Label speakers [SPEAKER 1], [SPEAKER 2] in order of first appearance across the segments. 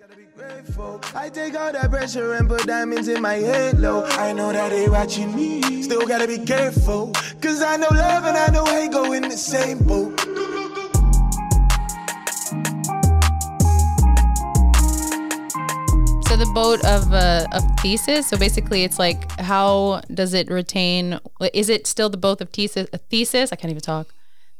[SPEAKER 1] Gotta be grateful. I take all that pressure and put diamonds in my halo. I know that they watching me. Still gotta be careful. Cause I know love and I know hate go in the same boat.
[SPEAKER 2] So the boat of a of thesis. So basically, it's like how does it retain? Is it still the boat of thesis? A thesis? I can't even talk.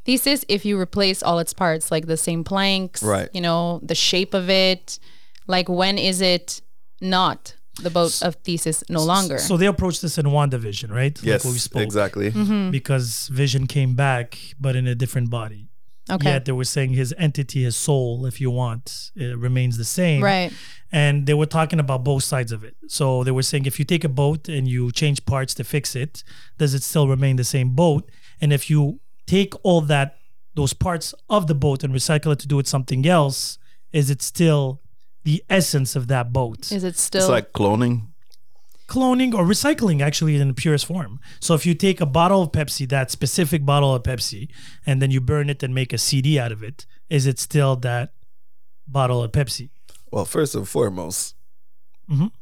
[SPEAKER 2] Thesis. If you replace all its parts, like the same planks,
[SPEAKER 3] Right.
[SPEAKER 2] You know the shape of it. Like when is it not the boat of thesis no longer?
[SPEAKER 4] So they approached this in WandaVision, right?
[SPEAKER 3] Yes,
[SPEAKER 4] like we spoke.
[SPEAKER 3] exactly.
[SPEAKER 2] Mm-hmm. Mm.
[SPEAKER 4] Because Vision came back, but in a different body.
[SPEAKER 2] okay.
[SPEAKER 4] Yet they were saying his entity, his soul, if you want, it remains the same.
[SPEAKER 2] Right.
[SPEAKER 4] And they were talking about both sides of it. So they were saying if you take a boat and you change parts to fix it, does it still remain the same boat? And if you take all that, those parts of the boat and recycle it to do it something else, is it still the essence of that boat?
[SPEAKER 2] Is it still
[SPEAKER 3] It's like cloning.
[SPEAKER 4] cloning or recycling actually in the purest form. So if you take a bottle of Pepsi, that specific bottle of Pepsi, and then you burn it and make a CD out of it, is it still that bottle of Pepsi?
[SPEAKER 3] Well, first and foremost,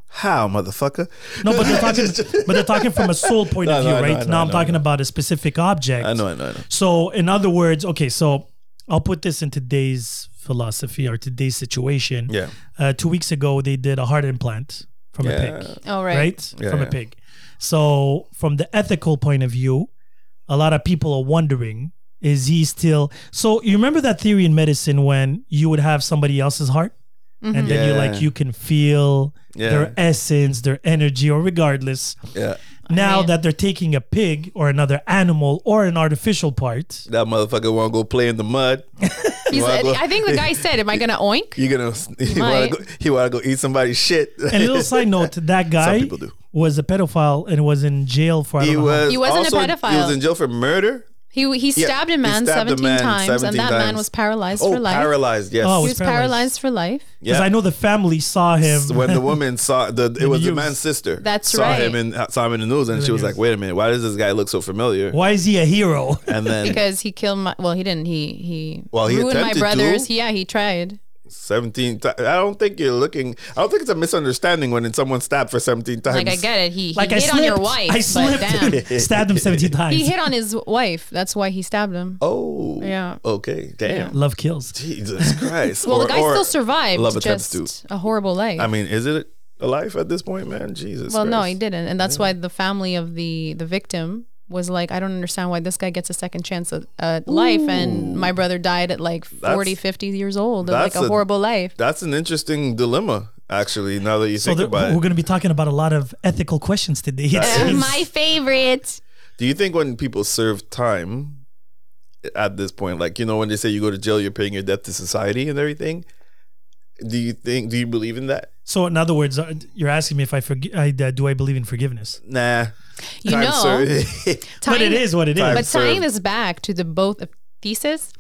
[SPEAKER 3] how, motherfucker?
[SPEAKER 4] Mm-hmm. No, but they're talking but they're talking from a soul point
[SPEAKER 3] No,
[SPEAKER 4] of
[SPEAKER 3] no,
[SPEAKER 4] view,
[SPEAKER 3] I know,
[SPEAKER 4] right?
[SPEAKER 3] I know,
[SPEAKER 4] now
[SPEAKER 3] I
[SPEAKER 4] I'm
[SPEAKER 3] know, I
[SPEAKER 4] talking
[SPEAKER 3] know.
[SPEAKER 4] about a specific object.
[SPEAKER 3] I know, I know, I know.
[SPEAKER 4] So in other words, okay, so I'll put this in today's philosophy or today's situation.
[SPEAKER 3] Yeah.
[SPEAKER 4] Uh, two weeks ago they did a heart implant from
[SPEAKER 3] Yeah.
[SPEAKER 4] a pig.
[SPEAKER 2] oh right.
[SPEAKER 4] right?
[SPEAKER 3] Yeah,
[SPEAKER 4] from
[SPEAKER 3] yeah.
[SPEAKER 4] a pig. So, from the ethical point of view, a lot of people are wondering is he still. So, you remember that theory in medicine when you would have somebody else's heart? And then you
[SPEAKER 3] Yeah.
[SPEAKER 4] like you can feel
[SPEAKER 3] Yeah.
[SPEAKER 4] their essence, their energy, or regardless.
[SPEAKER 3] Yeah.
[SPEAKER 4] Now
[SPEAKER 2] mean-
[SPEAKER 4] that they're taking a pig or another animal or an artificial part,
[SPEAKER 3] That motherfucker won't go play in the mud.
[SPEAKER 2] He's-
[SPEAKER 3] Well, I go-
[SPEAKER 2] I think the guy said, "Am I gonna oink?"
[SPEAKER 3] You gonna he wanna
[SPEAKER 2] Might.
[SPEAKER 3] go, he wanna go eat somebody's shit.
[SPEAKER 4] and a little side note, that guy
[SPEAKER 3] people do.
[SPEAKER 4] was a pedophile and was in jail for I
[SPEAKER 3] he
[SPEAKER 4] don't know how
[SPEAKER 3] was
[SPEAKER 2] He wasn't a
[SPEAKER 3] also- He was
[SPEAKER 2] pedophile.
[SPEAKER 3] in jail for murder.
[SPEAKER 2] He he
[SPEAKER 3] Yeah,
[SPEAKER 2] stabbed
[SPEAKER 3] he
[SPEAKER 2] a man
[SPEAKER 3] stabbed a
[SPEAKER 2] seventeen
[SPEAKER 3] man
[SPEAKER 2] times,
[SPEAKER 3] 17
[SPEAKER 2] and that man
[SPEAKER 3] times.
[SPEAKER 2] was paralyzed
[SPEAKER 3] Oh,
[SPEAKER 2] for life.
[SPEAKER 3] paralyzed. Yes.
[SPEAKER 4] Oh,
[SPEAKER 2] He was
[SPEAKER 4] was paralyzed.
[SPEAKER 2] paralyzed for life.
[SPEAKER 4] because I know the family saw him.
[SPEAKER 3] when the woman saw the it was the
[SPEAKER 4] news.
[SPEAKER 3] man's sister.
[SPEAKER 2] That's
[SPEAKER 3] saw
[SPEAKER 2] right.
[SPEAKER 3] Him in, saw him in the news, and she was like, "Wait a minute, why does this guy look so familiar?"
[SPEAKER 4] Why is he a hero?
[SPEAKER 3] And then
[SPEAKER 2] because he killed my well he didn't he he
[SPEAKER 3] Well, he
[SPEAKER 2] ruined my
[SPEAKER 3] attempted
[SPEAKER 2] brothers
[SPEAKER 3] to.
[SPEAKER 2] yeah he tried
[SPEAKER 3] seventeen. Ti- I don't think you're looking. I don't think it's a misunderstanding when it's someone stabbed for seventeen times.
[SPEAKER 2] like i get it he, he
[SPEAKER 4] Like I
[SPEAKER 2] hit
[SPEAKER 4] slipped.
[SPEAKER 2] on your wife
[SPEAKER 4] I
[SPEAKER 2] but
[SPEAKER 4] slipped.
[SPEAKER 2] damn
[SPEAKER 4] Stabbed him 17 times.
[SPEAKER 2] he hit on his wife that's why he stabbed him
[SPEAKER 3] Oh.
[SPEAKER 2] Yeah.
[SPEAKER 3] Okay. Damn.
[SPEAKER 4] Love kills.
[SPEAKER 3] Jesus Christ.
[SPEAKER 2] well
[SPEAKER 3] Or-
[SPEAKER 2] the guy
[SPEAKER 3] or
[SPEAKER 2] still survived
[SPEAKER 3] Love attempts
[SPEAKER 2] just
[SPEAKER 3] to.
[SPEAKER 2] a horrible life
[SPEAKER 3] I mean, is it a life at this point, man? Jesus.
[SPEAKER 2] well no
[SPEAKER 3] Christ.
[SPEAKER 2] he didn't and that's why the family of the the victim was like i don't understand why this guy gets a second chance at, at life and my brother died at like 40 50 years old of like
[SPEAKER 3] that's
[SPEAKER 2] a,
[SPEAKER 3] a-
[SPEAKER 2] horrible life
[SPEAKER 3] That's an interesting dilemma, actually. Now that you
[SPEAKER 4] So
[SPEAKER 3] think
[SPEAKER 4] there,
[SPEAKER 3] about
[SPEAKER 4] we're
[SPEAKER 3] it,
[SPEAKER 4] going to be talking about a lot of ethical questions today. It
[SPEAKER 2] Uh,
[SPEAKER 4] seems.
[SPEAKER 2] my favorite
[SPEAKER 3] do you think when people serve time at this point, like you know, when they say you go to jail, you're paying your debt to society and everything? Do you think? Do you believe in that?
[SPEAKER 4] so, in other words, uh, you're asking me if I, forgi- I uh, do I believe in forgiveness?
[SPEAKER 3] Nah.
[SPEAKER 2] You know-
[SPEAKER 3] served.
[SPEAKER 4] but it is what it is.
[SPEAKER 3] Time.
[SPEAKER 2] But tying
[SPEAKER 3] served.
[SPEAKER 2] this back to the both of thesis,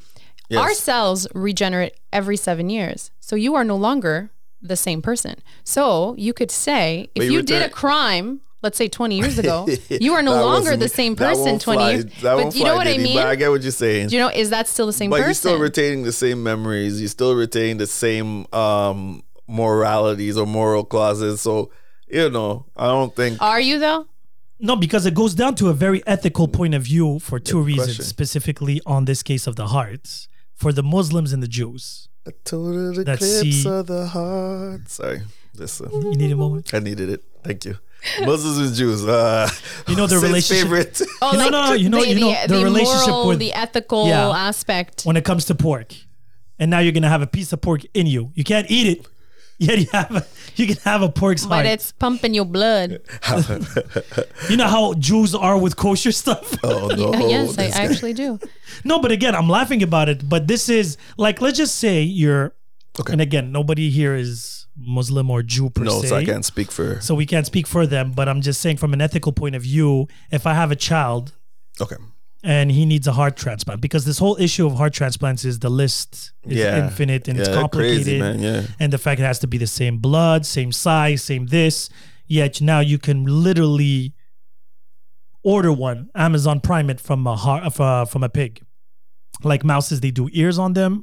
[SPEAKER 3] Yes.
[SPEAKER 2] our cells regenerate every seven years. So you are no longer the same person. So you could say if
[SPEAKER 3] But you
[SPEAKER 2] you did a
[SPEAKER 3] return-
[SPEAKER 2] crime, let's say 20 years ago, you are no
[SPEAKER 3] That
[SPEAKER 2] longer
[SPEAKER 3] wasn't
[SPEAKER 2] the
[SPEAKER 3] me.
[SPEAKER 2] same
[SPEAKER 3] That
[SPEAKER 2] person
[SPEAKER 3] won't
[SPEAKER 2] 20
[SPEAKER 3] fly.
[SPEAKER 2] years.
[SPEAKER 3] That
[SPEAKER 2] But
[SPEAKER 3] won't
[SPEAKER 2] you know
[SPEAKER 3] fly,
[SPEAKER 2] what I
[SPEAKER 3] Diddy,
[SPEAKER 2] mean?
[SPEAKER 3] But I get what you're saying.
[SPEAKER 2] Do you know, is that still the same
[SPEAKER 3] but
[SPEAKER 2] person?
[SPEAKER 3] you're still retaining the same memories. You still retain the same um moralities or moral clauses. So you know, I don't think.
[SPEAKER 2] are you though?
[SPEAKER 4] No, because it goes down to a very ethical point of view for two reasons,
[SPEAKER 3] question.
[SPEAKER 4] specifically on this case of the hearts for the Muslims and the Jews.
[SPEAKER 3] A total
[SPEAKER 4] That
[SPEAKER 3] eclipse
[SPEAKER 4] sea-
[SPEAKER 3] of the heart. Sorry, this uh,
[SPEAKER 4] You need a moment?
[SPEAKER 3] I needed it. Thank you. Muslims and Jews. Uh,
[SPEAKER 4] You know, their
[SPEAKER 3] Sid's
[SPEAKER 4] relationship-
[SPEAKER 3] Favorite.
[SPEAKER 2] Oh,
[SPEAKER 4] You know, no, no, you know-
[SPEAKER 2] the,
[SPEAKER 4] you know,
[SPEAKER 2] the,
[SPEAKER 4] the relationship
[SPEAKER 2] moral,
[SPEAKER 4] with-
[SPEAKER 2] the ethical
[SPEAKER 4] Yeah.
[SPEAKER 2] aspect.
[SPEAKER 4] When it comes to pork, and now you're going to have a piece of pork in you. You can't eat it, yet you, have a, you can have a pork's
[SPEAKER 2] But
[SPEAKER 4] heart.
[SPEAKER 2] it's pumping your blood.
[SPEAKER 4] you know how Jews are with kosher stuff?
[SPEAKER 3] oh no.
[SPEAKER 2] yes, I
[SPEAKER 3] this guy.
[SPEAKER 2] actually do.
[SPEAKER 4] No, but again, I'm laughing about it. But this is like, let's just say you're, and again, nobody here is Muslim or Jew per
[SPEAKER 3] no.
[SPEAKER 4] se.
[SPEAKER 3] So I can't speak for.
[SPEAKER 4] So we can't speak for them. But I'm just saying, from an ethical point of view, if I have a child
[SPEAKER 3] Okay.
[SPEAKER 4] and he needs a heart transplant, because this whole issue of heart transplants is the list is
[SPEAKER 3] Yeah.
[SPEAKER 4] infinite and it's
[SPEAKER 3] Yeah, they're
[SPEAKER 4] complicated,
[SPEAKER 3] crazy, man, yeah.
[SPEAKER 4] and the fact it has to be the same blood, same size, same this. Yet now you can literally order one Amazon Prime it from a heart from a, from a pig like mouses they do ears on them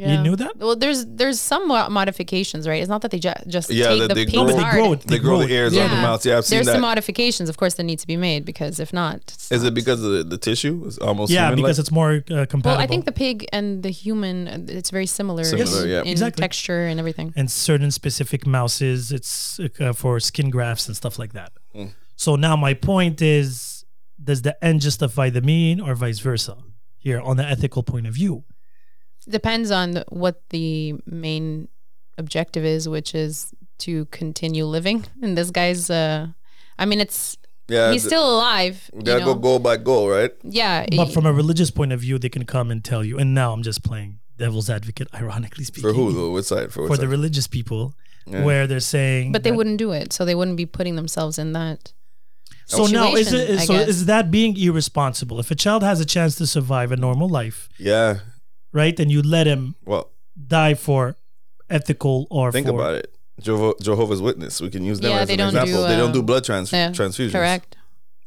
[SPEAKER 2] Yeah.
[SPEAKER 4] knew that?
[SPEAKER 2] Well, there's there's some mo- modifications, right? It's not that they ju- just
[SPEAKER 3] Yeah,
[SPEAKER 2] take
[SPEAKER 3] that
[SPEAKER 2] the
[SPEAKER 3] they
[SPEAKER 2] pink
[SPEAKER 3] grow-
[SPEAKER 4] They
[SPEAKER 2] part.
[SPEAKER 4] grow it.
[SPEAKER 3] They grow the
[SPEAKER 4] grow.
[SPEAKER 3] ears out of the mouth. Yeah, I've seen
[SPEAKER 2] there's
[SPEAKER 3] that.
[SPEAKER 2] some modifications, of course, that need to be made because if not, it's
[SPEAKER 3] Is
[SPEAKER 2] not-
[SPEAKER 3] it because of the, the tissue? It's almost
[SPEAKER 4] Yeah,
[SPEAKER 3] human-like?
[SPEAKER 4] because it's more uh, compatible.
[SPEAKER 2] Well, I think the pig and the human, uh, it's very similar,
[SPEAKER 3] Similar,
[SPEAKER 2] in,
[SPEAKER 3] yeah.
[SPEAKER 2] in
[SPEAKER 4] Exactly.
[SPEAKER 2] texture and everything.
[SPEAKER 4] and certain specific mouses. It's uh, for skin grafts and stuff like that. So now my point is, does the end justify the mean or vice versa? Here on the ethical point of view,
[SPEAKER 2] Depends on what the main objective is, which is to continue living. And this guy's, uh, I mean, it's
[SPEAKER 3] yeah,
[SPEAKER 2] he's
[SPEAKER 3] the-
[SPEAKER 2] still alive. You
[SPEAKER 3] you gotta
[SPEAKER 2] know?
[SPEAKER 3] go goal by goal, right?
[SPEAKER 2] Yeah,
[SPEAKER 4] but
[SPEAKER 2] he-
[SPEAKER 4] from a religious point of view, they can come and tell you. And now I'm just playing devil's advocate, ironically speaking,
[SPEAKER 3] For who? though? Which side? For, which
[SPEAKER 4] for
[SPEAKER 3] side?
[SPEAKER 4] the religious people, where they're saying,
[SPEAKER 2] but they
[SPEAKER 4] that-
[SPEAKER 2] wouldn't do it, so they wouldn't be putting themselves in that.
[SPEAKER 4] So now is it
[SPEAKER 2] situation,
[SPEAKER 4] is,
[SPEAKER 2] I
[SPEAKER 4] so
[SPEAKER 2] guess.
[SPEAKER 4] is that being irresponsible? If a child has a chance to survive a normal life,
[SPEAKER 3] yeah.
[SPEAKER 4] right, and you let him
[SPEAKER 3] Well,
[SPEAKER 4] die for ethical or
[SPEAKER 3] think
[SPEAKER 4] for,
[SPEAKER 3] about it. Jeho- Jehovah's Witness. We can use them
[SPEAKER 2] Yeah,
[SPEAKER 3] as
[SPEAKER 2] they
[SPEAKER 3] an
[SPEAKER 2] don't do,
[SPEAKER 3] example. they don't do
[SPEAKER 2] um,
[SPEAKER 3] blood trans-
[SPEAKER 2] Yeah,
[SPEAKER 3] transfusions.
[SPEAKER 2] Correct.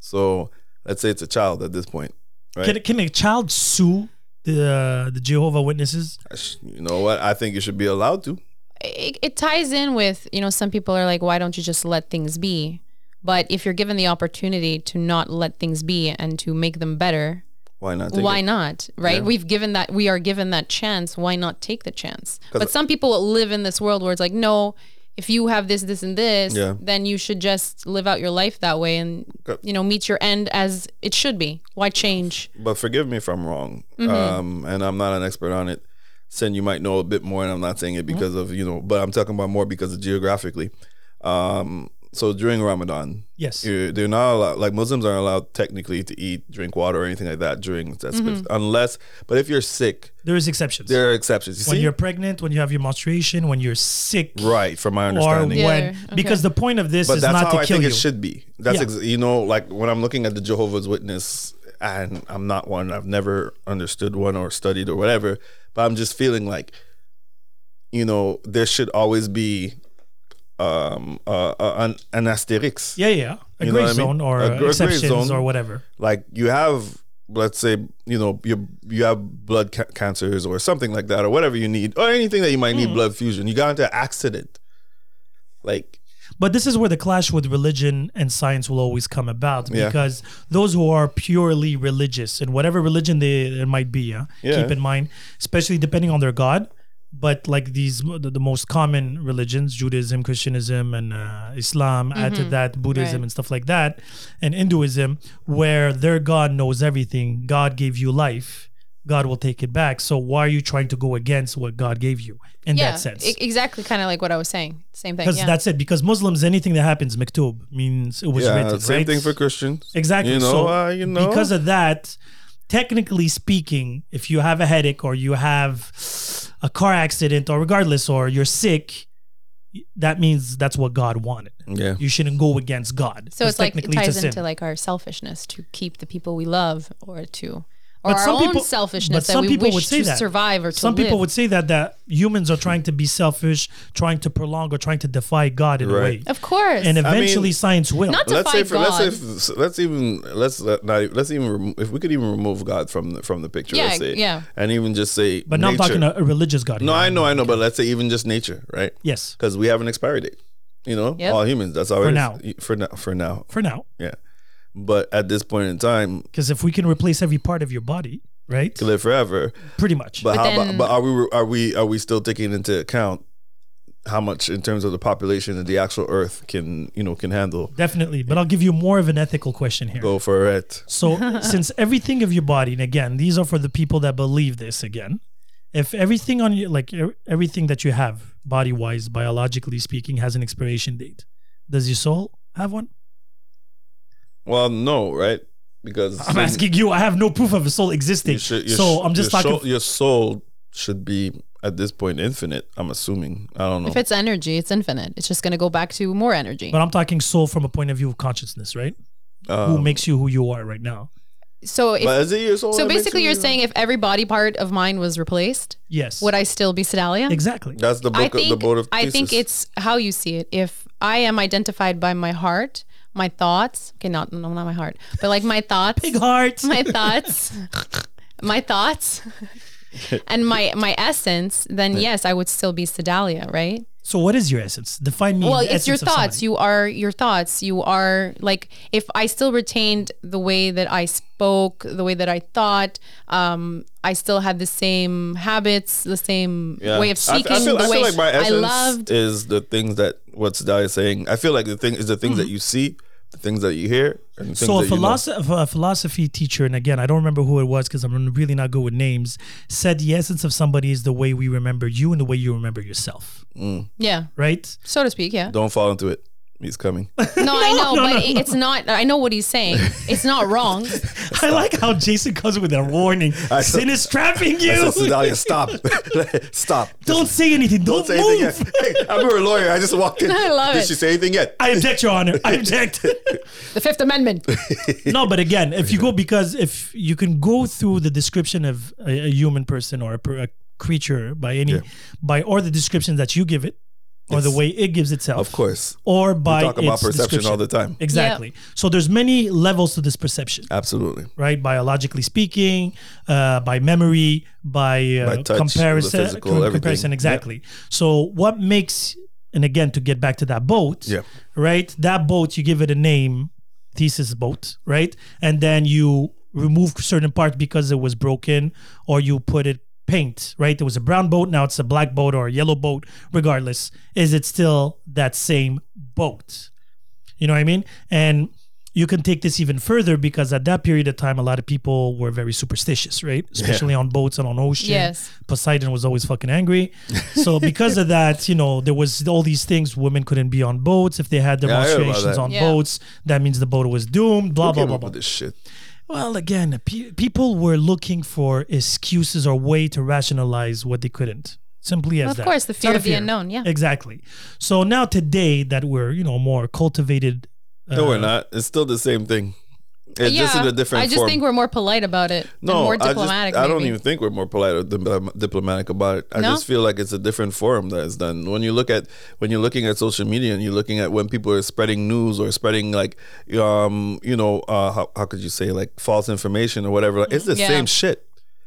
[SPEAKER 3] So let's say it's a child at this point, right?
[SPEAKER 4] Can, can a child sue the the Jehovah Witnesses?
[SPEAKER 3] You know what? I think you should be allowed to.
[SPEAKER 2] it, it ties in with you know some people are like why don't you just let things be but if you're given the opportunity to not let things be and to make them better
[SPEAKER 3] Why not? Take
[SPEAKER 2] why
[SPEAKER 3] it?
[SPEAKER 2] not right
[SPEAKER 3] Yeah.
[SPEAKER 2] we've given that we are given that chance why not take the chance
[SPEAKER 3] 'Cause-
[SPEAKER 2] but some people live in this world where it's like no if you have this this and this
[SPEAKER 3] Yeah.
[SPEAKER 2] then you should just live out your life that way and
[SPEAKER 3] Okay.
[SPEAKER 2] you know meet your end as it should be why change
[SPEAKER 3] But forgive me if I'm wrong,
[SPEAKER 2] Mm-hmm.
[SPEAKER 3] um, and I'm not an expert on it. Sin, you might know a bit more, and I'm not saying it because
[SPEAKER 2] Mm-hmm.
[SPEAKER 3] of you know, but I'm talking about more because of geographically. Um, so during Ramadan,
[SPEAKER 4] Yes.
[SPEAKER 3] you're, they're not allowed like muslims aren't allowed technically to eat drink water or anything like that during that space unless but if you're sick
[SPEAKER 4] There is exceptions.
[SPEAKER 3] there are exceptions you
[SPEAKER 4] when
[SPEAKER 3] see
[SPEAKER 4] you're pregnant, when you have your menstruation, when you're sick,
[SPEAKER 3] right from my
[SPEAKER 4] or
[SPEAKER 3] understanding
[SPEAKER 4] when
[SPEAKER 2] Yeah, okay.
[SPEAKER 4] because the point of this
[SPEAKER 3] but
[SPEAKER 4] is
[SPEAKER 3] that's
[SPEAKER 4] not
[SPEAKER 3] how
[SPEAKER 4] to
[SPEAKER 3] i
[SPEAKER 4] kill
[SPEAKER 3] think
[SPEAKER 4] you.
[SPEAKER 3] it should be that's
[SPEAKER 4] Yeah.
[SPEAKER 3] ex- you know like when i'm looking at the jehovah's witness and i'm not one i've never understood one or studied or whatever but i'm just feeling like you know there should always be um uh, uh an, an asterisk
[SPEAKER 4] yeah, yeah, a
[SPEAKER 3] You know
[SPEAKER 4] gray
[SPEAKER 3] what I mean?
[SPEAKER 4] zone or uh,
[SPEAKER 3] A gr- gray
[SPEAKER 4] exceptions
[SPEAKER 3] zone.
[SPEAKER 4] or whatever.
[SPEAKER 3] like you have let's say you know you you have blood ca- cancers or something like that or whatever you need or anything that you might
[SPEAKER 2] Hmm.
[SPEAKER 3] need blood fusion you got into an accident like
[SPEAKER 4] But this is where the clash with religion and science will always come about
[SPEAKER 3] Yeah.
[SPEAKER 4] because those who are purely religious in whatever religion they it might be, yeah,
[SPEAKER 3] Yeah.
[SPEAKER 4] keep in mind, especially depending on their god. But like these, the, the most common religions, Judaism, Christianism, and uh, Islam, add to that Buddhism
[SPEAKER 2] Mm-hmm. Right.
[SPEAKER 4] and stuff like that, and Hinduism, where their God knows everything. God gave you life. God will take it back. So why are you trying to go against what God gave you in
[SPEAKER 2] yeah
[SPEAKER 4] that sense?
[SPEAKER 2] e- exactly kind of like what i was saying same thing
[SPEAKER 4] because
[SPEAKER 2] yeah.
[SPEAKER 4] that's it. Because Muslims, anything that happens, maktub means it was
[SPEAKER 3] yeah
[SPEAKER 4] written.
[SPEAKER 3] same
[SPEAKER 4] right?
[SPEAKER 3] thing for christians
[SPEAKER 4] exactly.
[SPEAKER 3] you know
[SPEAKER 4] so
[SPEAKER 3] uh, you know
[SPEAKER 4] because of that, technically speaking, if you have a headache or you have a car accident or regardless, or you're sick, that means that's what God wanted.
[SPEAKER 3] yeah
[SPEAKER 4] You shouldn't go against God.
[SPEAKER 2] So
[SPEAKER 4] 'cause
[SPEAKER 2] it's like it
[SPEAKER 4] technically
[SPEAKER 2] ties
[SPEAKER 4] a sin.
[SPEAKER 2] into like our selfishness to keep the people we love or to or
[SPEAKER 4] But
[SPEAKER 2] our
[SPEAKER 4] some
[SPEAKER 2] own
[SPEAKER 4] people- but
[SPEAKER 2] selfishness that
[SPEAKER 4] some
[SPEAKER 2] we
[SPEAKER 4] people
[SPEAKER 2] wish
[SPEAKER 4] would say
[SPEAKER 2] to
[SPEAKER 4] that.
[SPEAKER 2] survive or to
[SPEAKER 4] Some people
[SPEAKER 2] live.
[SPEAKER 4] would say that that humans are trying to be selfish, trying to prolong or trying to defy God in a way,
[SPEAKER 3] Right.
[SPEAKER 2] of course.
[SPEAKER 4] and eventually science will.
[SPEAKER 2] Not to
[SPEAKER 3] let's say
[SPEAKER 2] fight
[SPEAKER 3] for, let's say for, let's even let's let, not even- let's even remo- if we could even remove god from the from the picture
[SPEAKER 2] Yeah,
[SPEAKER 3] let's say
[SPEAKER 2] yeah.
[SPEAKER 3] and even just say
[SPEAKER 4] but now I'm
[SPEAKER 3] nature.
[SPEAKER 4] talking a, a religious God.
[SPEAKER 3] no
[SPEAKER 4] here.
[SPEAKER 3] i know i know but let's say even just nature right
[SPEAKER 4] Yes,
[SPEAKER 3] because we have an expiry date you know
[SPEAKER 2] Yep.
[SPEAKER 3] all humans that's all
[SPEAKER 4] For
[SPEAKER 3] it is.
[SPEAKER 4] now.
[SPEAKER 3] for now for now
[SPEAKER 4] for now.
[SPEAKER 3] Yeah. But at this point in time,
[SPEAKER 4] Because if we can replace every part of your body, right?
[SPEAKER 3] to live forever.
[SPEAKER 4] Pretty much.
[SPEAKER 3] But,
[SPEAKER 2] But
[SPEAKER 3] how
[SPEAKER 2] then-
[SPEAKER 3] about, but are we are we are we still taking into account how much in terms of the population that the actual Earth can you know can handle?
[SPEAKER 4] Definitely. But I'll give you more of an ethical question here.
[SPEAKER 3] Go for it.
[SPEAKER 4] So, since everything of your body, and again, these are for the people that believe this again, if everything on you, like e- everything that you have, body wise, biologically speaking, has an expiration date, does your soul have one?
[SPEAKER 3] Well, no, right? Because
[SPEAKER 4] I'm asking you, I have no proof of a soul existing.
[SPEAKER 3] you should- you
[SPEAKER 4] so,
[SPEAKER 3] sh-
[SPEAKER 4] I'm just
[SPEAKER 3] your
[SPEAKER 4] talking.
[SPEAKER 3] Soul, your soul should be at this point infinite. I'm assuming. I don't know.
[SPEAKER 2] if it's energy, it's infinite. It's just going to go back to more energy.
[SPEAKER 4] but I'm talking soul from a point of view of consciousness, right? who
[SPEAKER 3] Um,
[SPEAKER 4] makes you who you are right now?
[SPEAKER 2] So
[SPEAKER 3] but
[SPEAKER 2] if,
[SPEAKER 3] is it your soul?
[SPEAKER 2] so
[SPEAKER 3] that makes
[SPEAKER 2] basically,
[SPEAKER 3] you-
[SPEAKER 2] you're saying if every body part of mine was replaced,
[SPEAKER 4] Yes.
[SPEAKER 2] would I still be Sedalia?
[SPEAKER 4] Exactly.
[SPEAKER 3] that's the book.
[SPEAKER 2] I
[SPEAKER 3] of- the
[SPEAKER 2] think
[SPEAKER 3] boat of
[SPEAKER 2] I think
[SPEAKER 3] Thesis.
[SPEAKER 2] it's how you see it. If I am identified by my heart, my thoughts, okay, not no, not my heart, but like my thoughts,
[SPEAKER 4] Big heart.
[SPEAKER 2] my thoughts my thoughts and my my essence, then yes, I would still be Sedalia, right?
[SPEAKER 4] So what is your essence? Define me.
[SPEAKER 2] Well,
[SPEAKER 4] the
[SPEAKER 2] it's your
[SPEAKER 4] essence of somebody.
[SPEAKER 2] thoughts. You are your thoughts. You are like if I still retained the way that I spoke, the way that I thought, um, I still had the same habits, the same
[SPEAKER 3] Yeah.
[SPEAKER 2] way of
[SPEAKER 3] I- I
[SPEAKER 2] speaking,
[SPEAKER 3] feel-
[SPEAKER 2] the
[SPEAKER 3] I
[SPEAKER 2] way
[SPEAKER 3] feel like my
[SPEAKER 2] I
[SPEAKER 3] essence
[SPEAKER 2] loved.
[SPEAKER 3] is the things that what's Dahlia saying. I feel like the thing is the things
[SPEAKER 2] Mm-hmm.
[SPEAKER 3] that you see, the things that you hear, and the things
[SPEAKER 4] So a
[SPEAKER 3] that you know.
[SPEAKER 4] philosophy, a philosophy teacher, and again, I don't remember who it was because I'm really not good with names. Said the essence of somebody is the way we remember you and the way you remember yourself,
[SPEAKER 2] Yeah,
[SPEAKER 4] right?
[SPEAKER 2] so to speak. Yeah.
[SPEAKER 3] Don't fall into it. He's coming.
[SPEAKER 2] No, I know, but it- it's not. I know what he's saying. It's not wrong.
[SPEAKER 4] I like how Jason comes with a warning.
[SPEAKER 3] saw-
[SPEAKER 4] Sin is trapping
[SPEAKER 3] I
[SPEAKER 4] you.
[SPEAKER 3] said, Sedalia, stop. stop.
[SPEAKER 4] Don't say anything.
[SPEAKER 3] Don't
[SPEAKER 4] Don't,
[SPEAKER 3] say anything
[SPEAKER 4] move.
[SPEAKER 3] yet. I'm her lawyer. I just walked in.
[SPEAKER 2] I love
[SPEAKER 3] Did
[SPEAKER 2] it.
[SPEAKER 3] she say anything yet?
[SPEAKER 4] I object, Your Honor. I object.
[SPEAKER 2] The Fifth Amendment.
[SPEAKER 4] no, but again, if you go because if you can go through the description of a, a human person or a, per- a creature by any
[SPEAKER 3] Yeah.
[SPEAKER 4] by or the description that you give it or the
[SPEAKER 3] Yes.
[SPEAKER 4] way it gives itself,
[SPEAKER 3] Of course.
[SPEAKER 4] or by
[SPEAKER 3] talk about
[SPEAKER 4] its
[SPEAKER 3] perception all the
[SPEAKER 4] description.
[SPEAKER 3] time.
[SPEAKER 4] Exactly. So there's many levels to this perception,
[SPEAKER 3] Absolutely.
[SPEAKER 4] right? Biologically speaking, uh, by memory, by, uh,
[SPEAKER 3] By touch,
[SPEAKER 4] comparison,
[SPEAKER 3] the physical,
[SPEAKER 4] com-
[SPEAKER 3] everything.
[SPEAKER 4] comparison.
[SPEAKER 3] Yeah.
[SPEAKER 4] Exactly. So what makes, and again, to get back to that boat,
[SPEAKER 3] Yeah.
[SPEAKER 4] right? That boat, you give it a name, thesis boat, right? And then you remove certain parts because it was broken, or you put it paint, right? It was a brown boat, now it's a black boat or a yellow boat. Regardless, is it still that same boat? You know what I mean? And you can take this even further because at that period of time, a lot of people were very superstitious, right? Especially on boats and on ocean.
[SPEAKER 2] Yes.
[SPEAKER 4] Poseidon was always fucking angry. So because of that, you know, there was all these things. Women couldn't be on boats if they had
[SPEAKER 3] I heard about
[SPEAKER 4] demonstrations
[SPEAKER 3] that.
[SPEAKER 4] on
[SPEAKER 2] Yeah.
[SPEAKER 4] boats. That means the boat was doomed. Blah blah
[SPEAKER 3] Came
[SPEAKER 4] blah
[SPEAKER 3] up
[SPEAKER 4] blah.
[SPEAKER 3] with this shit.
[SPEAKER 4] Well, again, pe- people were looking for excuses or way to rationalize what they couldn't. Simply as
[SPEAKER 2] Of
[SPEAKER 4] that.
[SPEAKER 2] course, the
[SPEAKER 4] It's not
[SPEAKER 2] fear
[SPEAKER 4] a
[SPEAKER 2] of the unknown, yeah.
[SPEAKER 4] exactly. So now today that we're you know more cultivated,
[SPEAKER 3] No,
[SPEAKER 4] Uh,
[SPEAKER 3] we're not. It's still the same thing. It's
[SPEAKER 2] yeah.
[SPEAKER 3] just in a different
[SPEAKER 2] I just
[SPEAKER 3] form.
[SPEAKER 2] think we're more polite about it. and
[SPEAKER 3] no,
[SPEAKER 2] more
[SPEAKER 3] I, just,
[SPEAKER 2] diplomatic.
[SPEAKER 3] I don't
[SPEAKER 2] maybe.
[SPEAKER 3] even think we're more polite or di- diplomatic about it. I
[SPEAKER 2] No?
[SPEAKER 3] just feel like it's a different forum that is done. When you look at when you're looking at social media and you're looking at when people are spreading news or spreading like um you know uh, how how could you say like false information or whatever, like, it's the
[SPEAKER 2] Yeah.
[SPEAKER 3] same shit.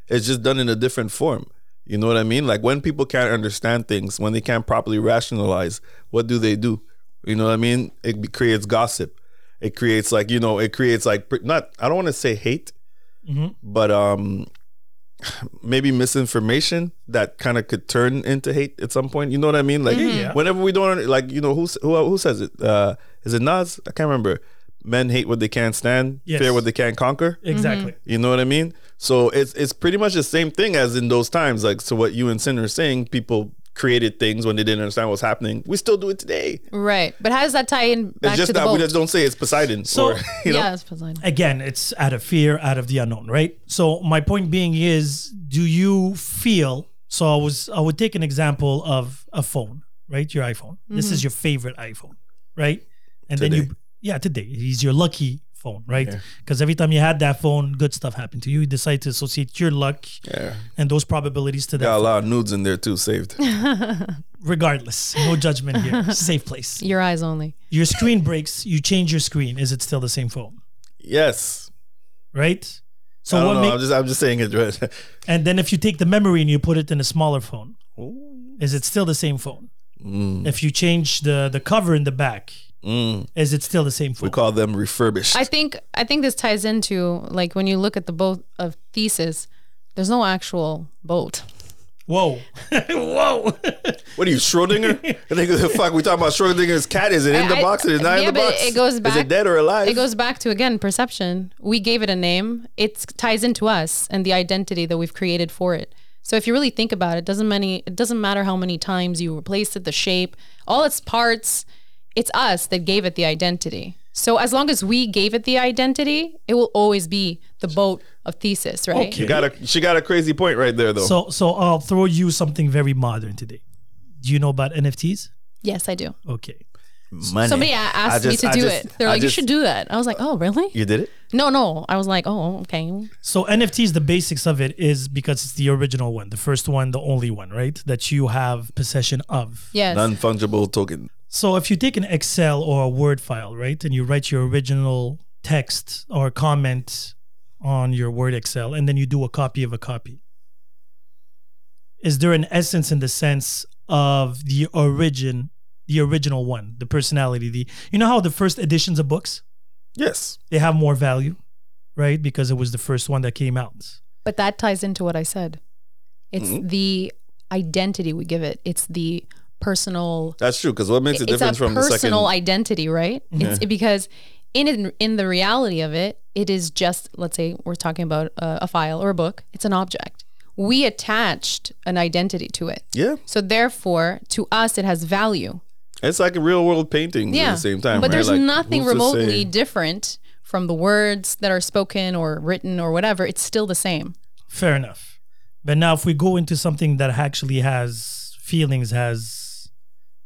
[SPEAKER 3] It's just done in a different form. You know what I mean? Like when people can't understand things, when they can't properly rationalize, what do they do? You know what I mean? It be- creates gossip. It creates like you know, it creates like pr- not. I don't want to say hate, but um, maybe misinformation that kind of could turn into hate at some point. You know what I mean? Like
[SPEAKER 4] yeah.
[SPEAKER 3] whenever we don't like, you know who s- who who says it? Uh, is it Nas? I can't remember. Men hate what they can't stand,
[SPEAKER 4] Yes.
[SPEAKER 3] fear what they can't conquer.
[SPEAKER 4] exactly.
[SPEAKER 3] You know what I mean? So it's it's pretty much the same thing as in those times. Like so, what you and Sin are saying, people created things when they didn't understand what was happening. We still do it today.
[SPEAKER 2] Right. But how does that tie in back
[SPEAKER 3] it's
[SPEAKER 2] to
[SPEAKER 3] just
[SPEAKER 2] the
[SPEAKER 3] that
[SPEAKER 2] boat?
[SPEAKER 3] we just don't say it's Poseidon.
[SPEAKER 4] So-
[SPEAKER 3] or, you know?
[SPEAKER 2] Yeah, it's Poseidon.
[SPEAKER 4] Again, it's out of fear, out of the unknown, right? So my point being is, do you feel? So I was I would take an example of a phone, right? Your iPhone. This is your favorite iPhone, right? And then you,
[SPEAKER 3] Today.
[SPEAKER 4] yeah, today is your lucky phone, right? Because every time you had that phone, good stuff happened to you. You decide to associate your luck
[SPEAKER 3] Yeah.
[SPEAKER 4] and those probabilities to that.
[SPEAKER 3] Got a
[SPEAKER 4] phone.
[SPEAKER 3] lot of nudes in there too, saved.
[SPEAKER 4] Regardless, no judgment here. Safe place.
[SPEAKER 2] Your eyes only.
[SPEAKER 4] Your screen breaks. You change your screen. Is it still the same phone?
[SPEAKER 3] yes.
[SPEAKER 4] right?
[SPEAKER 3] So I
[SPEAKER 4] So
[SPEAKER 3] don't
[SPEAKER 4] what
[SPEAKER 3] know. I'm
[SPEAKER 4] makes
[SPEAKER 3] just I'm just saying it. Right?
[SPEAKER 4] and then if you take the memory and you put it in a smaller phone, is it still the same phone? If you change the the cover in the back, is it still the same
[SPEAKER 3] We
[SPEAKER 4] phone?
[SPEAKER 3] call them refurbished.
[SPEAKER 2] I think I think this ties into like when you look at the boat of thesis, there's no actual boat.
[SPEAKER 4] Whoa, whoa!
[SPEAKER 3] what are you, Schrodinger? I think the fuck we talking about Schrodinger's cat. Is it in the
[SPEAKER 2] I-
[SPEAKER 3] box? Is it not
[SPEAKER 2] yeah,
[SPEAKER 3] in the
[SPEAKER 2] but
[SPEAKER 3] box?
[SPEAKER 2] it goes
[SPEAKER 3] Is
[SPEAKER 2] back-
[SPEAKER 3] it dead or alive?
[SPEAKER 2] It goes back to again perception. We gave it a name. It ties into us and the identity that we've created for it. So if you really think about it, doesn't many it doesn't matter how many times you replace it, the shape, all its parts, it's us that gave it the identity. So as long as we gave it the identity, it will always be the boat of thesis, right?
[SPEAKER 4] Okay.
[SPEAKER 3] You got a she got a crazy point right there though.
[SPEAKER 4] So so I'll throw you something very modern today. Do you know about NFTs?
[SPEAKER 2] Yes, I do.
[SPEAKER 4] Okay,
[SPEAKER 3] Money.
[SPEAKER 2] Somebody a-
[SPEAKER 3] I
[SPEAKER 2] asked me
[SPEAKER 3] just-
[SPEAKER 2] to
[SPEAKER 3] I
[SPEAKER 2] do
[SPEAKER 3] just-
[SPEAKER 2] it. They're
[SPEAKER 3] I
[SPEAKER 2] like, you
[SPEAKER 3] just-
[SPEAKER 2] should do that. I was like, oh, really?
[SPEAKER 3] You did it.
[SPEAKER 2] No, no. I was like, oh, okay.
[SPEAKER 4] so NFTs, the basics of it is because it's the original one, the first one, the only one, right? That you have possession of.
[SPEAKER 2] Yes.
[SPEAKER 3] Non fungible token.
[SPEAKER 4] So if you take an Excel or a Word file, right, and you write your original text or comment on your Word Excel, and then you do a copy of a copy, is there an essence in the sense of the origin, the original one, the personality, the you know how the first editions of books
[SPEAKER 3] Yes.
[SPEAKER 4] they have more value, right? Because it was the first one that came out.
[SPEAKER 2] But that ties into what I said. It's
[SPEAKER 3] Mm-hmm.
[SPEAKER 2] the identity we give it. It's the personal.
[SPEAKER 3] That's true. Because what makes it
[SPEAKER 2] it's
[SPEAKER 3] different
[SPEAKER 2] a
[SPEAKER 3] from the second?
[SPEAKER 2] personal identity, right? It's because in, in in the reality of it, it is just let's say we're talking about a, a file or a book. It's an object. We attached an identity to it.
[SPEAKER 3] yeah,
[SPEAKER 2] So therefore, to us, it has value.
[SPEAKER 3] it's like a real world painting
[SPEAKER 2] Yeah.
[SPEAKER 3] at the same time.
[SPEAKER 2] but
[SPEAKER 3] right?
[SPEAKER 2] there's
[SPEAKER 3] Like,
[SPEAKER 2] nothing
[SPEAKER 3] who's to say?
[SPEAKER 2] remotely different from the words that are spoken or written or whatever. It's still the same.
[SPEAKER 4] Fair enough. But now, if we go into something that actually has feelings, has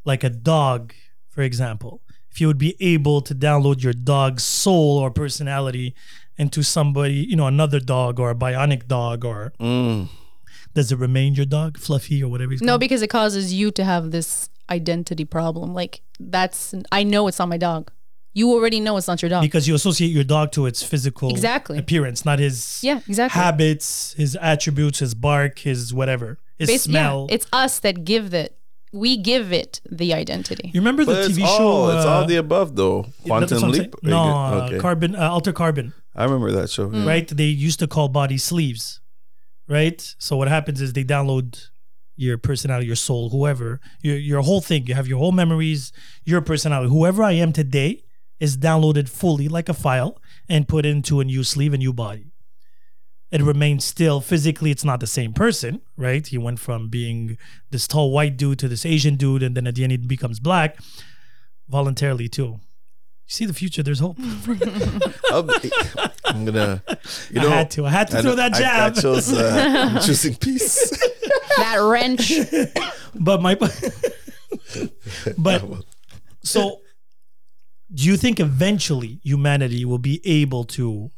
[SPEAKER 4] like a dog, for example, if you would be able to download your dog's soul or personality into somebody, you know, another dog or a bionic dog, or
[SPEAKER 3] Mm.
[SPEAKER 4] does it remain your dog, Fluffy or whatever he's
[SPEAKER 2] No,
[SPEAKER 4] called?
[SPEAKER 2] because it causes you to have this identity problem. Like that's I know it's not my dog. You already know it's not your dog.
[SPEAKER 4] because you associate your dog to its physical
[SPEAKER 2] Exactly.
[SPEAKER 4] appearance, not his
[SPEAKER 2] yeah, exactly.
[SPEAKER 4] habits, his attributes, his bark, his whatever, his
[SPEAKER 2] Bas-
[SPEAKER 4] smell.
[SPEAKER 2] Yeah, it's us that give it. We give it the identity.
[SPEAKER 4] you remember
[SPEAKER 3] But
[SPEAKER 4] the
[SPEAKER 3] it's
[SPEAKER 4] TV
[SPEAKER 3] all
[SPEAKER 4] show?
[SPEAKER 3] it's
[SPEAKER 4] uh,
[SPEAKER 3] all the above though.
[SPEAKER 4] that's what
[SPEAKER 3] Quantum
[SPEAKER 4] I'm
[SPEAKER 3] leap.
[SPEAKER 4] saying. No, uh,
[SPEAKER 3] okay.
[SPEAKER 4] carbon, uh, alter carbon,
[SPEAKER 3] I remember that show.
[SPEAKER 2] Hmm.
[SPEAKER 3] yeah.
[SPEAKER 4] right? They used to call body sleeves, right? So what happens is they download your personality, your soul, whoever, your your whole thing. You have your whole memories, your personality. Whoever I am today is downloaded fully like a file and put into a new sleeve, a new body. It remains still physically. It's not the same person, right? He went from being this tall white dude to this Asian dude, and then at the end he becomes black voluntarily too. You see the future. There's hope.
[SPEAKER 3] I'll be- I'm gonna. You
[SPEAKER 4] I
[SPEAKER 3] know,
[SPEAKER 4] had to. I had to throw that
[SPEAKER 3] I, I
[SPEAKER 4] jab.
[SPEAKER 3] chose. Uh, I'm choosing peace.
[SPEAKER 2] that wrench.
[SPEAKER 4] but my but so do you think eventually humanity will be able to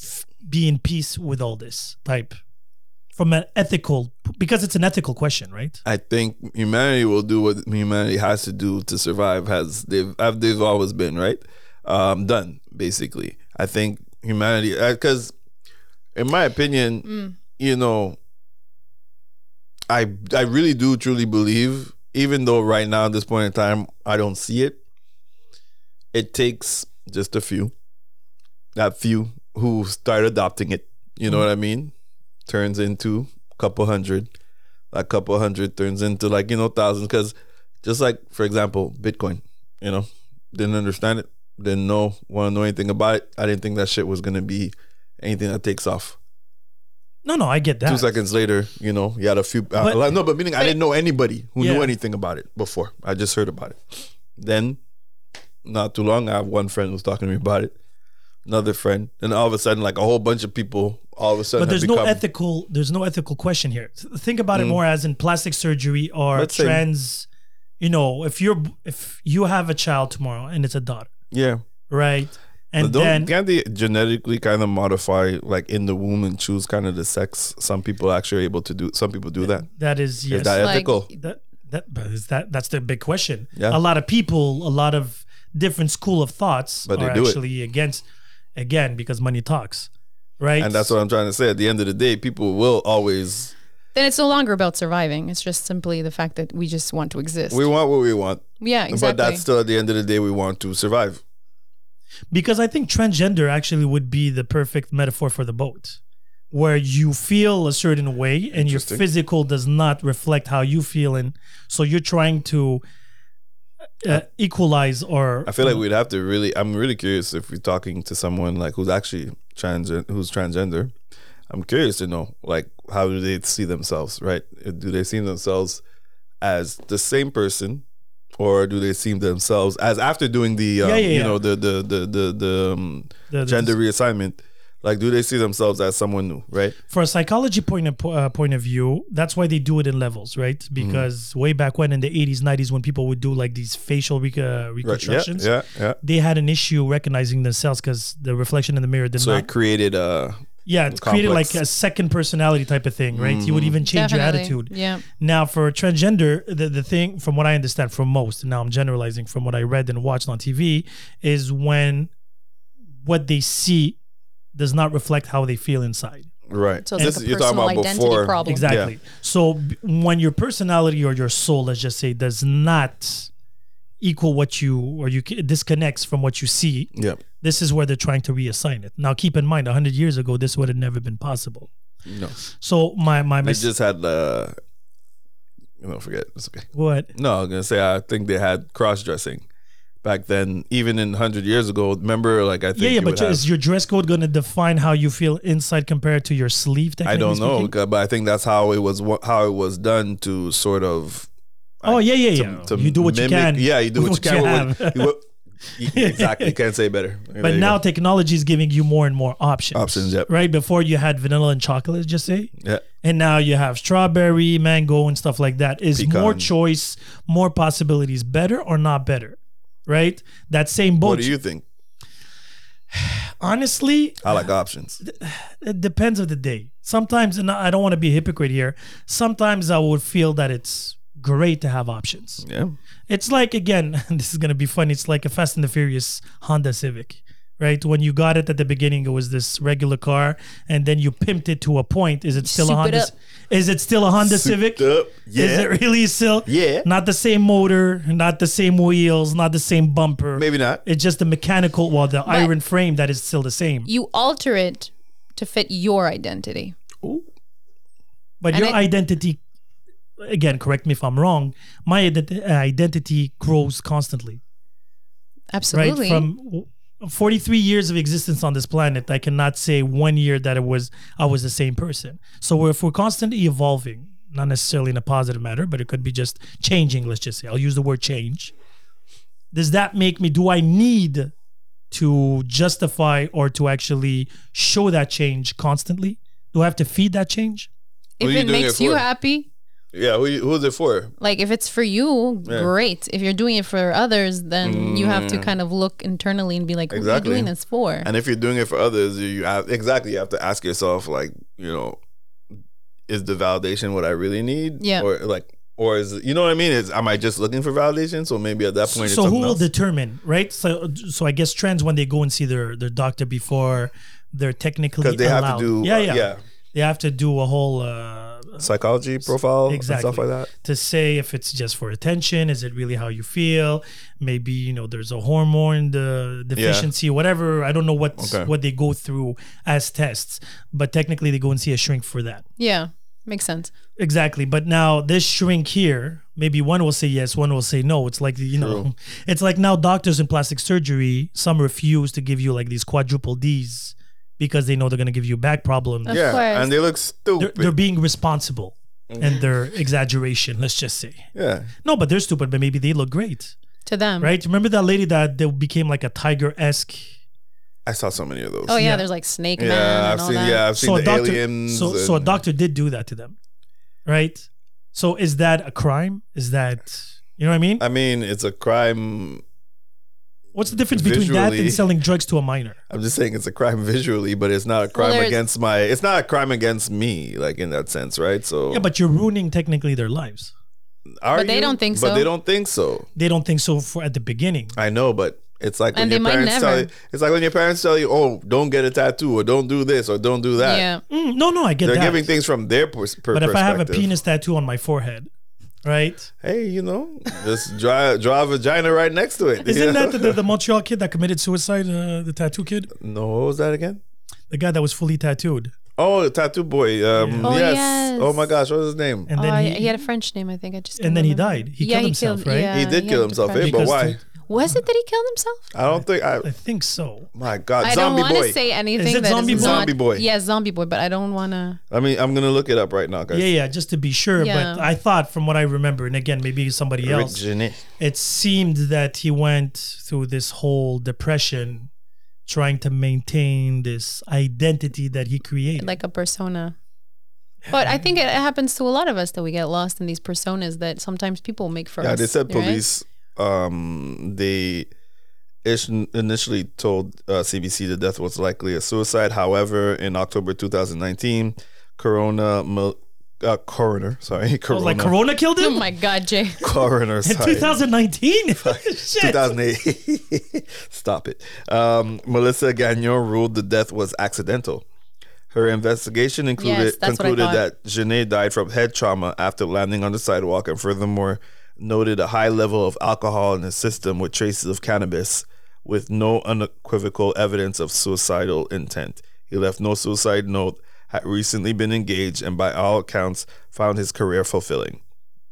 [SPEAKER 4] f- be in peace with all this type from an ethical because it's an ethical question right
[SPEAKER 3] I think humanity will do what humanity has to do to survive. Has they've have they've always been right, um, done basically. I think humanity because, in my opinion, you know, I I really do truly believe, even though right now at this point in time I don't see it. It takes just a few, that few who start adopting it. You know what I mean? Turns into a couple hundred a couple hundred turns into like you know thousands because just like for example bitcoin you know didn't understand it didn't know want to know anything about it i didn't think that shit was going to be anything that takes off
[SPEAKER 4] no no i get that
[SPEAKER 3] two seconds later you know you had a few uh,
[SPEAKER 4] But-
[SPEAKER 3] like, no but meaning i didn't know anybody who
[SPEAKER 4] Yeah.
[SPEAKER 3] knew anything about it before i just heard about it then not too long i have one friend who was talking to me about it another friend and all of a sudden like a whole bunch of people all of a sudden
[SPEAKER 4] but
[SPEAKER 3] have
[SPEAKER 4] there's no
[SPEAKER 3] become- Mm.
[SPEAKER 4] ethical there's no ethical question here Th- think about it more as in plastic surgery or
[SPEAKER 3] Let's say-
[SPEAKER 4] trans you know if you're if you have a child tomorrow and it's a daughter
[SPEAKER 3] yeah
[SPEAKER 4] right and
[SPEAKER 3] But don't
[SPEAKER 4] then
[SPEAKER 3] can't they genetically kind of modify like in the womb and choose kind of the sex? Some people actually are able to do. Some people do that. Is
[SPEAKER 4] that is yes
[SPEAKER 3] that
[SPEAKER 2] Like-
[SPEAKER 3] ethical?
[SPEAKER 4] that that but is that that's the big question.
[SPEAKER 3] Yeah.
[SPEAKER 4] A lot of people, a lot of different school of thoughts
[SPEAKER 3] But they
[SPEAKER 4] are
[SPEAKER 3] do it.
[SPEAKER 4] actually against again because money talks, right?
[SPEAKER 3] and that's what I'm trying to say. At the end of the day, people will always
[SPEAKER 2] then it's no longer about surviving. It's just simply the fact that we just want to exist.
[SPEAKER 3] we want what we want,
[SPEAKER 2] yeah, exactly.
[SPEAKER 3] but that's still at the end of the day we want to survive.
[SPEAKER 4] because I think transgender actually would be the perfect metaphor for the boat, where you feel a certain way and your
[SPEAKER 3] Interesting.
[SPEAKER 4] physical does not reflect how you feel, and so you're trying to uh, equalize or
[SPEAKER 3] I feel like we'd have to really. I'm really curious if we're talking to someone like who's actually trans, who's transgender. I'm curious to know like how do they see themselves, right? Do they see themselves as the same person, or do they see themselves as after doing the um,
[SPEAKER 4] Yeah, yeah,
[SPEAKER 3] you
[SPEAKER 4] yeah.
[SPEAKER 3] know the the the the, the um,
[SPEAKER 4] the- the-
[SPEAKER 3] gender reassignment? Like, do they see themselves as someone new, right?
[SPEAKER 4] for a psychology point of, uh, point of view, that's why they do it in levels, right?
[SPEAKER 3] Mm-hmm.
[SPEAKER 4] Because way back when in the 80s, 90s, when people would do like these facial rec- uh,
[SPEAKER 3] Right. Yeah,
[SPEAKER 4] reconstructions,
[SPEAKER 3] yeah, yeah.
[SPEAKER 4] they had an issue recognizing themselves because the reflection in the mirror did
[SPEAKER 3] So
[SPEAKER 4] not.
[SPEAKER 3] it created a
[SPEAKER 4] yeah, it created like
[SPEAKER 3] complex.
[SPEAKER 4] a second personality type of thing, right? You would even change
[SPEAKER 2] Definitely.
[SPEAKER 4] your attitude.
[SPEAKER 2] Yeah.
[SPEAKER 4] Now, for transgender, the, the thing, from what I understand from most, and now I'm generalizing from what I read and watched on TV, is when what they see does not reflect how they feel inside.
[SPEAKER 3] Right.
[SPEAKER 2] So it's like a personal identity problem.
[SPEAKER 4] Exactly. So b- when your personality or your soul, let's just say, does not equal what you or you c- disconnects from what you see,
[SPEAKER 3] Yeah.
[SPEAKER 4] this is where they're trying to reassign it. Now, keep in mind, 100 years ago, this would have never been possible.
[SPEAKER 3] No.
[SPEAKER 4] So my my,
[SPEAKER 3] They
[SPEAKER 4] my
[SPEAKER 3] just had the. You know, forget. It's okay.
[SPEAKER 4] what
[SPEAKER 3] No, I was gonna say I think they had cross dressing back then. Even in hundred years ago, remember? Like I think.
[SPEAKER 4] yeah, yeah,
[SPEAKER 3] you
[SPEAKER 4] but
[SPEAKER 3] would
[SPEAKER 4] your-
[SPEAKER 3] have-
[SPEAKER 4] is your dress code going to define how you feel inside compared to your sleeve?
[SPEAKER 3] I don't
[SPEAKER 4] technically
[SPEAKER 3] know,
[SPEAKER 4] speaking?
[SPEAKER 3] but I think that's how it was. How it was done to sort of
[SPEAKER 4] Oh yeah, yeah, yeah.
[SPEAKER 3] to
[SPEAKER 4] you do what you
[SPEAKER 3] mimic-
[SPEAKER 4] can.
[SPEAKER 3] Yeah, you do
[SPEAKER 4] with
[SPEAKER 3] what you can. with
[SPEAKER 4] have.
[SPEAKER 3] what- you- what- you- exactly. You can't say better. There
[SPEAKER 4] But
[SPEAKER 3] you
[SPEAKER 4] now
[SPEAKER 3] go.
[SPEAKER 4] technology is giving you more and more options.
[SPEAKER 3] Options, yep.
[SPEAKER 4] Right before you had vanilla and chocolate, just say,
[SPEAKER 3] yeah,
[SPEAKER 4] and now you have strawberry, mango, and stuff like that. Is more
[SPEAKER 3] Pecan.
[SPEAKER 4] choice, more possibilities, better or not better? Right. That same boat.
[SPEAKER 3] what do you think?
[SPEAKER 4] Honestly,
[SPEAKER 3] I like options.
[SPEAKER 4] it depends of the day. Sometimes, and I don't want to be a hypocrite here. Sometimes I would feel that it's great to have options.
[SPEAKER 3] Yeah,
[SPEAKER 4] It's like again, this is gonna be funny. It's like a Fast and the Furious Honda Civic, right? When you got it at the beginning, it was this regular car, and then you pimped it to a point. Is it still a
[SPEAKER 2] Soup it
[SPEAKER 4] Honda?
[SPEAKER 2] up.
[SPEAKER 4] Is it still a Honda Civic?
[SPEAKER 3] Up. Yeah,
[SPEAKER 4] Is it really still?
[SPEAKER 3] Yeah.
[SPEAKER 4] Not the same motor, not the same wheels, not the same bumper.
[SPEAKER 3] maybe not.
[SPEAKER 4] It's just the mechanical, well, the iron frame that is still the same.
[SPEAKER 2] You alter it to fit your identity.
[SPEAKER 4] But
[SPEAKER 2] And
[SPEAKER 4] your
[SPEAKER 2] it-
[SPEAKER 4] identity, again, correct me if I'm wrong. My identi- identity grows constantly.
[SPEAKER 2] Absolutely.
[SPEAKER 4] right? From w- 43 years of existence on this planet, I cannot say one year that it was I was the same person. So we're, if we're constantly evolving, not necessarily in a positive manner, but it could be just changing. Let's just say I'll use the word change. Does that make me? Do I need to justify or to actually show that change constantly? Do I have to feed that change?
[SPEAKER 2] if
[SPEAKER 3] Who you
[SPEAKER 2] it
[SPEAKER 3] doing
[SPEAKER 2] makes
[SPEAKER 3] it
[SPEAKER 2] you
[SPEAKER 3] for?
[SPEAKER 2] happy,
[SPEAKER 3] Yeah, who, who's it for?
[SPEAKER 2] like if it's for you,
[SPEAKER 3] Yeah. Mm.
[SPEAKER 2] great. If you're doing it for others, then you have to kind of look internally and be like, what are
[SPEAKER 3] Exactly.
[SPEAKER 2] you doing this for?
[SPEAKER 3] And if you're doing it for others, you, you have, exactly you have to ask yourself, like, you know, is the validation what I really need?
[SPEAKER 2] Yeah.
[SPEAKER 3] Or like, or is you know what I mean? Is am I just looking for validation? So maybe at that point, it's
[SPEAKER 4] so who
[SPEAKER 3] something
[SPEAKER 4] will
[SPEAKER 3] else.
[SPEAKER 4] determine right so so i guess trans when they go and see their their doctor before they're technically
[SPEAKER 3] 'Cause they have to do,
[SPEAKER 4] allowed. yeah
[SPEAKER 3] uh,
[SPEAKER 4] yeah.
[SPEAKER 3] yeah.
[SPEAKER 4] they have to do a whole uh
[SPEAKER 3] psychology profile
[SPEAKER 4] exactly
[SPEAKER 3] Oh, and stuff like that?
[SPEAKER 4] to say if it's just for attention is it really how you feel maybe you know there's a hormone the deficiency whatever i don't know what's
[SPEAKER 3] Okay.
[SPEAKER 4] what they go through as tests but technically they go and see a shrink for that
[SPEAKER 2] yeah, makes sense.
[SPEAKER 4] Exactly. But now this shrink here, maybe one will say yes, one will say no. It's like you know, it's like now doctors in plastic surgery, some refuse to give you like these quadruple D's because they know they're gonna give you back problems.
[SPEAKER 2] Of
[SPEAKER 3] yeah,
[SPEAKER 2] course.
[SPEAKER 3] and they look
[SPEAKER 4] They're,
[SPEAKER 3] stupid.
[SPEAKER 4] they're being responsible and their exaggeration. Let's just say
[SPEAKER 3] yeah,
[SPEAKER 4] no, but they're stupid. But maybe they look great,
[SPEAKER 2] To them.
[SPEAKER 4] right? Remember that lady that they became like a tiger esque.
[SPEAKER 3] I saw so many of those.
[SPEAKER 2] Oh, yeah,
[SPEAKER 4] Yeah.
[SPEAKER 2] there's like Snake
[SPEAKER 3] yeah,
[SPEAKER 2] Man and
[SPEAKER 3] I've
[SPEAKER 2] all
[SPEAKER 3] seen.
[SPEAKER 2] that.
[SPEAKER 3] Yeah, I've seen
[SPEAKER 4] So a
[SPEAKER 3] the
[SPEAKER 4] doctor,
[SPEAKER 3] aliens.
[SPEAKER 4] so so a
[SPEAKER 3] and-
[SPEAKER 4] doctor did do that to them, right? So is that a crime? Is that you know what I mean?
[SPEAKER 3] I mean, it's a crime.
[SPEAKER 4] What's the difference between that
[SPEAKER 3] Visually.
[SPEAKER 4] and selling drugs to a minor?
[SPEAKER 3] I'm just saying it's a crime visually, but it's not a crime
[SPEAKER 2] there's-
[SPEAKER 3] against my. It's not a crime against me, like in that sense, right? So
[SPEAKER 4] Yeah, but you're ruining technically their lives.
[SPEAKER 3] Are
[SPEAKER 2] But they
[SPEAKER 3] you?
[SPEAKER 2] don't think
[SPEAKER 3] But
[SPEAKER 2] so.
[SPEAKER 3] they don't think so.
[SPEAKER 4] They don't think so for at the beginning.
[SPEAKER 3] I know, but it's like
[SPEAKER 2] And
[SPEAKER 3] when
[SPEAKER 2] they
[SPEAKER 3] your
[SPEAKER 2] might
[SPEAKER 3] parents tell
[SPEAKER 2] never.
[SPEAKER 3] you. It's like when your parents tell you, "Oh, don't get a tattoo, or don't do this, or don't do that."
[SPEAKER 2] Yeah.
[SPEAKER 4] Mm, no, no, I get
[SPEAKER 3] They're
[SPEAKER 4] that.
[SPEAKER 3] giving things from their pers- per-
[SPEAKER 4] but if I have a
[SPEAKER 3] perspective.
[SPEAKER 4] penis tattoo on my forehead, right?
[SPEAKER 3] hey, you know, just draw draw a vagina right next to it.
[SPEAKER 4] Isn't
[SPEAKER 3] you know?
[SPEAKER 4] that the, the, the Montreal kid that committed suicide? Uh, the tattoo kid,
[SPEAKER 3] no? What was that again?
[SPEAKER 4] the guy that was fully tattooed,
[SPEAKER 3] Oh, tattoo boy. Um,
[SPEAKER 2] Oh,
[SPEAKER 3] yes.
[SPEAKER 2] yes.
[SPEAKER 3] Oh my gosh, what was his name?
[SPEAKER 4] and then
[SPEAKER 2] oh,
[SPEAKER 4] he,
[SPEAKER 2] he, had a French name, I think. I just
[SPEAKER 4] and
[SPEAKER 2] don't
[SPEAKER 4] then he
[SPEAKER 2] remember.
[SPEAKER 4] died. He
[SPEAKER 2] Yeah,
[SPEAKER 4] killed himself, right?
[SPEAKER 2] yeah,
[SPEAKER 3] he did
[SPEAKER 2] had
[SPEAKER 3] kill
[SPEAKER 2] a
[SPEAKER 3] himself, eh?
[SPEAKER 2] depression.
[SPEAKER 3] But
[SPEAKER 4] Because
[SPEAKER 3] why?
[SPEAKER 2] Was it that he killed himself?
[SPEAKER 3] I don't think I.
[SPEAKER 4] I think so.
[SPEAKER 3] My God,
[SPEAKER 2] I don't
[SPEAKER 3] zombie
[SPEAKER 2] want
[SPEAKER 3] boy.
[SPEAKER 2] to say anything.
[SPEAKER 4] it
[SPEAKER 2] that
[SPEAKER 4] Zombie
[SPEAKER 2] is
[SPEAKER 4] Boy?
[SPEAKER 2] not-
[SPEAKER 3] Zombie Boy.
[SPEAKER 2] Yeah, zombie boy. But I don't want to.
[SPEAKER 3] I mean, I'm gonna look it up right now, guys.
[SPEAKER 4] Yeah, yeah, just to be sure.
[SPEAKER 2] Yeah.
[SPEAKER 4] But I thought, from what I remember, and again, maybe somebody
[SPEAKER 3] Rick
[SPEAKER 4] else,
[SPEAKER 3] Genet.
[SPEAKER 4] it seemed that he went through this whole depression trying to maintain this identity that he created
[SPEAKER 2] like a persona. But I think it happens to a lot of us that we get lost in these personas that sometimes people make for
[SPEAKER 3] Yeah,
[SPEAKER 2] us.
[SPEAKER 3] they said
[SPEAKER 2] right?
[SPEAKER 3] police. Um, they ish- initially told uh, CBC the death was likely a suicide. However, in October 2019, Corona mil- uh, coroner, sorry,
[SPEAKER 4] I was
[SPEAKER 3] Corona,
[SPEAKER 4] like corona killed
[SPEAKER 2] Oh
[SPEAKER 4] him
[SPEAKER 2] my God, Jay.
[SPEAKER 3] coroner,
[SPEAKER 4] in
[SPEAKER 3] sorry.
[SPEAKER 4] 2019 shit
[SPEAKER 3] 2008. Stop it. Um, Melissa Gagnon ruled the death was accidental. Her investigation included
[SPEAKER 2] Yes, that's what I
[SPEAKER 3] concluded
[SPEAKER 2] thought.
[SPEAKER 3] that Janae died from head trauma after landing on the sidewalk, and furthermore noted a high level of alcohol in his system with traces of cannabis, with no unequivocal evidence of suicidal intent. He left no suicide note, had recently been engaged, and by all accounts found his career fulfilling.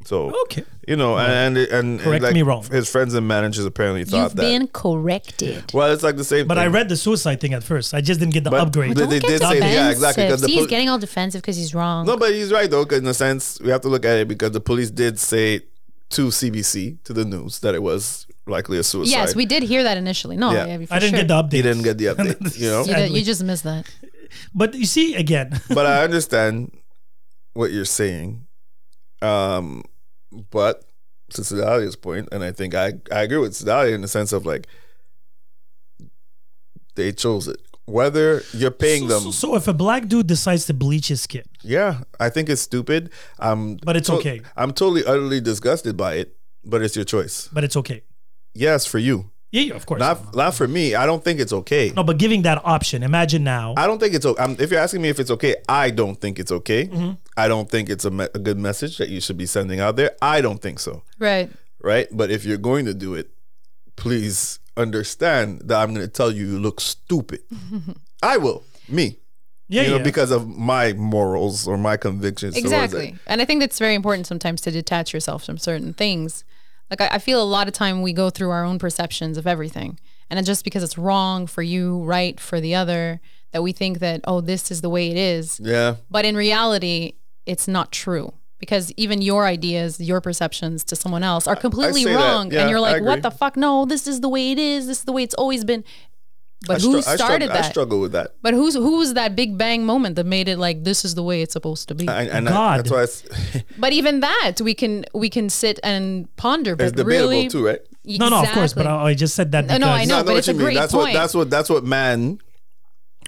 [SPEAKER 3] So
[SPEAKER 4] Okay.
[SPEAKER 3] you know, and and, and, and,
[SPEAKER 4] Correct
[SPEAKER 3] like,
[SPEAKER 4] me wrong.
[SPEAKER 3] His friends and managers apparently thought
[SPEAKER 2] You've
[SPEAKER 3] that.
[SPEAKER 2] been corrected.
[SPEAKER 3] well, it's like the same.
[SPEAKER 4] But I
[SPEAKER 3] thing.
[SPEAKER 4] read the suicide thing at first. I just didn't get the
[SPEAKER 3] But-
[SPEAKER 4] upgrade.
[SPEAKER 3] But- They- they did say that, yeah, exactly, 'cause the
[SPEAKER 2] See, he's
[SPEAKER 3] pol-
[SPEAKER 2] getting all defensive because he's wrong.
[SPEAKER 3] No, but he's right though, because in a sense, we have to look at it because the police did say to CBC to the news that it was likely a suicide.
[SPEAKER 2] yes, we did hear that initially. No,
[SPEAKER 3] Yeah.
[SPEAKER 2] yeah. for
[SPEAKER 4] I didn't
[SPEAKER 2] sure.
[SPEAKER 4] get the update.
[SPEAKER 3] He didn't get the update, you know.
[SPEAKER 2] You, did- you just missed that.
[SPEAKER 4] But you see, again,
[SPEAKER 3] but I understand what you're saying. Um, but to Sedalia's point, and I think I, I agree with Sedalia in the sense of like they chose it. Whether you're paying
[SPEAKER 4] so,
[SPEAKER 3] them,
[SPEAKER 4] so- so if a black dude decides to bleach his skin,
[SPEAKER 3] yeah, I think it's stupid. I'm,
[SPEAKER 4] But it's okay.
[SPEAKER 3] I'm totally utterly disgusted by it, but it's your choice.
[SPEAKER 4] but it's okay.
[SPEAKER 3] Yes, for you.
[SPEAKER 4] Yeah, yeah, of course.
[SPEAKER 3] Not, not for me. I don't think it's okay.
[SPEAKER 4] no, but giving that option, imagine now.
[SPEAKER 3] I don't think it's okay. If you're asking me if it's okay, I don't think it's okay.
[SPEAKER 4] Mm-hmm.
[SPEAKER 3] I don't think it's a, me- a good message that you should be sending out there. I don't think so.
[SPEAKER 2] Right.
[SPEAKER 3] Right. But if you're going to do it, please understand that I'm going to tell you you look stupid. I will. Me.
[SPEAKER 4] yeah,
[SPEAKER 3] you know,
[SPEAKER 4] yeah.
[SPEAKER 3] because of my morals or my convictions. towards it.
[SPEAKER 2] Exactly. And I think that's very important sometimes to detach yourself from certain things. Like I, I feel a lot of time we go through our own perceptions of everything. And it's just because it's wrong for you, right for the other, that we think that, oh, this is the way it is.
[SPEAKER 3] Yeah.
[SPEAKER 2] But in reality, it's not true. Because even your ideas, your perceptions to someone else are completely
[SPEAKER 3] say that.
[SPEAKER 2] wrong.
[SPEAKER 3] Yeah,
[SPEAKER 2] and you're
[SPEAKER 3] I
[SPEAKER 2] like,
[SPEAKER 3] agree.
[SPEAKER 2] what the fuck? No, this is the way it is. This is the way it's always been. But
[SPEAKER 3] I
[SPEAKER 2] who
[SPEAKER 3] str- I struggle-
[SPEAKER 2] started
[SPEAKER 3] I
[SPEAKER 2] that?
[SPEAKER 3] struggle with that.
[SPEAKER 2] But who's who was that big bang moment that made it like this is the way it's supposed to be?
[SPEAKER 3] And, and I,
[SPEAKER 4] God.
[SPEAKER 3] that's why it's,
[SPEAKER 2] But even that we can we can sit and ponder. But
[SPEAKER 3] it's debatable
[SPEAKER 2] really,
[SPEAKER 3] too, right?
[SPEAKER 4] no, no, of course. But I, I just said that
[SPEAKER 2] No,
[SPEAKER 4] because
[SPEAKER 2] no, I know.
[SPEAKER 3] No, I know
[SPEAKER 2] but
[SPEAKER 3] what
[SPEAKER 2] it's
[SPEAKER 3] you
[SPEAKER 2] a
[SPEAKER 3] mean.
[SPEAKER 2] great
[SPEAKER 3] that's what
[SPEAKER 2] point.
[SPEAKER 3] that's what that's what man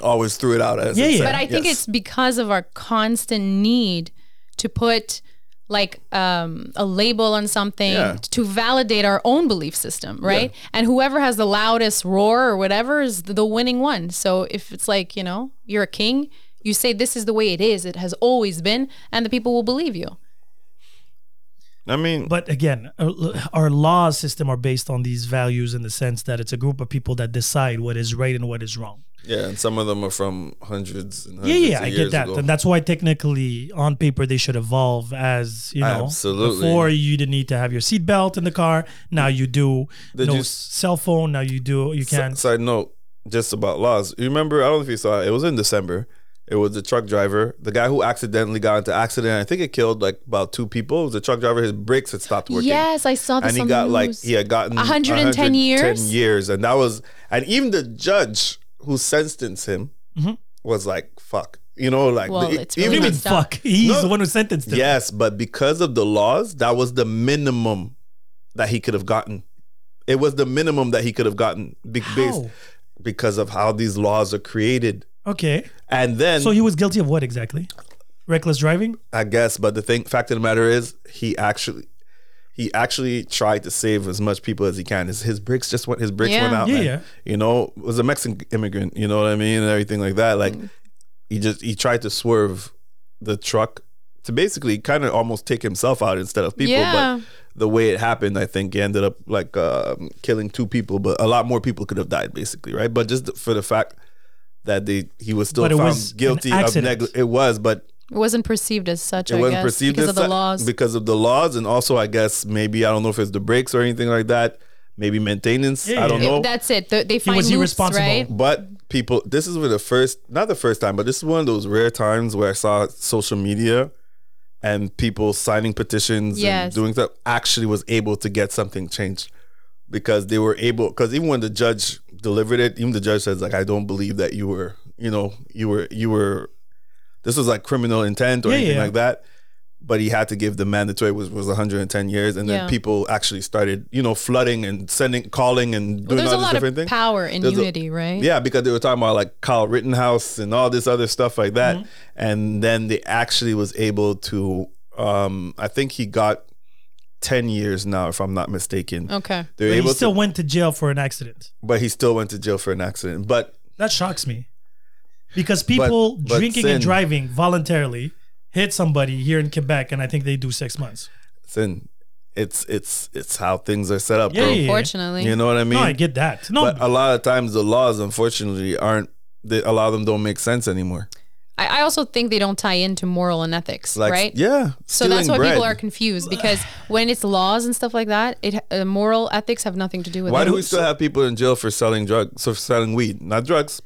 [SPEAKER 3] always threw it out as.
[SPEAKER 4] Yeah,
[SPEAKER 3] It's
[SPEAKER 4] yeah.
[SPEAKER 3] like,
[SPEAKER 2] But I think
[SPEAKER 3] yes.
[SPEAKER 2] it's because of our constant need to put like um, a label on something
[SPEAKER 3] Yeah.
[SPEAKER 2] to validate our own belief system, right? And whoever has the loudest roar or whatever is the winning one. So if it's like you know you're a king, you say this is the way it is. It has always been, and the people will believe you.
[SPEAKER 3] I mean,
[SPEAKER 4] But again, our, our law system are based on these values in the sense that it's a group of people that decide what is right and what is wrong.
[SPEAKER 3] yeah, and some of them are from hundreds and
[SPEAKER 4] Yeah,
[SPEAKER 3] hundreds
[SPEAKER 4] yeah,
[SPEAKER 3] of
[SPEAKER 4] I
[SPEAKER 3] years
[SPEAKER 4] get that,
[SPEAKER 3] ago.
[SPEAKER 4] and that's why technically, on paper, they should evolve as you know.
[SPEAKER 3] Absolutely.
[SPEAKER 4] Before you didn't need to have your seatbelt in the car. Now you do.
[SPEAKER 3] Did
[SPEAKER 4] no
[SPEAKER 3] you-
[SPEAKER 4] s- cell phone. Now you do. You
[SPEAKER 3] S-
[SPEAKER 4] can.
[SPEAKER 3] Side note, just about laws. You remember? I don't know if you saw it. It was in December. It was the truck driver, the guy who accidentally got into accident. I think it killed like about two people. It was the truck driver. His brakes had stopped working.
[SPEAKER 2] Yes, I saw this.
[SPEAKER 3] and he
[SPEAKER 2] on
[SPEAKER 3] got
[SPEAKER 2] the
[SPEAKER 3] like
[SPEAKER 2] news.
[SPEAKER 3] he had gotten
[SPEAKER 2] 110 years?
[SPEAKER 3] years, and that was and even the judge who sentenced him
[SPEAKER 4] Mm-hmm.
[SPEAKER 3] was like, "Fuck," you know, like
[SPEAKER 2] Well,
[SPEAKER 3] the-
[SPEAKER 2] it's
[SPEAKER 4] What do
[SPEAKER 3] even
[SPEAKER 4] you
[SPEAKER 2] really
[SPEAKER 4] mean?
[SPEAKER 2] messed up.
[SPEAKER 4] Fuck. He's
[SPEAKER 3] No.
[SPEAKER 4] the one who sentenced him.
[SPEAKER 3] Yes, but because of the laws, that was the minimum that he could have gotten. It was the minimum that he could have gotten be- based
[SPEAKER 4] How?
[SPEAKER 3] because of how these laws are created.
[SPEAKER 4] Okay.
[SPEAKER 3] And then
[SPEAKER 4] So he was guilty of what exactly? Reckless driving.
[SPEAKER 3] I guess, but the thing fact of the matter is he actually he actually tried to save as much people as he can. His, his bricks just went his bricks went
[SPEAKER 2] Yeah.
[SPEAKER 3] out.
[SPEAKER 4] Yeah,
[SPEAKER 3] man.
[SPEAKER 4] yeah.
[SPEAKER 3] You know, was a Mexican immigrant, you know what I mean? And everything like that. Like
[SPEAKER 2] Mm.
[SPEAKER 3] he just he tried to swerve the truck to basically kind of almost take himself out instead of people.
[SPEAKER 2] Yeah.
[SPEAKER 3] But the way it happened, I think he ended up like um, killing two people, but a lot more people could have died, basically, right? But just for the fact that they he was still
[SPEAKER 4] But it
[SPEAKER 3] found
[SPEAKER 4] was an
[SPEAKER 3] guilty of
[SPEAKER 4] accident.
[SPEAKER 3] negligence. It was, but
[SPEAKER 2] It wasn't perceived as such.
[SPEAKER 3] it
[SPEAKER 2] I
[SPEAKER 3] wasn't
[SPEAKER 2] guess,
[SPEAKER 3] perceived
[SPEAKER 2] because
[SPEAKER 3] as
[SPEAKER 2] of the
[SPEAKER 3] such-
[SPEAKER 2] laws.
[SPEAKER 3] because of the laws and also i guess maybe i don't know if it's the brakes or anything like that maybe maintenance
[SPEAKER 4] Yeah,
[SPEAKER 3] i don't
[SPEAKER 4] yeah.
[SPEAKER 3] know
[SPEAKER 2] That's it. They, they find
[SPEAKER 4] was
[SPEAKER 2] loops,
[SPEAKER 4] irresponsible.
[SPEAKER 2] right?
[SPEAKER 3] but people this is where the first not the first time but this is one of those rare times where i saw social media and people signing petitions and
[SPEAKER 2] Yes.
[SPEAKER 3] doing stuff actually was able to get something changed because they were able because even when the judge delivered it even the judge says like i don't believe that you were you know you were you were this was like criminal intent or
[SPEAKER 4] Yeah,
[SPEAKER 3] anything
[SPEAKER 4] yeah.
[SPEAKER 3] like that but he had to give the mandatory was was 110 years and then
[SPEAKER 2] Yeah.
[SPEAKER 3] people actually started you know flooding and sending calling and
[SPEAKER 2] Well,
[SPEAKER 3] doing
[SPEAKER 2] there's
[SPEAKER 3] all
[SPEAKER 2] a
[SPEAKER 3] these
[SPEAKER 2] lot
[SPEAKER 3] different
[SPEAKER 2] of
[SPEAKER 3] things
[SPEAKER 2] power in
[SPEAKER 3] There's a-
[SPEAKER 2] unity, right?
[SPEAKER 3] yeah, because they were talking about like Kyle Rittenhouse and all this other stuff like that,
[SPEAKER 4] Mm-hmm.
[SPEAKER 3] and then they actually was able to. Um, I think he got ten years now, if I'm not mistaken.
[SPEAKER 2] Okay.
[SPEAKER 3] They're
[SPEAKER 4] Oh. But he
[SPEAKER 3] able
[SPEAKER 4] still
[SPEAKER 3] to,
[SPEAKER 4] because people
[SPEAKER 3] but
[SPEAKER 4] drinking
[SPEAKER 3] sin.
[SPEAKER 4] and driving voluntarily hit somebody here in Quebec, and I think they do six months.
[SPEAKER 3] Sin. It's it's it's how things are set up,
[SPEAKER 4] Yeah,
[SPEAKER 3] bro.
[SPEAKER 4] yeah,
[SPEAKER 2] Fortunately,
[SPEAKER 3] You know what I mean?
[SPEAKER 4] no, I get that. No,
[SPEAKER 3] but uh, a lot of times the laws, unfortunately, aren't. They, a lot of them don't make sense anymore.
[SPEAKER 2] I, I also think they don't tie into moral and ethics,
[SPEAKER 3] Like,
[SPEAKER 2] right?
[SPEAKER 3] yeah.
[SPEAKER 2] So that's
[SPEAKER 3] stealing
[SPEAKER 2] why
[SPEAKER 3] bread.
[SPEAKER 2] people are confused because when it's laws and stuff like that, it uh, moral ethics have nothing to do with
[SPEAKER 3] Why
[SPEAKER 2] it.
[SPEAKER 3] do we still have people in jail for selling drugs, for selling weed, not drugs,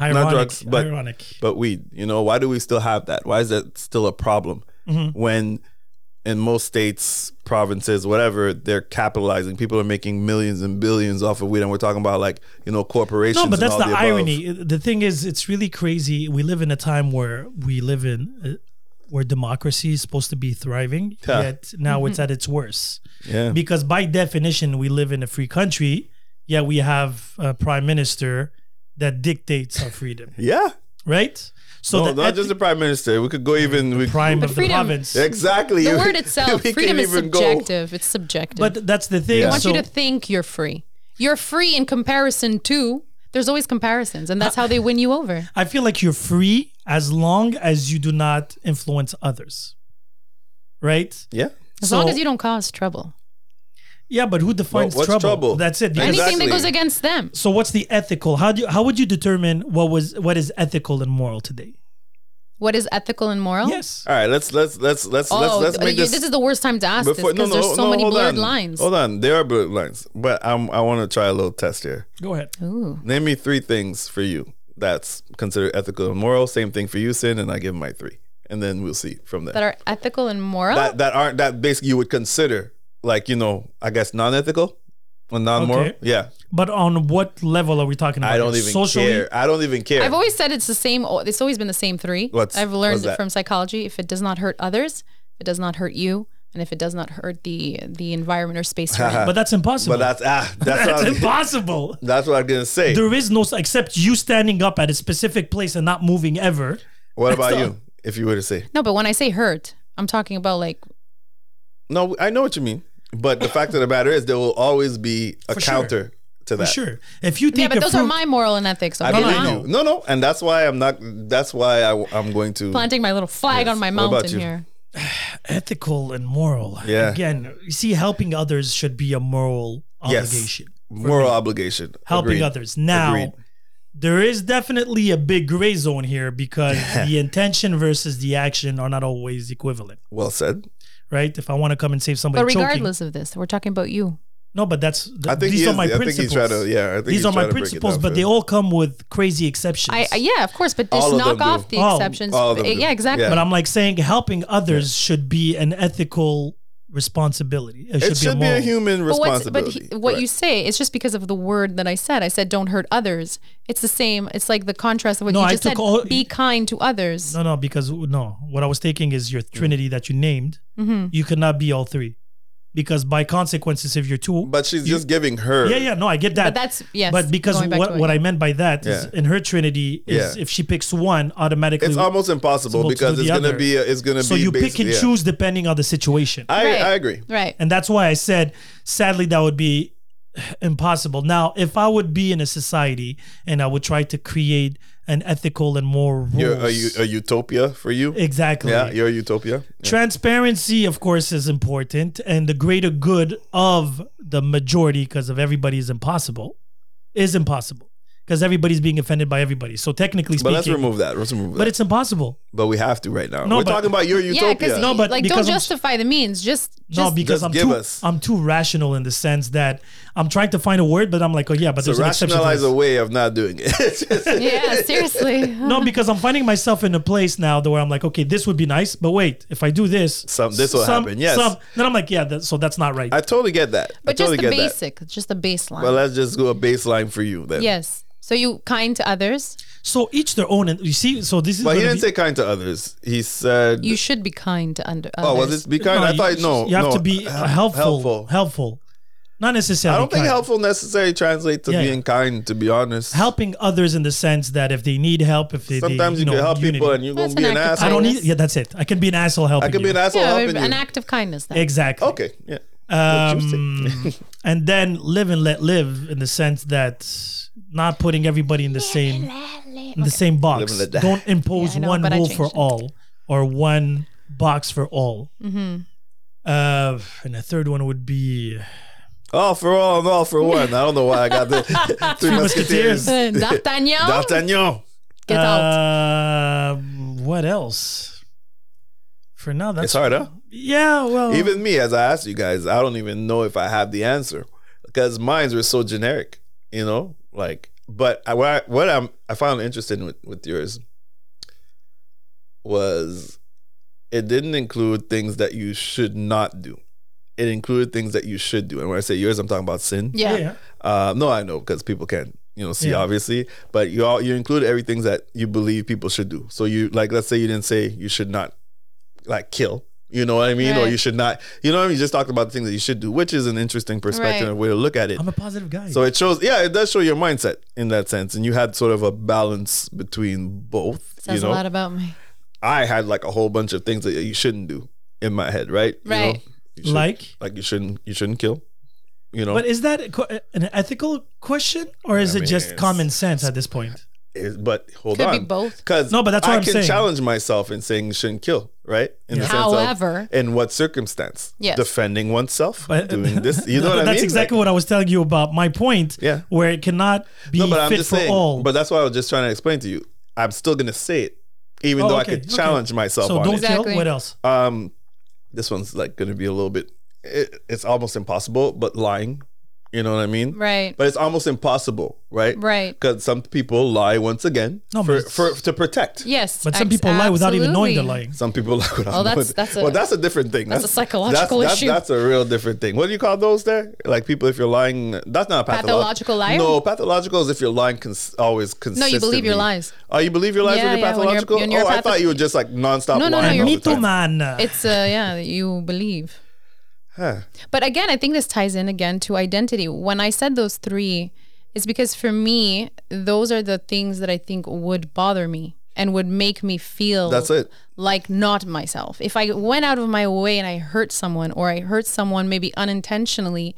[SPEAKER 4] ironic,
[SPEAKER 3] drugs, but-
[SPEAKER 4] ironic.
[SPEAKER 3] but weed? You know, why do we still have that? Why is that still a problem?
[SPEAKER 4] Mm-hmm.
[SPEAKER 3] When in most states, provinces, whatever, they're capitalizing. People are making millions and billions off of weed, and we're talking about like you know corporations.
[SPEAKER 4] No, but that's
[SPEAKER 3] and
[SPEAKER 4] the,
[SPEAKER 3] all the, above.
[SPEAKER 4] irony. The thing is, it's really crazy. We live in a time where we live in uh, where democracy is supposed to be thriving,
[SPEAKER 3] Yeah.
[SPEAKER 4] yet now it's
[SPEAKER 2] Mm-hmm.
[SPEAKER 4] at its worst.
[SPEAKER 3] Yeah.
[SPEAKER 4] Because by definition, we live in a free country. Yet we have a prime minister that dictates our freedom,
[SPEAKER 3] Yeah.
[SPEAKER 4] right? So
[SPEAKER 3] no,
[SPEAKER 4] the
[SPEAKER 3] not
[SPEAKER 4] ethi-
[SPEAKER 3] just the prime minister. We could go even we,
[SPEAKER 4] prime
[SPEAKER 2] But
[SPEAKER 4] of
[SPEAKER 2] freedom-
[SPEAKER 4] the province.
[SPEAKER 3] Exactly.
[SPEAKER 2] the word itself,
[SPEAKER 3] We
[SPEAKER 2] freedom
[SPEAKER 3] can't
[SPEAKER 2] is
[SPEAKER 3] even go-
[SPEAKER 2] subjective. It's subjective.
[SPEAKER 4] But that's the thing.
[SPEAKER 2] I want
[SPEAKER 4] so,
[SPEAKER 2] you to think you're free. You're free in comparison to. There's always comparisons, and that's how they win you over.
[SPEAKER 4] I feel like you're free as long as you do not influence others, right?
[SPEAKER 3] Yeah.
[SPEAKER 2] As
[SPEAKER 4] So-
[SPEAKER 2] long as you don't cause trouble,
[SPEAKER 4] Yeah, but who defines
[SPEAKER 3] what's
[SPEAKER 4] trouble?
[SPEAKER 3] trouble?
[SPEAKER 4] That's it.
[SPEAKER 3] Exactly.
[SPEAKER 2] anything that goes against them.
[SPEAKER 4] So what's the ethical? How do you, how would you determine what was what is ethical and moral today?
[SPEAKER 2] What is ethical and moral?
[SPEAKER 4] Yes.
[SPEAKER 3] All right. Let's let's let's let's
[SPEAKER 2] Oh,
[SPEAKER 3] let's let's make
[SPEAKER 2] you-
[SPEAKER 3] this.
[SPEAKER 2] this, is the worst time to ask this because there's so many
[SPEAKER 3] hold
[SPEAKER 2] blurred
[SPEAKER 3] on.
[SPEAKER 2] lines.
[SPEAKER 3] Hold on, there are blurred lines, but I'm, I want to try a little test here.
[SPEAKER 4] Go ahead.
[SPEAKER 2] Ooh,
[SPEAKER 3] Name me three things for you that's considered ethical and moral. Same thing for you, sin, and I give my three, and then we'll see from there.
[SPEAKER 2] that are ethical and moral.
[SPEAKER 3] that that aren't that basically you would consider like you know I guess non-ethical or non-moral.
[SPEAKER 4] Okay.
[SPEAKER 3] Yeah,
[SPEAKER 4] But on what level are we talking about?
[SPEAKER 3] I don't
[SPEAKER 4] here?
[SPEAKER 3] even care. I don't even care.
[SPEAKER 2] I've always said it's the same. o- It's always been the same three.
[SPEAKER 3] What's-
[SPEAKER 2] I've
[SPEAKER 3] what's
[SPEAKER 2] learned
[SPEAKER 3] that?
[SPEAKER 2] from psychology: if it does not hurt others, if it does not hurt you, and if it does not hurt the the environment or space you're in.
[SPEAKER 4] But that's impossible.
[SPEAKER 3] but that's ah that's
[SPEAKER 4] That's
[SPEAKER 3] what I'm,
[SPEAKER 4] impossible.
[SPEAKER 3] that's what I'm gonna say.
[SPEAKER 4] There is no except you standing up at a specific place and not moving ever.
[SPEAKER 3] What about
[SPEAKER 4] So-
[SPEAKER 3] you? If you were to say
[SPEAKER 2] No, but when I say hurt, I'm talking about like
[SPEAKER 3] no, I know what you mean, but the fact of the matter is there will always be a
[SPEAKER 4] For sure.
[SPEAKER 3] counter to that.
[SPEAKER 4] Sure. If you take
[SPEAKER 2] yeah, but
[SPEAKER 4] a
[SPEAKER 2] those
[SPEAKER 4] fruit,
[SPEAKER 2] are my moral and ethics.
[SPEAKER 3] I
[SPEAKER 2] Okay,
[SPEAKER 3] believe
[SPEAKER 2] now?
[SPEAKER 3] you. No, no, and that's why I'm not. That's why I, am going to.
[SPEAKER 2] Planting my little flag on my
[SPEAKER 3] What about you?
[SPEAKER 2] mountain here.
[SPEAKER 4] ethical and moral.
[SPEAKER 3] Yeah.
[SPEAKER 4] Again, you see, helping others should be a moral
[SPEAKER 3] Yes.
[SPEAKER 4] obligation.
[SPEAKER 3] moral obligation.
[SPEAKER 4] helping
[SPEAKER 3] Agreed.
[SPEAKER 4] others. Now,
[SPEAKER 3] Agreed.
[SPEAKER 4] there is definitely a big gray zone here because the intention versus the action are not always equivalent,
[SPEAKER 3] Well said.
[SPEAKER 4] right? If I want to come and save somebody,
[SPEAKER 2] But
[SPEAKER 4] choking-
[SPEAKER 2] regardless of this, we're talking about you.
[SPEAKER 4] no, but that's th-
[SPEAKER 3] I think
[SPEAKER 4] these
[SPEAKER 3] he
[SPEAKER 4] are
[SPEAKER 3] is-
[SPEAKER 4] my
[SPEAKER 3] I think he's
[SPEAKER 4] principles.
[SPEAKER 3] trying to- yeah, I think he's
[SPEAKER 4] these are
[SPEAKER 3] trying
[SPEAKER 4] my
[SPEAKER 3] to break it
[SPEAKER 4] principles,
[SPEAKER 3] down
[SPEAKER 4] but
[SPEAKER 3] for
[SPEAKER 4] they
[SPEAKER 3] him.
[SPEAKER 4] all come with crazy exceptions.
[SPEAKER 2] I, I yeah, of course, but just
[SPEAKER 3] All of them
[SPEAKER 2] knock
[SPEAKER 3] do.
[SPEAKER 2] off the
[SPEAKER 4] Oh,
[SPEAKER 2] exceptions. eh,
[SPEAKER 3] all of them do.
[SPEAKER 2] yeah, exactly.
[SPEAKER 3] Yeah.
[SPEAKER 4] but I'm like saying helping others should be an ethical responsibility. It should,
[SPEAKER 3] It should
[SPEAKER 4] be,
[SPEAKER 3] be a
[SPEAKER 4] moral.
[SPEAKER 3] human
[SPEAKER 2] But, what's, but
[SPEAKER 3] responsibility.
[SPEAKER 2] he, what you
[SPEAKER 3] Correct.
[SPEAKER 2] say is just because of the word that I said. I said don't hurt others. It's the same. It's like the contrast of what
[SPEAKER 4] No,
[SPEAKER 2] you
[SPEAKER 4] I
[SPEAKER 2] just
[SPEAKER 4] took
[SPEAKER 2] said.
[SPEAKER 4] all-
[SPEAKER 2] Be kind to others.
[SPEAKER 4] No, no, because no, what I was taking is your trinity that you named.
[SPEAKER 2] Mm-hmm.
[SPEAKER 4] You cannot be all three, because by consequences, if you're two,
[SPEAKER 3] But she's just giving her.
[SPEAKER 4] Yeah, yeah, no, I get that.
[SPEAKER 2] But that's- yes,
[SPEAKER 4] But because
[SPEAKER 2] going back
[SPEAKER 4] what,
[SPEAKER 2] to it,
[SPEAKER 4] what I
[SPEAKER 2] yeah.
[SPEAKER 4] meant by that is
[SPEAKER 3] Yeah.
[SPEAKER 4] in her trinity is
[SPEAKER 3] Yeah.
[SPEAKER 4] if she picks one automatically.
[SPEAKER 3] It's almost impossible
[SPEAKER 4] It's
[SPEAKER 3] because
[SPEAKER 4] supposed to
[SPEAKER 3] it's
[SPEAKER 4] do
[SPEAKER 3] gonna
[SPEAKER 4] the other.
[SPEAKER 3] be. A, it's gonna
[SPEAKER 4] so
[SPEAKER 3] be.
[SPEAKER 4] you pick
[SPEAKER 3] based-
[SPEAKER 4] and
[SPEAKER 3] yeah.
[SPEAKER 4] choose depending on the situation,
[SPEAKER 3] I
[SPEAKER 2] Right.
[SPEAKER 3] I agree.
[SPEAKER 2] Right.
[SPEAKER 4] and that's why I said sadly that would be impossible. Now, if I would be in a society and I would try to create an ethical and moral rules,
[SPEAKER 3] You're a, u- a utopia for you.
[SPEAKER 4] exactly.
[SPEAKER 3] Yeah, you're a utopia.
[SPEAKER 4] Transparency, of course, is important, and the greater good of the majority, because of everybody, is impossible. Is impossible because everybody's being offended by everybody. So technically
[SPEAKER 3] But
[SPEAKER 4] speaking,
[SPEAKER 3] let's remove that. Let's remove
[SPEAKER 4] But
[SPEAKER 3] that.
[SPEAKER 4] it's impossible.
[SPEAKER 3] But we have to right now.
[SPEAKER 4] No,
[SPEAKER 3] We're
[SPEAKER 4] but-
[SPEAKER 3] talking about your
[SPEAKER 2] Yeah,
[SPEAKER 3] utopia.
[SPEAKER 2] because
[SPEAKER 4] No, but
[SPEAKER 2] like
[SPEAKER 4] because
[SPEAKER 2] don't
[SPEAKER 4] I'm-
[SPEAKER 2] justify the means. Just
[SPEAKER 4] No,
[SPEAKER 2] just
[SPEAKER 4] because
[SPEAKER 3] just
[SPEAKER 4] I'm
[SPEAKER 3] give
[SPEAKER 4] too
[SPEAKER 3] us-
[SPEAKER 4] I'm too rational in the sense that I'm trying to find a word, but I'm like, oh yeah, but
[SPEAKER 3] to
[SPEAKER 4] there's an exception. to
[SPEAKER 3] rationalize a
[SPEAKER 4] this.
[SPEAKER 3] way of not doing it. It's just-
[SPEAKER 2] yeah, seriously.
[SPEAKER 4] No, because I'm finding myself in a place now that where I'm like, okay, this would be nice, but wait, if I do this,
[SPEAKER 3] Some- this will happen, yes.
[SPEAKER 4] then I'm like, yeah, that, so that's not right.
[SPEAKER 3] I totally get that. I
[SPEAKER 2] But just
[SPEAKER 3] totally
[SPEAKER 2] the
[SPEAKER 3] get that.
[SPEAKER 2] basic, just the baseline.
[SPEAKER 3] But let's just do a baseline for you then.
[SPEAKER 2] yes. So you kind to others.
[SPEAKER 4] so each their own, and you see, so this is.
[SPEAKER 3] But he
[SPEAKER 4] gonna
[SPEAKER 3] didn't
[SPEAKER 4] be-
[SPEAKER 3] say kind to others. He said.
[SPEAKER 2] You should be kind to under.
[SPEAKER 3] oh,
[SPEAKER 2] others.
[SPEAKER 3] was it be kind? I
[SPEAKER 4] you-
[SPEAKER 3] thought no.
[SPEAKER 4] You have
[SPEAKER 3] no,
[SPEAKER 4] to be
[SPEAKER 3] hel-
[SPEAKER 4] helpful, helpful,
[SPEAKER 3] Helpful.
[SPEAKER 4] not necessarily.
[SPEAKER 3] I don't think
[SPEAKER 4] kind.
[SPEAKER 3] helpful necessarily translates to
[SPEAKER 4] Yeah, yeah.
[SPEAKER 3] being kind. To be honest,
[SPEAKER 4] helping others in the sense that if they need help, if they
[SPEAKER 3] Sometimes
[SPEAKER 4] they,
[SPEAKER 3] you,
[SPEAKER 4] know,
[SPEAKER 3] can help
[SPEAKER 4] unity.
[SPEAKER 3] people, and you're gonna
[SPEAKER 2] That's
[SPEAKER 3] be
[SPEAKER 2] an
[SPEAKER 3] an
[SPEAKER 2] act of
[SPEAKER 3] asshole.
[SPEAKER 4] I don't need.
[SPEAKER 2] kindness.
[SPEAKER 4] Yeah, that's it. I can be an asshole helping.
[SPEAKER 3] I could be
[SPEAKER 4] you.
[SPEAKER 3] an asshole
[SPEAKER 2] Yeah,
[SPEAKER 3] helping
[SPEAKER 2] an
[SPEAKER 3] you.
[SPEAKER 2] act of kindness. Then.
[SPEAKER 4] Exactly.
[SPEAKER 3] Okay, yeah. What you say.
[SPEAKER 4] Um, and then live and let live in the sense that not putting everybody in the same in the same
[SPEAKER 3] Live
[SPEAKER 4] box.
[SPEAKER 3] and let die.
[SPEAKER 4] Don't impose
[SPEAKER 2] Yeah, I know,
[SPEAKER 4] one
[SPEAKER 2] but I
[SPEAKER 4] rule for
[SPEAKER 2] changed it.
[SPEAKER 4] all or one box for all.
[SPEAKER 2] Mm-hmm.
[SPEAKER 4] Uh, and the third one would be
[SPEAKER 3] All Oh, for all and all for one. I don't know why I got the Three
[SPEAKER 4] Musketeers.
[SPEAKER 3] Musketeers.
[SPEAKER 2] Uh, D'Artagnan,
[SPEAKER 3] D'Artagnan.
[SPEAKER 2] get out.
[SPEAKER 4] Uh, what else? For now, that's
[SPEAKER 3] It's hard, huh?
[SPEAKER 4] yeah. Well,
[SPEAKER 3] Even me, as I asked you guys, I don't even know if I have the answer because mines were so generic, you know. Like, but I, what, I, what I'm I found interesting with with yours was it didn't include things that you should not do. It included things that you should do, and when I say yours, I'm talking about sin.
[SPEAKER 2] Yeah.
[SPEAKER 3] Uh, no, I know because people can't, you know, see
[SPEAKER 4] Yeah.
[SPEAKER 3] obviously. But you all you include everything that you believe people should do. So you like, let's say you didn't say you should not, like, kill. You know what I mean? Or
[SPEAKER 2] Right.
[SPEAKER 3] you should not. You know what I mean? You just talked about the things that you should do, which is an interesting perspective
[SPEAKER 2] Right.
[SPEAKER 3] and way to look at it.
[SPEAKER 4] I'm a positive guy.
[SPEAKER 3] So it shows, yeah, it does show your mindset in that sense, and you had sort of a balance between both.
[SPEAKER 2] Says
[SPEAKER 3] you know,
[SPEAKER 2] a lot about me.
[SPEAKER 3] I had like a whole bunch of things that you shouldn't do in my head, right? You know?
[SPEAKER 2] Right.
[SPEAKER 3] You should-
[SPEAKER 4] like,
[SPEAKER 3] like you shouldn't, you shouldn't kill. You know,
[SPEAKER 4] but is that a que- an ethical question or is
[SPEAKER 3] I
[SPEAKER 4] it
[SPEAKER 3] mean,
[SPEAKER 4] just
[SPEAKER 3] it's-
[SPEAKER 4] common sense at this point?
[SPEAKER 3] Is- but hold
[SPEAKER 2] Could
[SPEAKER 3] on,
[SPEAKER 2] be both.
[SPEAKER 3] Because
[SPEAKER 4] No, but that's what
[SPEAKER 3] I
[SPEAKER 4] I'm
[SPEAKER 3] can
[SPEAKER 4] saying.
[SPEAKER 3] challenge myself in saying you shouldn't kill, right? In
[SPEAKER 4] Yeah.
[SPEAKER 3] of
[SPEAKER 2] However-
[SPEAKER 3] in what circumstance?
[SPEAKER 2] Yes.
[SPEAKER 3] defending oneself,
[SPEAKER 4] But- uh,
[SPEAKER 3] doing this. You know what I mean?
[SPEAKER 4] that's exactly what I was telling you about my point.
[SPEAKER 3] Yeah.
[SPEAKER 4] where it cannot be
[SPEAKER 3] no, but I'm
[SPEAKER 4] fit
[SPEAKER 3] just
[SPEAKER 4] for
[SPEAKER 3] saying.
[SPEAKER 4] all.
[SPEAKER 3] But that's what I was just trying to explain to you. I'm still gonna say it, even
[SPEAKER 4] Oh,
[SPEAKER 3] though
[SPEAKER 4] okay,
[SPEAKER 3] I could
[SPEAKER 4] okay.
[SPEAKER 3] challenge myself
[SPEAKER 4] so
[SPEAKER 3] on
[SPEAKER 4] don't
[SPEAKER 3] it.
[SPEAKER 4] kill.
[SPEAKER 2] Exactly.
[SPEAKER 4] What else?
[SPEAKER 3] Um, this one's like gonna be a little bit. It, it's almost impossible, but lying. You know what I mean?
[SPEAKER 2] Right.
[SPEAKER 3] But it's almost impossible, right?
[SPEAKER 2] Right.
[SPEAKER 3] Because some people lie once again
[SPEAKER 4] No,
[SPEAKER 3] for,
[SPEAKER 4] but
[SPEAKER 3] for
[SPEAKER 4] it's-
[SPEAKER 3] to protect.
[SPEAKER 2] Yes.
[SPEAKER 4] But some
[SPEAKER 2] abs-
[SPEAKER 4] people lie without even knowing they're
[SPEAKER 2] absolutely.
[SPEAKER 4] lying.
[SPEAKER 3] Some people like what
[SPEAKER 2] Oh,
[SPEAKER 3] I'm
[SPEAKER 2] that's-
[SPEAKER 3] doing.
[SPEAKER 2] that's a-
[SPEAKER 3] well, that's a different thing.
[SPEAKER 2] that's a psychological
[SPEAKER 3] that's,
[SPEAKER 2] issue.
[SPEAKER 3] That's, a real different thing. What do you call those? There, like people if you're lying. That's not a patholo-
[SPEAKER 2] Pathological liar?
[SPEAKER 3] No, pathological is if you're lying cons- always
[SPEAKER 2] No,
[SPEAKER 3] consistently.
[SPEAKER 2] you believe your lies.
[SPEAKER 3] Oh, you believe your lies
[SPEAKER 2] Yeah,
[SPEAKER 3] when you're
[SPEAKER 2] yeah, when you're-
[SPEAKER 3] pathological.
[SPEAKER 2] when you're
[SPEAKER 3] oh, I
[SPEAKER 2] patho-
[SPEAKER 3] thought you were just like nonstop
[SPEAKER 2] No, no, no,
[SPEAKER 3] lying.
[SPEAKER 2] you're-
[SPEAKER 3] all
[SPEAKER 4] Me
[SPEAKER 3] the
[SPEAKER 4] too,
[SPEAKER 3] time.
[SPEAKER 4] man.
[SPEAKER 2] It's uh yeah, you believe.
[SPEAKER 3] Huh.
[SPEAKER 2] But again, I think this ties in again to identity. When I said those three, it's because for me, those are the things that I think would bother me and would make me feel
[SPEAKER 3] That's it.
[SPEAKER 2] like not myself. If I went out of my way and I hurt someone or I hurt someone maybe unintentionally,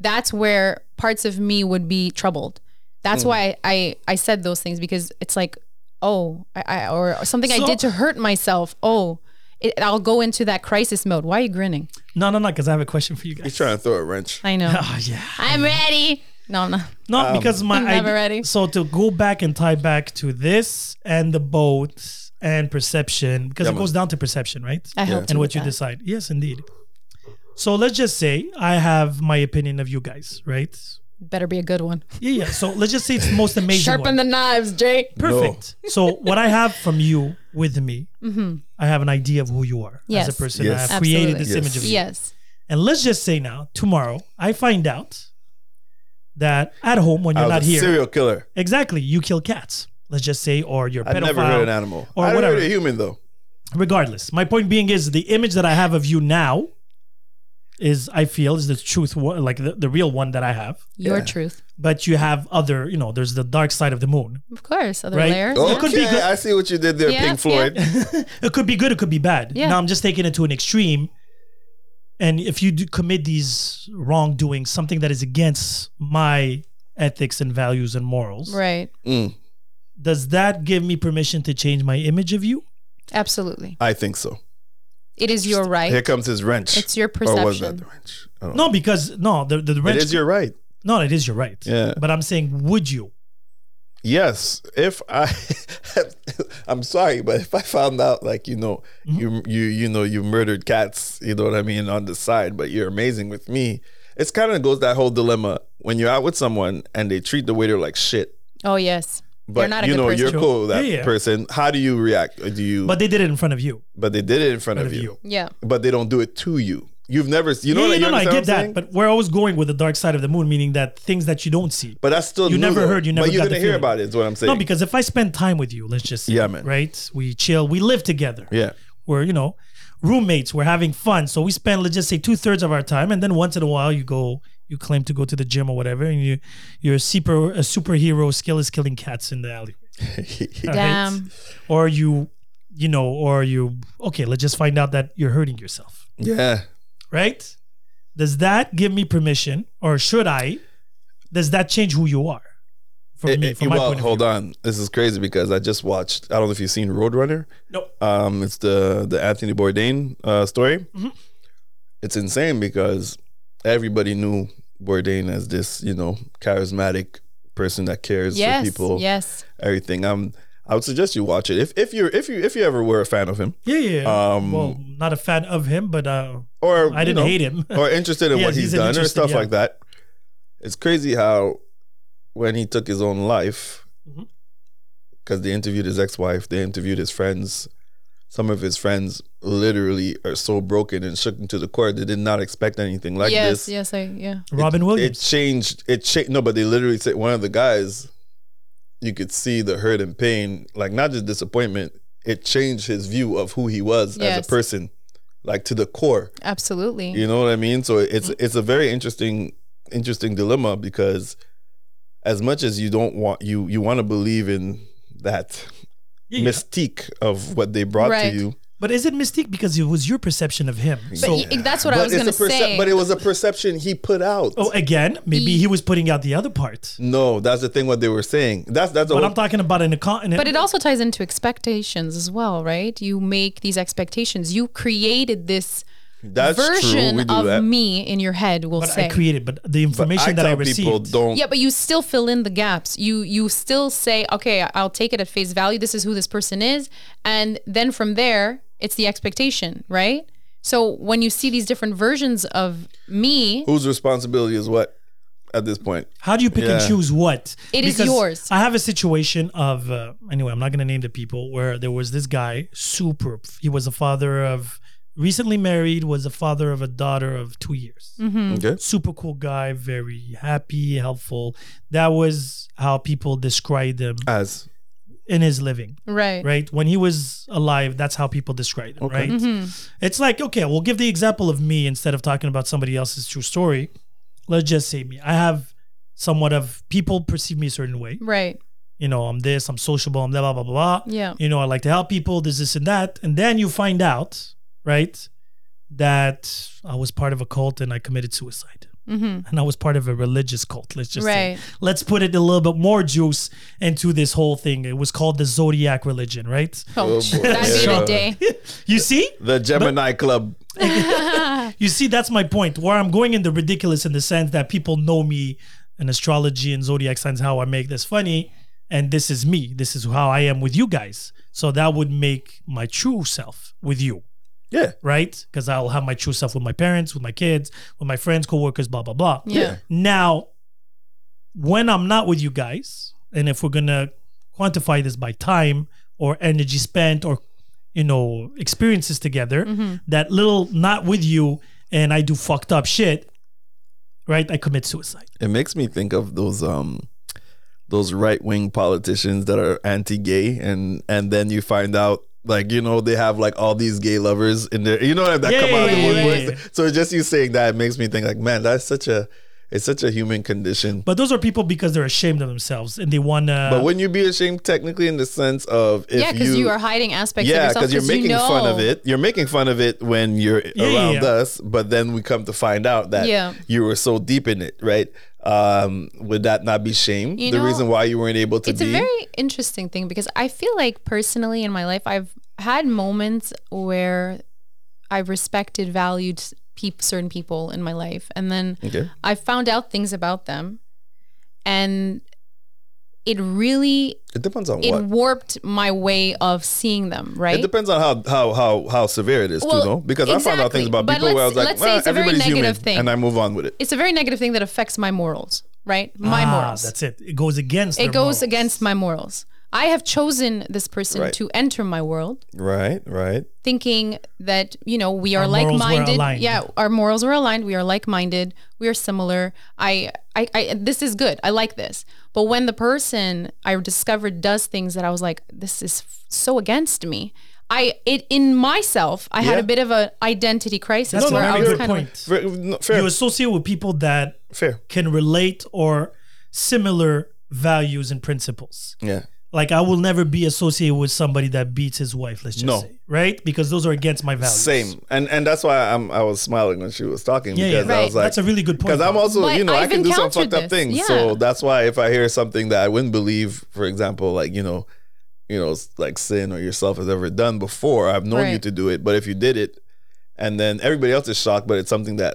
[SPEAKER 2] that's where parts of me would be troubled. That's
[SPEAKER 4] Mm.
[SPEAKER 2] why I, I said those things because it's like, oh, I, I or something I
[SPEAKER 4] So-
[SPEAKER 2] did to hurt myself. Oh, it, I'll go into that crisis mode. Why are you grinning?
[SPEAKER 4] no, no, no. Because I have a question for you guys.
[SPEAKER 3] He's trying to throw a wrench.
[SPEAKER 2] I know.
[SPEAKER 4] Oh yeah.
[SPEAKER 2] I'm ready. No, I'm not.
[SPEAKER 4] No,
[SPEAKER 3] Um,
[SPEAKER 4] because my
[SPEAKER 2] I'm never
[SPEAKER 4] ide-
[SPEAKER 2] ready.
[SPEAKER 4] So to go back and tie back to this and the boat and perception, because it goes down to perception, right?
[SPEAKER 2] I helped
[SPEAKER 4] and
[SPEAKER 2] you
[SPEAKER 4] what
[SPEAKER 2] with
[SPEAKER 4] you
[SPEAKER 2] that.
[SPEAKER 4] decide. Yes, indeed. So let's just say I have my opinion of you guys, right?
[SPEAKER 2] Better be a good one.
[SPEAKER 4] Yeah, yeah. So let's just say it's the most amazing.
[SPEAKER 2] Sharpen
[SPEAKER 4] one.
[SPEAKER 2] the knives, Jay.
[SPEAKER 4] Perfect. So what I have from you with me, I have an idea of who you are
[SPEAKER 2] Mm-hmm. Yes.
[SPEAKER 4] as a person.
[SPEAKER 3] Yes.
[SPEAKER 4] I have created
[SPEAKER 2] Absolutely.
[SPEAKER 4] this
[SPEAKER 3] Yes.
[SPEAKER 4] image of you.
[SPEAKER 2] Yes.
[SPEAKER 4] And let's just say now, tomorrow, I find out that at home when
[SPEAKER 3] I
[SPEAKER 4] you're
[SPEAKER 3] was
[SPEAKER 4] not
[SPEAKER 3] a
[SPEAKER 4] here,
[SPEAKER 3] serial killer.
[SPEAKER 4] Exactly. You kill cats. Let's just say, or you're a
[SPEAKER 3] I
[SPEAKER 4] pedophile.
[SPEAKER 3] never heard an animal.
[SPEAKER 4] Or
[SPEAKER 3] I
[SPEAKER 4] whatever.
[SPEAKER 3] heard a human though.
[SPEAKER 4] Regardless, my point being is the image that I have of you now is, I feel, is the truth, one- like the, the real one that I have.
[SPEAKER 2] Your truth.
[SPEAKER 4] But you have other, you know, there's the dark side of the moon.
[SPEAKER 2] Of course. Other
[SPEAKER 4] Right.
[SPEAKER 2] layers.
[SPEAKER 3] Okay,
[SPEAKER 4] It could be good.
[SPEAKER 3] I see what you did there,
[SPEAKER 2] Yeah,
[SPEAKER 3] Pink Floyd.
[SPEAKER 4] It could be good, it could be bad.
[SPEAKER 2] Yeah.
[SPEAKER 4] Now I'm just taking it to an extreme. And if you do commit these wrongdoings, something that is against my ethics and values and morals,
[SPEAKER 2] Right.
[SPEAKER 3] Mm,
[SPEAKER 4] does that give me permission to change my image of you?
[SPEAKER 2] Absolutely.
[SPEAKER 3] I think so.
[SPEAKER 2] It is your
[SPEAKER 3] Here
[SPEAKER 2] right.
[SPEAKER 3] comes his wrench.
[SPEAKER 2] It's your
[SPEAKER 3] Or was that
[SPEAKER 2] perception.
[SPEAKER 3] the wrench? I don't know.
[SPEAKER 4] No, because no, the the
[SPEAKER 3] It
[SPEAKER 4] wrench
[SPEAKER 3] is your right.
[SPEAKER 4] No, it is. You're right.
[SPEAKER 3] Yeah.
[SPEAKER 4] But I'm saying, would you?
[SPEAKER 3] Yes, if I, I'm sorry, but if I found out, like you know, you
[SPEAKER 4] Mm-hmm.
[SPEAKER 3] you you know, you murdered cats, you know what I mean, on the side, but you're amazing with me. It's kind of goes that whole dilemma when you're out with someone and they treat the waiter like shit,
[SPEAKER 2] Oh yes.
[SPEAKER 3] but
[SPEAKER 2] not a
[SPEAKER 3] you
[SPEAKER 2] good
[SPEAKER 3] know
[SPEAKER 2] person.
[SPEAKER 3] you're
[SPEAKER 4] True.
[SPEAKER 3] cool with that
[SPEAKER 4] Yeah, yeah.
[SPEAKER 3] person. How do you react? Or Do you?
[SPEAKER 4] But
[SPEAKER 3] But,
[SPEAKER 4] they did it in front of you.
[SPEAKER 3] they did it in front
[SPEAKER 4] In
[SPEAKER 3] of you,
[SPEAKER 2] Yeah.
[SPEAKER 3] but they don't do it to you. You've never, you know,
[SPEAKER 4] yeah,
[SPEAKER 3] you
[SPEAKER 4] yeah, no, no, I
[SPEAKER 3] understand
[SPEAKER 4] get
[SPEAKER 3] what I'm
[SPEAKER 4] that.
[SPEAKER 3] saying?
[SPEAKER 4] But we're always going with the dark side of the moon, meaning that things that you don't see.
[SPEAKER 3] But that's still
[SPEAKER 4] You
[SPEAKER 3] new,
[SPEAKER 4] never
[SPEAKER 3] though.
[SPEAKER 4] heard, you never
[SPEAKER 3] But you
[SPEAKER 4] got the
[SPEAKER 3] didn't hear
[SPEAKER 4] feeling.
[SPEAKER 3] about it. Is what I'm saying.
[SPEAKER 4] No, because if I spend time with you, let's just say,
[SPEAKER 3] Yeah, man.
[SPEAKER 4] right? We chill, we live together.
[SPEAKER 3] Yeah.
[SPEAKER 4] We're, you know, roommates, we're having fun. So we spend, let's just say, two thirds of our time. And then once in a while, you go, you claim to go to the gym or whatever, and you, you're a, super, a superhero skill is killing cats in the alley. Right?
[SPEAKER 2] Damn.
[SPEAKER 4] Or you, you know, or you, okay, let's just find out that you're hurting yourself.
[SPEAKER 3] yeah,
[SPEAKER 4] right? Does that give me permission, or should I? Does that change who you are? for me,
[SPEAKER 3] It-
[SPEAKER 4] from
[SPEAKER 3] it-
[SPEAKER 4] my
[SPEAKER 3] well,
[SPEAKER 4] point of
[SPEAKER 3] hold
[SPEAKER 4] view.
[SPEAKER 3] on. This is crazy because I just watched. I don't know if you've seen Roadrunner.
[SPEAKER 4] No,
[SPEAKER 3] Um, it's the the Anthony Bourdain uh, story.
[SPEAKER 4] Mm-hmm.
[SPEAKER 3] It's insane because everybody knew Bourdain as this, you know, charismatic person that cares
[SPEAKER 2] Yes.
[SPEAKER 3] for people,
[SPEAKER 2] Yes.
[SPEAKER 3] everything. Um, I would suggest you watch it if if you are if you if you ever were a fan of him
[SPEAKER 4] yeah, yeah. yeah.
[SPEAKER 3] Um,
[SPEAKER 4] well, not a fan of him, but uh,
[SPEAKER 3] or
[SPEAKER 4] I
[SPEAKER 3] you
[SPEAKER 4] didn't
[SPEAKER 3] know,
[SPEAKER 4] hate him.
[SPEAKER 3] or interested in
[SPEAKER 4] Yeah,
[SPEAKER 3] what he's,
[SPEAKER 4] he's an
[SPEAKER 3] done or
[SPEAKER 4] interesting-
[SPEAKER 3] stuff
[SPEAKER 4] yeah.
[SPEAKER 3] like that. It's crazy how when he took his own life,
[SPEAKER 4] Mhm.
[SPEAKER 3] because they interviewed his ex-wife, they interviewed his friends. Some of his friends literally are so broken and shook into the core. They did not expect anything like
[SPEAKER 2] yes.
[SPEAKER 3] this.
[SPEAKER 2] Yes. I, yeah.
[SPEAKER 4] Robin
[SPEAKER 3] It
[SPEAKER 4] Williams.
[SPEAKER 3] changed. It changed. No, but they literally said one of the guys. You could see the hurt and pain, like not just disappointment. It changed his view of who he was as
[SPEAKER 2] Yes.
[SPEAKER 3] a person, like to the core.
[SPEAKER 2] Absolutely.
[SPEAKER 3] You know what I mean? So it's it's a very interesting interesting dilemma because as much as you don't want you you want to believe in that
[SPEAKER 4] Yeah, yeah.
[SPEAKER 3] mystique of what they brought
[SPEAKER 2] Right.
[SPEAKER 3] to you.
[SPEAKER 4] But is it mystique because it was your perception of him?
[SPEAKER 2] But
[SPEAKER 4] So,
[SPEAKER 2] y- that's what I was
[SPEAKER 3] it's
[SPEAKER 2] going to
[SPEAKER 3] a percep-
[SPEAKER 2] say.
[SPEAKER 3] but it was a perception he put out.
[SPEAKER 4] oh, again, maybe
[SPEAKER 2] He-
[SPEAKER 4] he was putting out the other part.
[SPEAKER 3] No, that's the thing what they were saying. That's that's the
[SPEAKER 4] But
[SPEAKER 3] whole-
[SPEAKER 4] I'm talking about in a continent.
[SPEAKER 2] But it also ties into expectations as well, right? You make these expectations. You created this
[SPEAKER 3] that's true.
[SPEAKER 2] version
[SPEAKER 3] We do
[SPEAKER 2] of
[SPEAKER 3] that.
[SPEAKER 2] me in your head, we'll
[SPEAKER 4] But
[SPEAKER 2] say.
[SPEAKER 4] I created, but the
[SPEAKER 3] But
[SPEAKER 4] information that I
[SPEAKER 3] tell
[SPEAKER 4] received.
[SPEAKER 3] people don't
[SPEAKER 2] yeah, but you still fill in the gaps. You you still say, okay, I'll take it at face value. This is who this person is, and then from there, it's the expectation, right? So when you see these different versions of me,
[SPEAKER 3] whose responsibility is what at this point.
[SPEAKER 4] How do you pick
[SPEAKER 3] Yeah.
[SPEAKER 4] and choose what?
[SPEAKER 2] It is yours.
[SPEAKER 4] I have a situation of uh, anyway. I'm not going to name the people. Where there was this guy, super. He was a father of recently married. Was a father of a daughter of two years.
[SPEAKER 2] Mm.
[SPEAKER 3] Okay.
[SPEAKER 4] Super cool guy. Very happy, helpful. That was how people described him
[SPEAKER 3] As
[SPEAKER 4] in his living.
[SPEAKER 2] right?
[SPEAKER 4] Right when he was alive, that's how people described him.
[SPEAKER 3] Okay.
[SPEAKER 4] Right.
[SPEAKER 2] Mm-hmm.
[SPEAKER 4] It's like okay, we'll give the example of me instead of talking about somebody else's true story. Let's just say me. I have somewhat of people perceive me a certain way.
[SPEAKER 2] right,
[SPEAKER 4] You know, I'm this, I'm sociable, I'm blah blah blah blah. blah.
[SPEAKER 2] Yeah.
[SPEAKER 4] You know, I like to help people, this, this, and that. And then you find out, right, that I was part of a cult and I committed suicide. And I was part of a religious cult. Let's just
[SPEAKER 2] Mm-hmm. Right.
[SPEAKER 4] say. Let's put it a little bit more juice into this whole thing. It was called the Zodiac religion, right?
[SPEAKER 2] Oh,
[SPEAKER 3] boy.
[SPEAKER 2] that'd be
[SPEAKER 3] Yeah.
[SPEAKER 2] the day.
[SPEAKER 4] You see?
[SPEAKER 3] the Gemini Club.
[SPEAKER 4] You see, that's my point. Where I'm going in the ridiculous in the sense that people know me in astrology and zodiac signs, how I make this funny. And this is me. This is how I am with you guys. So that would make my true self with you,
[SPEAKER 3] Yeah.
[SPEAKER 4] right? Because I'll have my true self with my parents, with my kids, with my friends, coworkers, blah, blah, blah.
[SPEAKER 2] yeah.
[SPEAKER 4] Now, when I'm not with you guys, and if we're gonna quantify this by time or energy spent or you know experiences together,
[SPEAKER 2] Mm-hmm.
[SPEAKER 4] that little not with you and I do fucked up shit, right? I commit suicide.
[SPEAKER 3] It makes me think of those um those right wing politicians that are anti gay and and then you find out like you know they have like all these gay lovers in there you know that
[SPEAKER 4] Yeah,
[SPEAKER 3] come
[SPEAKER 4] yeah,
[SPEAKER 3] out in
[SPEAKER 4] yeah,
[SPEAKER 3] one
[SPEAKER 4] yeah,
[SPEAKER 3] voice.
[SPEAKER 4] yeah.
[SPEAKER 3] So just you saying that makes me think like man that's such a it's such a human condition.
[SPEAKER 4] But those are people because they're ashamed of themselves and they wanna.
[SPEAKER 3] But wouldn't you be ashamed technically in the sense of if
[SPEAKER 2] Yeah,
[SPEAKER 3] you
[SPEAKER 2] because you, are hiding aspects
[SPEAKER 3] yeah,
[SPEAKER 2] of yourself.
[SPEAKER 3] because you're making
[SPEAKER 2] you know.
[SPEAKER 3] fun of it. You're making fun of it when you're
[SPEAKER 4] yeah,
[SPEAKER 3] around
[SPEAKER 4] yeah.
[SPEAKER 3] us, but then we come to find out that
[SPEAKER 2] Yeah.
[SPEAKER 3] you were so deep in it, right? Um, would that not be shame?
[SPEAKER 2] You
[SPEAKER 3] the
[SPEAKER 2] know,
[SPEAKER 3] reason why you weren't able to
[SPEAKER 2] it's
[SPEAKER 3] be
[SPEAKER 2] a very interesting thing because I feel like personally in my life I've had moments where I respected, valued peop certain people in my life, and then
[SPEAKER 3] okay.
[SPEAKER 2] I found out things about them, and it really
[SPEAKER 3] It depends on
[SPEAKER 2] it
[SPEAKER 3] what.
[SPEAKER 2] warped my way of seeing them. Right?
[SPEAKER 3] It depends on how how how how severe it is
[SPEAKER 2] Well,
[SPEAKER 3] too, though. Because I found out
[SPEAKER 2] exactly.
[SPEAKER 3] things about
[SPEAKER 2] But
[SPEAKER 3] people where I
[SPEAKER 2] let's-
[SPEAKER 3] was like,
[SPEAKER 2] let's say
[SPEAKER 3] well,
[SPEAKER 2] it's a very
[SPEAKER 3] everybody's human,
[SPEAKER 2] negative thing.
[SPEAKER 3] and I move on with it.
[SPEAKER 2] it's a very negative thing that affects my morals. Right? My
[SPEAKER 4] Ah,
[SPEAKER 2] morals.
[SPEAKER 4] That's it. It goes against.
[SPEAKER 2] it
[SPEAKER 4] their
[SPEAKER 2] goes
[SPEAKER 4] morals.
[SPEAKER 2] against my morals. I have chosen this person
[SPEAKER 3] Right.
[SPEAKER 2] to enter my world.
[SPEAKER 3] Right, right.
[SPEAKER 2] thinking that you know we are
[SPEAKER 4] Our morals were
[SPEAKER 2] like-minded
[SPEAKER 4] aligned.
[SPEAKER 2] yeah our morals are aligned we are like-minded we are similar I, I i this is good i like this but when the person i discovered does things that i was like this is f- so against me i it in myself i had
[SPEAKER 3] Yeah.
[SPEAKER 2] a bit of an identity crisis
[SPEAKER 4] That's
[SPEAKER 2] where
[SPEAKER 4] a
[SPEAKER 2] i
[SPEAKER 4] very
[SPEAKER 2] was
[SPEAKER 4] good
[SPEAKER 2] kind of
[SPEAKER 4] point.
[SPEAKER 2] like,
[SPEAKER 3] Fair, no, fair,
[SPEAKER 4] you associate with people that
[SPEAKER 3] fair.
[SPEAKER 4] can relate or similar values and principles.
[SPEAKER 3] Yeah,
[SPEAKER 4] Like I will never be associated with somebody that beats his wife. Let's just
[SPEAKER 3] No.
[SPEAKER 4] say, right? Because those are against my values.
[SPEAKER 3] Same, and and that's why I'm I was smiling when she was talking
[SPEAKER 4] Yeah, yeah.
[SPEAKER 3] because I
[SPEAKER 2] Right.
[SPEAKER 3] was like,
[SPEAKER 4] That's a really good point.
[SPEAKER 3] Because I'm also,
[SPEAKER 2] But
[SPEAKER 3] you know, i
[SPEAKER 2] I've
[SPEAKER 3] can do some fucked
[SPEAKER 2] encountered
[SPEAKER 3] up
[SPEAKER 2] this.
[SPEAKER 3] things.
[SPEAKER 2] Yeah.
[SPEAKER 3] So that's why if I hear something that I wouldn't believe, for example, like you know, you know, s- like sin or yourself has ever done before, I've known you
[SPEAKER 2] Right.
[SPEAKER 3] to do it. But if you did it, and then everybody else is shocked, but it's something that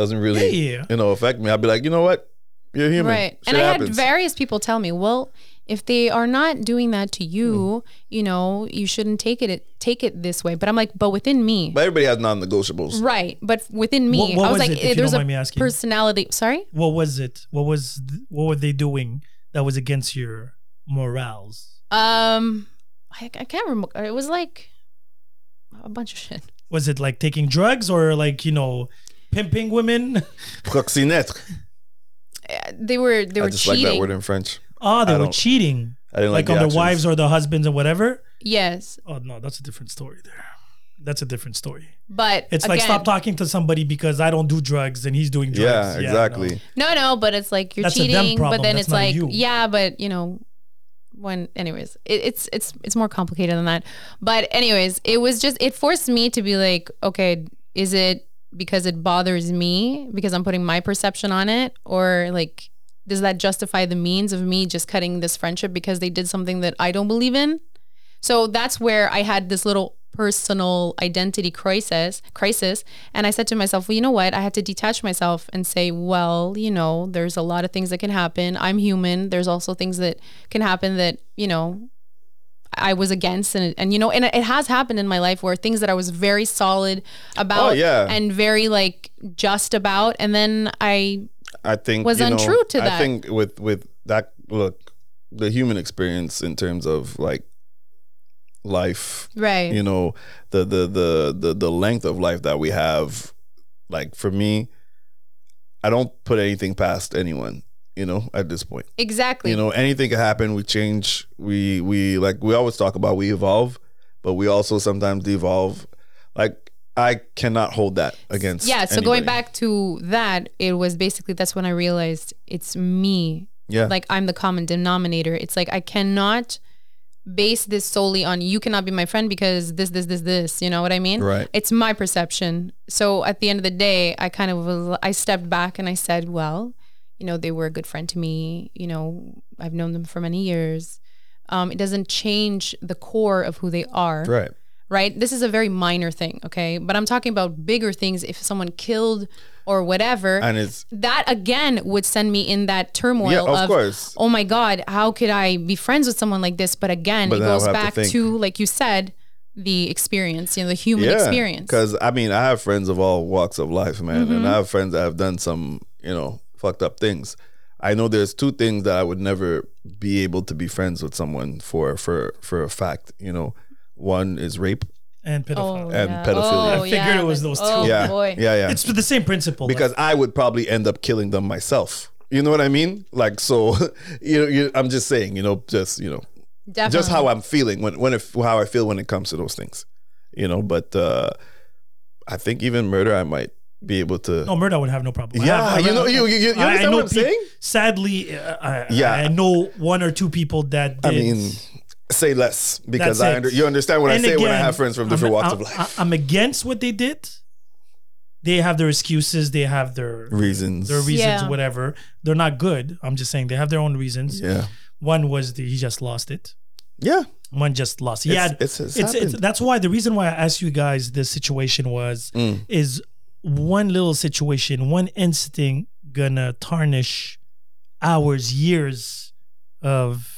[SPEAKER 3] doesn't really,
[SPEAKER 4] Yeah, yeah.
[SPEAKER 3] you know, affect me. I'd be like, you know what, you're human.
[SPEAKER 2] Right.
[SPEAKER 3] Shit
[SPEAKER 2] And I had
[SPEAKER 3] happens.
[SPEAKER 2] various people tell me, well, if they are not doing that to
[SPEAKER 4] Mm.
[SPEAKER 2] you, you know, you shouldn't take it take it this way. But I'm like, but within me.
[SPEAKER 3] but everybody has non-negotiables.
[SPEAKER 2] right. But within me,
[SPEAKER 4] What- what
[SPEAKER 2] I was
[SPEAKER 4] was
[SPEAKER 2] like,
[SPEAKER 4] it, if you
[SPEAKER 2] there's
[SPEAKER 4] don't
[SPEAKER 2] a
[SPEAKER 4] mind me asking?
[SPEAKER 2] personality. Sorry?
[SPEAKER 4] What was it? What was th- what were they doing that was against your morals?
[SPEAKER 2] Um I, I can't remember. It was like a bunch of shit.
[SPEAKER 4] Was it like taking drugs or like you know, pimping women?
[SPEAKER 3] Proxénète.
[SPEAKER 2] Uh, They were they
[SPEAKER 3] I
[SPEAKER 2] were
[SPEAKER 3] just
[SPEAKER 2] cheating.
[SPEAKER 3] like that word in French.
[SPEAKER 4] Ah, they
[SPEAKER 3] I
[SPEAKER 4] were
[SPEAKER 3] don't-
[SPEAKER 4] cheating,
[SPEAKER 3] I didn't like,
[SPEAKER 4] like on
[SPEAKER 3] the
[SPEAKER 4] their wives
[SPEAKER 3] actions.
[SPEAKER 4] or their husbands or whatever.
[SPEAKER 2] yes.
[SPEAKER 4] Oh no, that's a different story. There, that's a different story.
[SPEAKER 2] But
[SPEAKER 4] It's like
[SPEAKER 2] again,
[SPEAKER 4] stop talking to somebody because I don't do drugs and he's doing drugs.
[SPEAKER 3] Yeah,
[SPEAKER 4] no.
[SPEAKER 3] exactly. Oh,
[SPEAKER 2] No, no, but it's like you're
[SPEAKER 4] That's a them
[SPEAKER 2] cheating,
[SPEAKER 4] problem,
[SPEAKER 2] but then
[SPEAKER 4] that's
[SPEAKER 2] it's
[SPEAKER 4] not
[SPEAKER 2] like
[SPEAKER 4] you.
[SPEAKER 2] yeah, but you know when anyways, it, it's it's it's more complicated than that. But anyways, it was just it forced me to be like, okay, is it because it bothers me because I'm putting my perception on it or like does that justify the means of me just cutting this friendship because they did something that I don't believe in? So that's where I had this little personal identity crisis crisis and I said to myself, well, you know what? I had to detach myself and say, well, you know, there's a lot of things that can happen. I'm human. There's also things that can happen that, you know, I was against and and you know, and it has happened in my life where things that I was very solid about
[SPEAKER 3] Oh, yeah.
[SPEAKER 2] and very like just about and then I
[SPEAKER 3] I think
[SPEAKER 2] was
[SPEAKER 3] you know,
[SPEAKER 2] untrue to
[SPEAKER 3] I
[SPEAKER 2] that.
[SPEAKER 3] think with with that look, the human experience in terms of like life,
[SPEAKER 2] right.
[SPEAKER 3] you know, the the the the the length of life that we have. Like for me, I don't put anything past anyone. You know, at this point,
[SPEAKER 2] Exactly.
[SPEAKER 3] you know, anything can happen. We change. We we like we always talk about we evolve, but we also sometimes devolve. Like I cannot hold that against.
[SPEAKER 2] yeah, so going
[SPEAKER 3] anybody.
[SPEAKER 2] back to that, it was basically that's when I realized it's me
[SPEAKER 3] yeah,
[SPEAKER 2] like I'm the common denominator. It's like I cannot base this solely on you cannot be my friend because this, this, this, this. You know what I mean?
[SPEAKER 3] Right.
[SPEAKER 2] It's my perception. So at the end of the day, I kind of was, I stepped back and I said, well, you know, they were a good friend to me. You know, I've known them for many years. Um, it doesn't change the core of who they are
[SPEAKER 3] right.
[SPEAKER 2] right? This is a very minor thing, okay? But I'm talking about bigger things if someone killed or whatever.
[SPEAKER 3] And it's-
[SPEAKER 2] that again would send me in that turmoil
[SPEAKER 3] Yeah, of
[SPEAKER 2] of,
[SPEAKER 3] course.
[SPEAKER 2] oh my god, how could I be friends with someone like this? But again,
[SPEAKER 3] But
[SPEAKER 2] it
[SPEAKER 3] then I
[SPEAKER 2] goes
[SPEAKER 3] would have to
[SPEAKER 2] back to,
[SPEAKER 3] think.
[SPEAKER 2] like you said, the experience, you know, the human experience. Mm-hmm.
[SPEAKER 3] Because I mean, I have friends of all walks of life, man, and I have friends that have done some, you know, fucked up things. I know there's two things that I would never be able to be friends with someone for, for, for a fact. You know, one is rape.
[SPEAKER 4] And pedophile.
[SPEAKER 3] And pedophilia. I
[SPEAKER 2] Oh,
[SPEAKER 4] figured
[SPEAKER 2] yeah,
[SPEAKER 4] it was
[SPEAKER 2] but-
[SPEAKER 4] those two.
[SPEAKER 2] Oh
[SPEAKER 3] yeah,
[SPEAKER 2] boy.
[SPEAKER 3] yeah, yeah.
[SPEAKER 4] It's the same principle.
[SPEAKER 3] because I would probably end up killing them myself. You know what I mean? Like, so, you know, you, I'm just saying, you know, just you know,
[SPEAKER 2] Definitely.
[SPEAKER 3] just how I'm feeling when when if, how I feel when it comes to those things, you know. But uh I think even murder, I might be able to.
[SPEAKER 4] no murder, I would have no problem. I
[SPEAKER 3] Yeah,
[SPEAKER 4] have- I
[SPEAKER 3] you know- you- you- you
[SPEAKER 4] I- I
[SPEAKER 3] understand
[SPEAKER 4] know
[SPEAKER 3] what I'm
[SPEAKER 4] peop-
[SPEAKER 3] saying?
[SPEAKER 4] Sadly, uh, I,
[SPEAKER 3] Yeah.
[SPEAKER 4] yeah, I know one or two people that.
[SPEAKER 3] I
[SPEAKER 4] Did,
[SPEAKER 3] mean, say less because
[SPEAKER 4] that's
[SPEAKER 3] I
[SPEAKER 4] it.
[SPEAKER 3] under, you understand what
[SPEAKER 4] And
[SPEAKER 3] I say when I
[SPEAKER 4] again,
[SPEAKER 3] have friends from different
[SPEAKER 4] I'm-
[SPEAKER 3] walks
[SPEAKER 4] I'm-
[SPEAKER 3] of life,
[SPEAKER 4] I, am against what they did. They have their excuses. They have their
[SPEAKER 3] reasons.
[SPEAKER 4] their reasons,
[SPEAKER 2] Yeah.
[SPEAKER 4] whatever. They're not good. I'm just saying they have their own reasons.
[SPEAKER 3] yeah,
[SPEAKER 4] One was the, he just lost it.
[SPEAKER 3] yeah,
[SPEAKER 4] one just lost.
[SPEAKER 3] It's-
[SPEAKER 4] Yeah,
[SPEAKER 3] it's- it's happened.
[SPEAKER 4] that's why the reason why I asked you guys this situation was
[SPEAKER 3] Mm.
[SPEAKER 4] is one little situation, one incident gonna tarnish hours, years of.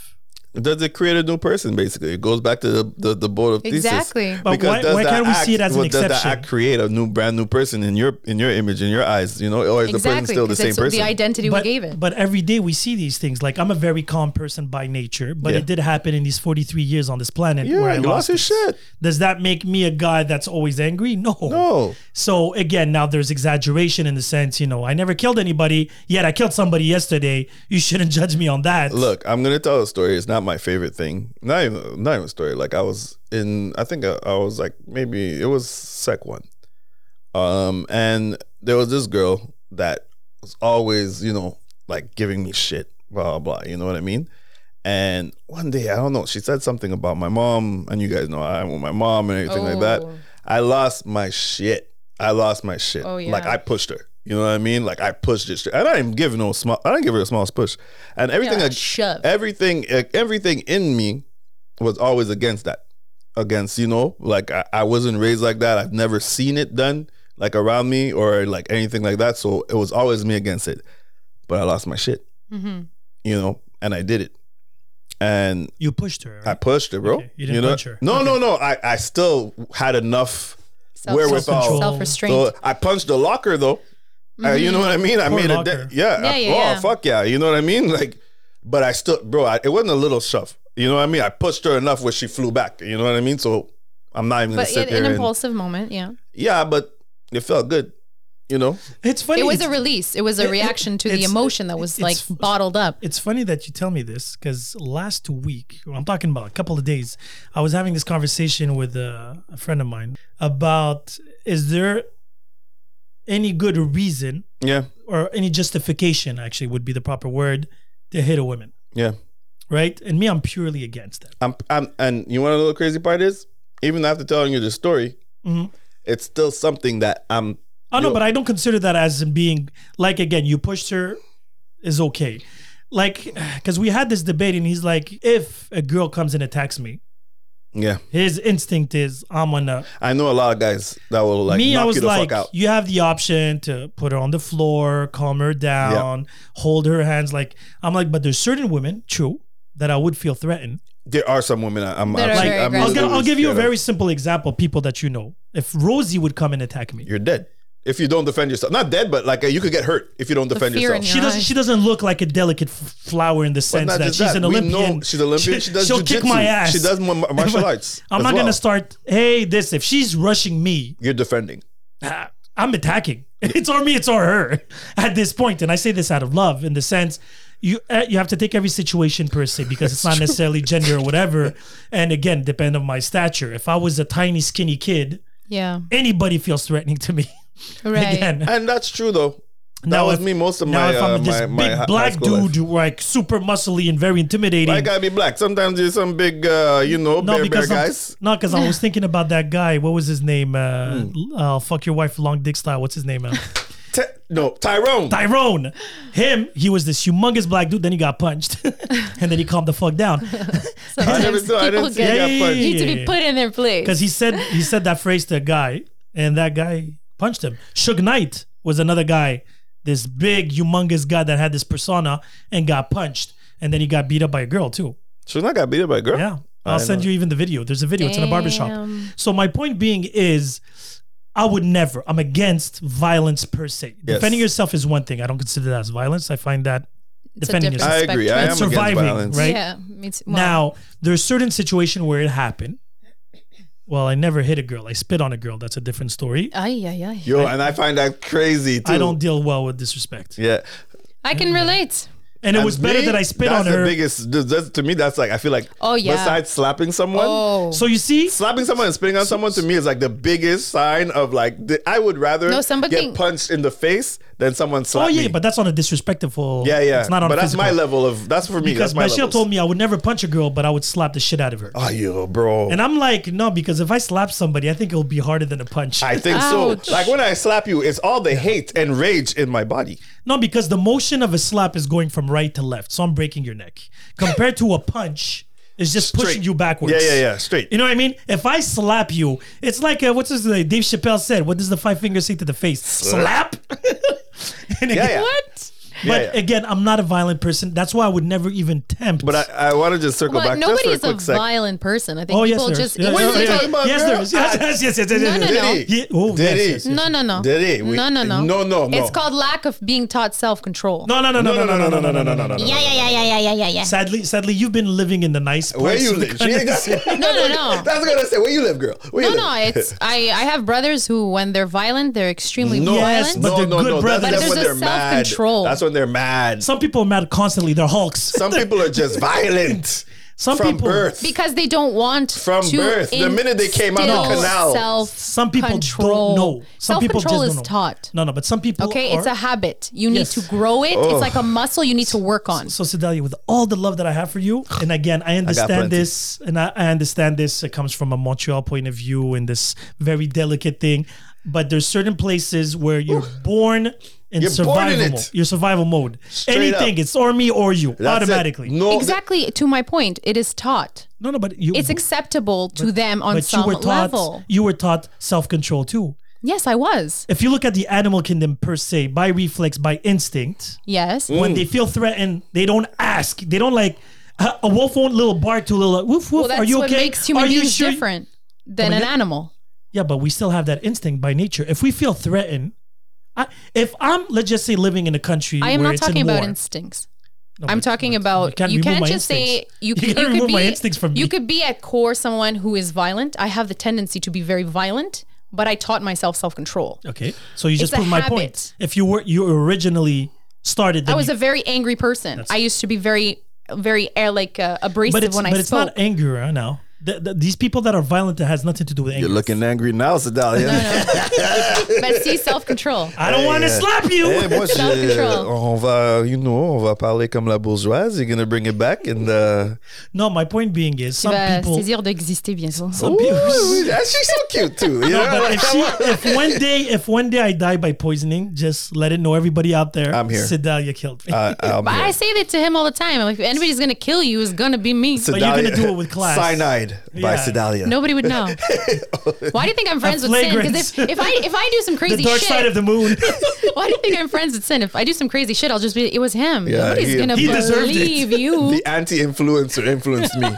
[SPEAKER 3] Does it create a new person? Basically, it goes back to the the, the board of
[SPEAKER 2] Exactly.
[SPEAKER 3] thesis.
[SPEAKER 4] But why-
[SPEAKER 3] does
[SPEAKER 4] why
[SPEAKER 3] that
[SPEAKER 4] can't we see it as an
[SPEAKER 3] well, Does that
[SPEAKER 4] exception?
[SPEAKER 3] act create a new, brand new person in your in your image, in your eyes? You know, or is the person
[SPEAKER 2] Exactly.
[SPEAKER 3] still the
[SPEAKER 2] 'cause
[SPEAKER 3] same
[SPEAKER 2] it's
[SPEAKER 3] person?
[SPEAKER 2] The identity
[SPEAKER 4] But,
[SPEAKER 2] we gave it.
[SPEAKER 4] but every day we see these things. Like I'm a very calm person by nature, but
[SPEAKER 3] Yeah.
[SPEAKER 4] it did happen in these 43 years on this planet
[SPEAKER 3] yeah,
[SPEAKER 4] where I
[SPEAKER 3] you lost
[SPEAKER 4] lost
[SPEAKER 3] your
[SPEAKER 4] it.
[SPEAKER 3] shit.
[SPEAKER 4] Does that make me a guy that's always angry? No.
[SPEAKER 3] No,
[SPEAKER 4] So again, now there's exaggeration in the sense, you know, I never killed anybody, yet I killed somebody yesterday. You shouldn't judge me on that.
[SPEAKER 3] Look, I'm gonna tell a story. It's not my favorite thing. Not even, not even a story. Like I was in, I think I, I was like maybe it was sec one, um, and there was this girl that was always, you know, like giving me shit, blah blah. blah you know what I mean? And one day, I don't know, she said something about my mom, and you guys know I am with my mom and everything like that.
[SPEAKER 2] Oh.
[SPEAKER 3] I lost my shit. I lost my shit.
[SPEAKER 2] Oh, yeah.
[SPEAKER 3] Like I pushed her. You know what I mean? Like I pushed this. shit. And I didn't give no small. I didn't give her the smallest push. And everything,
[SPEAKER 2] Yeah,
[SPEAKER 3] eh, I-
[SPEAKER 2] shove.
[SPEAKER 3] everything, everything in me was always against that. Against you know, like I, I wasn't raised like that. I've never seen it done like around me or like anything like that. So it was always me against it. But I lost my shit.
[SPEAKER 2] hmm
[SPEAKER 3] You know, and I did it. And
[SPEAKER 4] You pushed her.
[SPEAKER 3] I
[SPEAKER 4] right?
[SPEAKER 3] pushed her, bro.
[SPEAKER 4] Okay, you didn't
[SPEAKER 3] know?
[SPEAKER 4] punch her.
[SPEAKER 3] No, no, no. I, I still had enough wherewithal.
[SPEAKER 4] Self-control.
[SPEAKER 2] self restraint.
[SPEAKER 3] So I punched the locker though. Uh,
[SPEAKER 2] Mm-hmm.
[SPEAKER 3] you know what I mean? I
[SPEAKER 4] Poor
[SPEAKER 3] made a
[SPEAKER 4] locker.
[SPEAKER 3] de- yeah.
[SPEAKER 2] Yeah,
[SPEAKER 3] I-
[SPEAKER 2] yeah,
[SPEAKER 3] oh
[SPEAKER 2] yeah.
[SPEAKER 3] fuck yeah! You know what I mean? Like, but I still, bro. I, it wasn't a little shove. You know what I mean? I pushed her enough where she flew back. You know what I mean? So I'm not even gonna
[SPEAKER 2] But it,
[SPEAKER 3] sit there.
[SPEAKER 2] an
[SPEAKER 3] and-
[SPEAKER 2] impulsive moment, yeah.
[SPEAKER 3] yeah, but it felt good. You know?
[SPEAKER 4] it's funny.
[SPEAKER 2] It was
[SPEAKER 4] it's-
[SPEAKER 2] a release. It was
[SPEAKER 4] it-
[SPEAKER 2] a
[SPEAKER 4] it-
[SPEAKER 2] reaction to the
[SPEAKER 4] it's-
[SPEAKER 2] emotion that was
[SPEAKER 4] it's
[SPEAKER 2] like
[SPEAKER 4] f-
[SPEAKER 2] bottled up.
[SPEAKER 4] It's funny that you tell me this because last week, I'm talking about a couple of days, I was having this conversation with a, a friend of mine about is there any good reason
[SPEAKER 3] Yeah,
[SPEAKER 4] or any justification, actually, would be the proper word to hit a woman,
[SPEAKER 3] yeah.
[SPEAKER 4] right? And me, I'm purely against that.
[SPEAKER 3] I'm, I'm, and you want to know the crazy part is, even after telling you the story,
[SPEAKER 4] Mhm.
[SPEAKER 3] it's still something that I'm.
[SPEAKER 4] Oh no,
[SPEAKER 3] Yo.
[SPEAKER 4] but I don't consider that as being like again. You pushed her is okay, like because we had this debate and he's like, if a girl comes and attacks me,
[SPEAKER 3] Yeah,
[SPEAKER 4] his instinct is I'm gonna.
[SPEAKER 3] I know a lot of guys that will like
[SPEAKER 4] me,
[SPEAKER 3] knock
[SPEAKER 4] I was
[SPEAKER 3] you the
[SPEAKER 4] like,
[SPEAKER 3] fuck out.
[SPEAKER 4] you have the option to put her on the floor, calm her down, hold her hands. Like I'm like, but there's certain women, true, that I would feel threatened.
[SPEAKER 3] There are some women I- I'm,
[SPEAKER 2] That
[SPEAKER 3] I'm,
[SPEAKER 2] are
[SPEAKER 3] like,
[SPEAKER 2] very
[SPEAKER 3] I'm
[SPEAKER 4] I'll, gi-
[SPEAKER 2] aggressive.
[SPEAKER 3] literally
[SPEAKER 4] I'll give you a
[SPEAKER 3] scared of.
[SPEAKER 4] very simple example. People that you know, if Rosie would come and attack me,
[SPEAKER 3] you're dead if you don't defend yourself. Not dead, but like uh, you could get hurt if you don't defend
[SPEAKER 2] fear in
[SPEAKER 3] yourself.
[SPEAKER 4] She doesn't.
[SPEAKER 2] Right.
[SPEAKER 4] She doesn't look like a delicate f- flower in the sense
[SPEAKER 3] not
[SPEAKER 4] that
[SPEAKER 3] just
[SPEAKER 4] she's
[SPEAKER 3] that.
[SPEAKER 4] an
[SPEAKER 3] We
[SPEAKER 4] Olympian.
[SPEAKER 3] know she's Olympian. She does
[SPEAKER 4] She'll kick
[SPEAKER 3] jujitsu.
[SPEAKER 4] my ass.
[SPEAKER 3] She does mar- martial
[SPEAKER 4] But
[SPEAKER 3] arts
[SPEAKER 4] I'm
[SPEAKER 3] as
[SPEAKER 4] not
[SPEAKER 3] well.
[SPEAKER 4] gonna start. Hey, this if she's rushing me,
[SPEAKER 3] You're defending.
[SPEAKER 4] ah, I'm attacking. It's or me, it's or her. At this point, and I say this out of love, in the sense. You, uh, you have to take every situation per se because it's not necessarily gender or whatever and again depend on my stature if i was a tiny skinny kid
[SPEAKER 2] Yeah.
[SPEAKER 4] anybody feels threatening to me
[SPEAKER 2] Right.
[SPEAKER 4] again
[SPEAKER 3] And that's true though. That
[SPEAKER 4] Now
[SPEAKER 3] was
[SPEAKER 4] if-
[SPEAKER 3] me most of
[SPEAKER 4] now
[SPEAKER 3] my
[SPEAKER 4] if
[SPEAKER 3] uh,
[SPEAKER 4] I'm this
[SPEAKER 3] my,
[SPEAKER 4] big
[SPEAKER 3] my hi- high
[SPEAKER 4] black
[SPEAKER 3] school life.
[SPEAKER 4] dude, like super muscly and very intimidating.
[SPEAKER 3] Why gotta be black? Sometimes there's some big, uh, you know,
[SPEAKER 4] no,
[SPEAKER 3] bear, bear
[SPEAKER 4] because I'm-
[SPEAKER 3] guys.
[SPEAKER 4] no, because I was thinking about that guy. What was his name? Uh,
[SPEAKER 3] Hmm.
[SPEAKER 4] uh, fuck your wife, long dick style. What's his name? Uh,
[SPEAKER 3] Te- no, Tyrone.
[SPEAKER 4] Tyrone. Him. He was this humongous black dude. Then he got punched, and then he calmed the fuck down
[SPEAKER 3] I never
[SPEAKER 2] Sometimes
[SPEAKER 3] saw. I
[SPEAKER 2] people
[SPEAKER 3] didn't see
[SPEAKER 2] get
[SPEAKER 3] it that
[SPEAKER 4] Yeah, yeah,
[SPEAKER 3] funny.
[SPEAKER 4] yeah,
[SPEAKER 2] need to be put in their place.
[SPEAKER 4] because he said he said that phrase to a guy, and that guy punched him. Suge Knight was another guy, this big humongous guy that had this persona and got punched, and then he got beat up by a girl too.
[SPEAKER 3] She not got beat up by a girl.
[SPEAKER 4] Yeah. I'll send you even the video. There's a video. It's in a barbershop.
[SPEAKER 2] Damn.
[SPEAKER 4] So my point being is I would never, I'm against violence per se. Defending yourself is one thing. I don't consider that as violence. I find that
[SPEAKER 2] It's a
[SPEAKER 4] defending
[SPEAKER 2] different
[SPEAKER 3] I
[SPEAKER 4] yourself.
[SPEAKER 3] agree. I
[SPEAKER 2] Spectrum.
[SPEAKER 3] am
[SPEAKER 4] And surviving,
[SPEAKER 3] against violence.
[SPEAKER 4] right?
[SPEAKER 2] Yeah. Me too. Well,
[SPEAKER 4] Now, there's certain situation where it happened. Well, I never hit a girl. I spit on a girl. That's a different story.
[SPEAKER 2] Ay, ay, ay.
[SPEAKER 3] Yo, and I find that crazy too.
[SPEAKER 4] I don't deal well with disrespect.
[SPEAKER 3] Yeah,
[SPEAKER 2] I can relate.
[SPEAKER 4] And it
[SPEAKER 3] And
[SPEAKER 4] was better
[SPEAKER 3] me,
[SPEAKER 4] that I spit
[SPEAKER 3] that's
[SPEAKER 4] on her.
[SPEAKER 3] The biggest. That's, to me, that's like I feel like.
[SPEAKER 2] Oh, yeah.
[SPEAKER 3] Besides slapping someone,
[SPEAKER 2] Oh.
[SPEAKER 4] so you see,
[SPEAKER 3] slapping someone and spitting on someone to me is like the biggest sign of like the, I would rather
[SPEAKER 2] No, somebody-
[SPEAKER 3] get punched in the face than someone slap
[SPEAKER 4] oh yeah,
[SPEAKER 3] me.
[SPEAKER 4] but that's on a disrespectful.
[SPEAKER 3] yeah, yeah.
[SPEAKER 4] It's not on
[SPEAKER 3] but
[SPEAKER 4] a
[SPEAKER 3] that's
[SPEAKER 4] physical.
[SPEAKER 3] my level of that's for me.
[SPEAKER 4] Because
[SPEAKER 3] that's my
[SPEAKER 4] Bashir
[SPEAKER 3] level.
[SPEAKER 4] told me I would never punch a girl, but I would slap the shit out of her.
[SPEAKER 3] oh yo, bro.
[SPEAKER 4] And I'm like, no, because if I slap somebody, I think it'll be harder than a punch.
[SPEAKER 3] I think
[SPEAKER 2] Ouch.
[SPEAKER 3] so. Like when I slap you, it's all the hate and rage in my body.
[SPEAKER 4] no, because the motion of a slap is going from right to left, so I'm breaking your neck. Compared to a punch, it's just pushing
[SPEAKER 3] Straight.
[SPEAKER 4] you backwards.
[SPEAKER 3] Yeah, yeah, yeah. Straight.
[SPEAKER 4] You know what I mean? If I slap you, it's like uh, what's his name? Dave Chappelle said, "What does the five fingers say to the face? Slap." And again-
[SPEAKER 3] yeah, yeah.
[SPEAKER 2] What?
[SPEAKER 4] But
[SPEAKER 3] yeah.
[SPEAKER 4] again, I'm not a violent person. That's why I would never even tempt.
[SPEAKER 3] But I, I want to just circle
[SPEAKER 2] Well,
[SPEAKER 3] back just for a
[SPEAKER 2] nobody's a,
[SPEAKER 3] quick sec.
[SPEAKER 2] violent person. I think
[SPEAKER 4] oh yes,
[SPEAKER 2] people
[SPEAKER 4] there is.
[SPEAKER 2] just.
[SPEAKER 4] Yeah,
[SPEAKER 2] What
[SPEAKER 3] yeah,
[SPEAKER 2] is it?
[SPEAKER 3] yeah. talking about,
[SPEAKER 4] yes,
[SPEAKER 3] girl?
[SPEAKER 4] there is. Yes, yes, yes, yes, yes,
[SPEAKER 2] No,
[SPEAKER 4] yes,
[SPEAKER 2] no,
[SPEAKER 4] yes.
[SPEAKER 3] Did
[SPEAKER 2] no.
[SPEAKER 3] he?
[SPEAKER 4] Yeah, oh,
[SPEAKER 3] Did
[SPEAKER 4] yes,
[SPEAKER 3] he?
[SPEAKER 4] yes, yes.
[SPEAKER 2] No, no, no.
[SPEAKER 3] Did he? We-
[SPEAKER 2] No, no, no.
[SPEAKER 3] No, no, no.
[SPEAKER 2] It's called lack of being taught self control.
[SPEAKER 4] No, no, no, no, no, no, no, no, no, no, no, no.
[SPEAKER 2] Yeah, yeah, yeah, yeah, yeah, yeah, yeah, yeah.
[SPEAKER 4] Sadly, sadly, you've been living in the nice.
[SPEAKER 3] Where
[SPEAKER 4] parts
[SPEAKER 3] you
[SPEAKER 4] of the
[SPEAKER 3] live? She
[SPEAKER 4] country.
[SPEAKER 3] ain't got-
[SPEAKER 2] No, no, no.
[SPEAKER 3] That's gonna say where you live, girl. Where
[SPEAKER 2] No,
[SPEAKER 3] you
[SPEAKER 2] no.
[SPEAKER 3] live?
[SPEAKER 2] It's I. I have brothers who, when they're violent, they're extremely
[SPEAKER 3] No,
[SPEAKER 4] Yes,
[SPEAKER 2] violent.
[SPEAKER 4] but
[SPEAKER 3] no,
[SPEAKER 4] they're
[SPEAKER 3] no,
[SPEAKER 4] good
[SPEAKER 3] no.
[SPEAKER 4] brothers.
[SPEAKER 3] That's, that's
[SPEAKER 2] But
[SPEAKER 3] when
[SPEAKER 2] there's
[SPEAKER 3] they're
[SPEAKER 2] a
[SPEAKER 3] mad.
[SPEAKER 2] self-control.
[SPEAKER 3] That's when they're mad.
[SPEAKER 4] Some people are mad constantly. They're hulks.
[SPEAKER 3] Some people are just violent.
[SPEAKER 4] Some
[SPEAKER 3] from
[SPEAKER 4] people
[SPEAKER 3] birth.
[SPEAKER 2] because they don't want
[SPEAKER 3] From
[SPEAKER 2] to
[SPEAKER 3] birth, the minute they came out of
[SPEAKER 2] instill
[SPEAKER 3] canal.
[SPEAKER 2] self
[SPEAKER 4] Some people don't
[SPEAKER 2] control.
[SPEAKER 4] know. Some people just
[SPEAKER 2] Self-control
[SPEAKER 4] don't
[SPEAKER 2] is
[SPEAKER 4] know.
[SPEAKER 2] taught.
[SPEAKER 4] No, no, but some people.
[SPEAKER 2] Okay,
[SPEAKER 4] are,
[SPEAKER 2] it's a habit. You need
[SPEAKER 4] Yes.
[SPEAKER 2] to grow it.
[SPEAKER 3] Oh.
[SPEAKER 2] It's like a muscle you need to work on.
[SPEAKER 4] So Sedalia, with all the love that I have for you, and again, I understand
[SPEAKER 3] plenty.
[SPEAKER 4] this, and I, I understand this. It comes from a Montreal point of view and this very delicate thing. But there's certain places where you're born in
[SPEAKER 3] You're
[SPEAKER 4] survival
[SPEAKER 3] born in it.
[SPEAKER 4] mode. Your survival mode.
[SPEAKER 3] Straight
[SPEAKER 4] Anything,
[SPEAKER 3] up.
[SPEAKER 4] it's or me or you,
[SPEAKER 3] That's it.
[SPEAKER 4] automatically.
[SPEAKER 3] No,
[SPEAKER 2] exactly to my point. It is taught.
[SPEAKER 4] no, no, but you.
[SPEAKER 2] It's acceptable to them on
[SPEAKER 4] Mm-hmm. but
[SPEAKER 2] some
[SPEAKER 4] you were taught.
[SPEAKER 2] level.
[SPEAKER 4] You were taught self control too.
[SPEAKER 2] Yes, I was.
[SPEAKER 4] If you look at the animal kingdom per se, by reflex, by instinct,
[SPEAKER 2] Yes.
[SPEAKER 4] when they feel threatened, they don't ask. They don't like "Uh, a a wolf won't little bark to a little woof woof.
[SPEAKER 2] Well, that's
[SPEAKER 4] Are you
[SPEAKER 2] what
[SPEAKER 4] okay?
[SPEAKER 2] makes human
[SPEAKER 4] Are you
[SPEAKER 2] beings
[SPEAKER 4] sure?
[SPEAKER 2] different than
[SPEAKER 4] But
[SPEAKER 2] an
[SPEAKER 4] yeah.
[SPEAKER 2] animal.
[SPEAKER 4] Yeah, but we still have that instinct by nature. If we feel threatened, I, if I'm let's just say living in a country,
[SPEAKER 2] I am
[SPEAKER 4] where
[SPEAKER 2] not
[SPEAKER 4] it's
[SPEAKER 2] talking
[SPEAKER 4] in
[SPEAKER 2] about
[SPEAKER 4] war,
[SPEAKER 2] instincts.
[SPEAKER 4] No,
[SPEAKER 2] I'm
[SPEAKER 4] but-
[SPEAKER 2] talking
[SPEAKER 4] but
[SPEAKER 2] about you
[SPEAKER 4] remove
[SPEAKER 2] can't,
[SPEAKER 4] my
[SPEAKER 2] just say
[SPEAKER 4] instincts.
[SPEAKER 2] you, can,
[SPEAKER 4] can't
[SPEAKER 2] you could
[SPEAKER 4] remove
[SPEAKER 2] be
[SPEAKER 4] my instincts from
[SPEAKER 2] you
[SPEAKER 4] me.
[SPEAKER 2] could be at core someone who is violent. I have the tendency to be very violent, but I taught myself self control.
[SPEAKER 4] okay, so you just
[SPEAKER 2] a
[SPEAKER 4] proved my
[SPEAKER 2] habit.
[SPEAKER 4] point. If you were you originally started,
[SPEAKER 2] I
[SPEAKER 4] then
[SPEAKER 2] was
[SPEAKER 4] you-
[SPEAKER 2] a very angry person. I used to be very very air like uh, abrasive
[SPEAKER 4] but it's
[SPEAKER 2] when I
[SPEAKER 4] but it's
[SPEAKER 2] spoke.
[SPEAKER 4] not anger huh, now. The, the, these people that are violent that has nothing to do with anger.
[SPEAKER 3] you're looking angry now, Sedalia.
[SPEAKER 2] but see self control.
[SPEAKER 4] I don't want to slap you.
[SPEAKER 3] Eh, moi, je-
[SPEAKER 2] Self-control.
[SPEAKER 3] on va, you know, on va parler comme la bourgeoise. You're gonna bring it back, and uh,
[SPEAKER 4] No, my point being is
[SPEAKER 2] Tu
[SPEAKER 4] some
[SPEAKER 2] vas
[SPEAKER 4] people.
[SPEAKER 2] saisir d'exister bien sûr.
[SPEAKER 4] some people
[SPEAKER 3] Yeah, she's so cute too. You know?
[SPEAKER 4] No, but if, she, if one day, if one day I die by poisoning, just let it know everybody out there.
[SPEAKER 3] I'm here. Uh,
[SPEAKER 4] Sedalia killed me.
[SPEAKER 3] I, I'm
[SPEAKER 2] But I
[SPEAKER 3] here.
[SPEAKER 2] say that to him all the time. I'm like, if anybody's gonna kill you, it's gonna be me.
[SPEAKER 4] but you're gonna do it with class.
[SPEAKER 3] Cyanide by
[SPEAKER 4] Yeah.
[SPEAKER 3] Sedalia.
[SPEAKER 2] Nobody would know. Why do you think I'm friends with Sin?
[SPEAKER 4] flagrant.
[SPEAKER 2] Because if, if I if I do some crazy
[SPEAKER 4] the dark
[SPEAKER 2] shit,
[SPEAKER 4] side of the moon.
[SPEAKER 2] why do you think I'm friends with Sin? If I do some crazy shit, I'll just be it was him.
[SPEAKER 3] Yeah,
[SPEAKER 2] Nobody's
[SPEAKER 3] he-
[SPEAKER 2] gonna
[SPEAKER 4] he deserved it.
[SPEAKER 2] believe you.
[SPEAKER 3] The anti-influencer influenced me.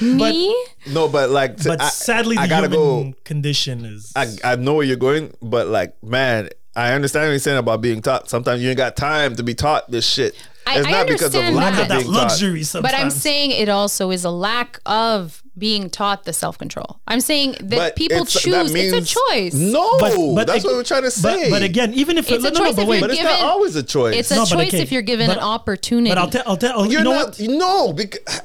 [SPEAKER 2] me?
[SPEAKER 3] No, but like,
[SPEAKER 4] but
[SPEAKER 3] I-
[SPEAKER 4] sadly, the
[SPEAKER 3] I gotta
[SPEAKER 4] human
[SPEAKER 3] go.
[SPEAKER 4] condition is.
[SPEAKER 3] I, I know where you're going, but like, man, I understand what you're saying about being taught. Sometimes you ain't got time to be taught this shit.
[SPEAKER 2] I-
[SPEAKER 3] it's
[SPEAKER 2] I
[SPEAKER 3] not because of
[SPEAKER 2] understand
[SPEAKER 3] lack
[SPEAKER 4] that
[SPEAKER 3] of being
[SPEAKER 4] luxury sometimes.
[SPEAKER 2] But I'm saying it also is a lack of being taught the self control. I'm saying that
[SPEAKER 3] taught.
[SPEAKER 2] people
[SPEAKER 3] it's- that
[SPEAKER 2] choose.
[SPEAKER 3] means-
[SPEAKER 2] it's a choice.
[SPEAKER 3] No,
[SPEAKER 4] But- but
[SPEAKER 3] that's
[SPEAKER 4] ag-
[SPEAKER 3] what we're trying to
[SPEAKER 4] But,
[SPEAKER 3] say.
[SPEAKER 4] but again, even if
[SPEAKER 2] It's
[SPEAKER 4] no,
[SPEAKER 2] a
[SPEAKER 4] no, no,
[SPEAKER 2] choice
[SPEAKER 4] but
[SPEAKER 2] if
[SPEAKER 4] wait.
[SPEAKER 2] you're
[SPEAKER 3] But it's
[SPEAKER 2] given-
[SPEAKER 3] not always a choice.
[SPEAKER 2] It's a
[SPEAKER 4] No, but
[SPEAKER 2] choice
[SPEAKER 4] okay.
[SPEAKER 2] if you're given
[SPEAKER 4] But-
[SPEAKER 2] an opportunity.
[SPEAKER 4] but I'll tell. I'll tell. You
[SPEAKER 3] you're
[SPEAKER 4] know
[SPEAKER 3] not.
[SPEAKER 4] what?
[SPEAKER 3] No, because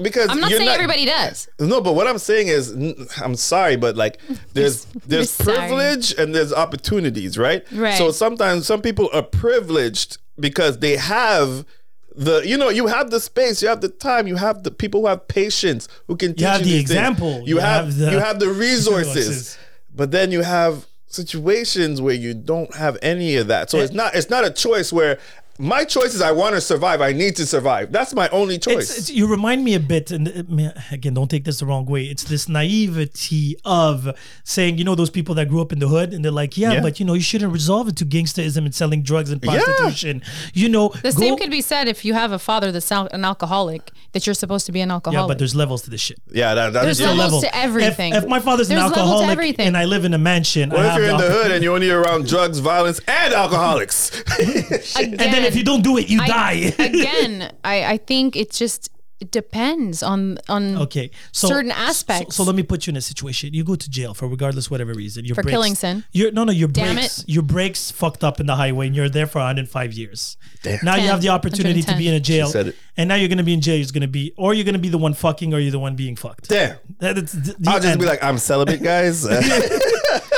[SPEAKER 3] because
[SPEAKER 2] I'm not
[SPEAKER 3] you're
[SPEAKER 2] saying everybody does.
[SPEAKER 3] No, but what I'm saying is, n- I'm sorry, but like, there's there's
[SPEAKER 2] You're sorry.
[SPEAKER 3] privilege and there's opportunities, right?
[SPEAKER 2] Right.
[SPEAKER 3] So sometimes some people are privileged because they have the, you know, you have the space, you have the time, you have the people who have patience who can teach you,
[SPEAKER 4] have the
[SPEAKER 3] these things.
[SPEAKER 4] example,
[SPEAKER 3] You,
[SPEAKER 4] you
[SPEAKER 3] have,
[SPEAKER 4] have the
[SPEAKER 3] you have the resources,
[SPEAKER 4] resources.
[SPEAKER 3] but then you have situations where you don't have any of that.
[SPEAKER 4] Eh.
[SPEAKER 3] So it's not it's not a choice where. My choice is I want to survive. I need to survive. That's my only choice.
[SPEAKER 4] It's, it's, you remind me a bit, and uh, man, again, don't take this the wrong way. It's this naivety of saying, you know, those people that grew up in the hood, and they're like, yeah,
[SPEAKER 3] Yeah.
[SPEAKER 4] but you know, you shouldn't resolve it to gangsterism and selling drugs and prostitution. You know,
[SPEAKER 2] The same could be said if you have a father that's al- an alcoholic that you're supposed to be an alcoholic.
[SPEAKER 4] yeah, but there's levels to this shit.
[SPEAKER 3] yeah, that, that's
[SPEAKER 2] There's
[SPEAKER 3] yeah.
[SPEAKER 4] There's
[SPEAKER 2] levels
[SPEAKER 4] level.
[SPEAKER 2] Oh, to everything.
[SPEAKER 4] If, if my father's an
[SPEAKER 2] There's level to
[SPEAKER 4] alcoholic
[SPEAKER 2] everything.
[SPEAKER 4] and I live in a mansion,
[SPEAKER 3] What
[SPEAKER 4] I
[SPEAKER 3] if
[SPEAKER 4] have
[SPEAKER 3] you're in the hood
[SPEAKER 4] opportunity-
[SPEAKER 3] and you're only around drugs, violence, and alcoholics?
[SPEAKER 2] again,
[SPEAKER 4] and then if you don't do it, you
[SPEAKER 2] I-
[SPEAKER 4] die.
[SPEAKER 2] again, I, I think it just it depends on on
[SPEAKER 4] okay, so
[SPEAKER 2] certain
[SPEAKER 4] so-
[SPEAKER 2] aspects.
[SPEAKER 4] So, let me put you in a situation: you go to jail for regardless whatever reason. Your
[SPEAKER 2] For
[SPEAKER 4] brakes-
[SPEAKER 2] killing sin.
[SPEAKER 4] Your, no, no, your
[SPEAKER 2] Damn
[SPEAKER 4] brakes.
[SPEAKER 2] it.
[SPEAKER 4] Your brakes fucked up in the highway, and you're there for 105 years.
[SPEAKER 3] Damn.
[SPEAKER 4] Now you
[SPEAKER 2] 10,
[SPEAKER 4] have the opportunity to be in a jail,
[SPEAKER 3] She said it.
[SPEAKER 4] and now you're gonna be in jail. You're gonna be, or you're gonna be the one fucking, or you're the one being fucked.
[SPEAKER 3] Damn.
[SPEAKER 4] That, it's the, the
[SPEAKER 3] I'll just
[SPEAKER 4] end.
[SPEAKER 3] be like, I'm celibate, guys. Uh,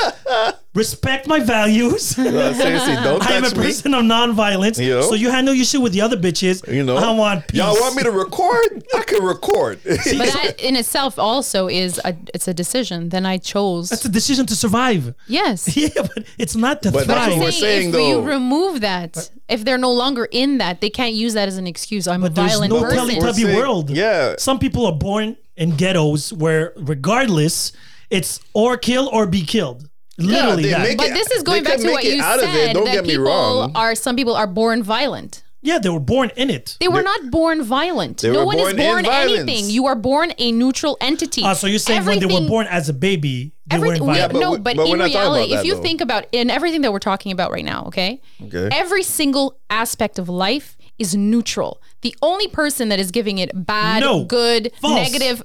[SPEAKER 4] respect my values.
[SPEAKER 3] seriously, don't
[SPEAKER 4] I am a
[SPEAKER 3] touch me.
[SPEAKER 4] person of nonviolence,
[SPEAKER 3] Yo.
[SPEAKER 4] so you handle your shit with the other bitches.
[SPEAKER 3] You know,
[SPEAKER 4] I want peace.
[SPEAKER 3] y'all want me to record? I can record.
[SPEAKER 2] but that in itself also is a it's a decision. Then I
[SPEAKER 4] It's
[SPEAKER 2] chose
[SPEAKER 4] a decision to survive.
[SPEAKER 2] yes.
[SPEAKER 4] Yeah, but it's not to
[SPEAKER 3] But that's
[SPEAKER 4] thrive.
[SPEAKER 3] what we're saying,
[SPEAKER 2] if
[SPEAKER 3] though.
[SPEAKER 2] you remove that, if they're no longer in that, they can't use that as an excuse. I'm a
[SPEAKER 4] But there's
[SPEAKER 2] violent
[SPEAKER 4] no
[SPEAKER 2] person.
[SPEAKER 3] We're
[SPEAKER 4] Teletubby
[SPEAKER 3] saying-
[SPEAKER 4] world.
[SPEAKER 3] yeah.
[SPEAKER 4] Some people are born in ghettos where, regardless, it's or kill or be killed. Literally
[SPEAKER 3] they
[SPEAKER 4] that.
[SPEAKER 3] make-
[SPEAKER 2] but this is going
[SPEAKER 3] They
[SPEAKER 2] back
[SPEAKER 3] can
[SPEAKER 2] to
[SPEAKER 3] make
[SPEAKER 2] what
[SPEAKER 3] it
[SPEAKER 2] you
[SPEAKER 3] out
[SPEAKER 2] said
[SPEAKER 3] of it, don't
[SPEAKER 2] that
[SPEAKER 3] get me
[SPEAKER 2] people
[SPEAKER 3] wrong.
[SPEAKER 2] are some people are born violent.
[SPEAKER 4] yeah, they were born in it.
[SPEAKER 2] They were not born violent.
[SPEAKER 3] They
[SPEAKER 2] no
[SPEAKER 3] were
[SPEAKER 2] one
[SPEAKER 3] born
[SPEAKER 2] is born
[SPEAKER 3] in violence.
[SPEAKER 2] anything. You are born a neutral entity.
[SPEAKER 4] Ah, so you're saying when they were
[SPEAKER 2] Everything-
[SPEAKER 4] born as a baby, they were
[SPEAKER 2] Everything,
[SPEAKER 4] invited.
[SPEAKER 3] but
[SPEAKER 2] no,
[SPEAKER 3] we-
[SPEAKER 2] but,
[SPEAKER 3] but we're
[SPEAKER 2] in
[SPEAKER 3] not talking
[SPEAKER 2] reality,
[SPEAKER 3] about
[SPEAKER 2] if
[SPEAKER 3] that,
[SPEAKER 2] you
[SPEAKER 3] though.
[SPEAKER 2] think about in everything that we're talking about right now, okay,
[SPEAKER 3] Okay.
[SPEAKER 2] every single aspect of life is neutral. The only person that is giving it bad,
[SPEAKER 4] No.
[SPEAKER 2] good,
[SPEAKER 4] False.
[SPEAKER 2] negative,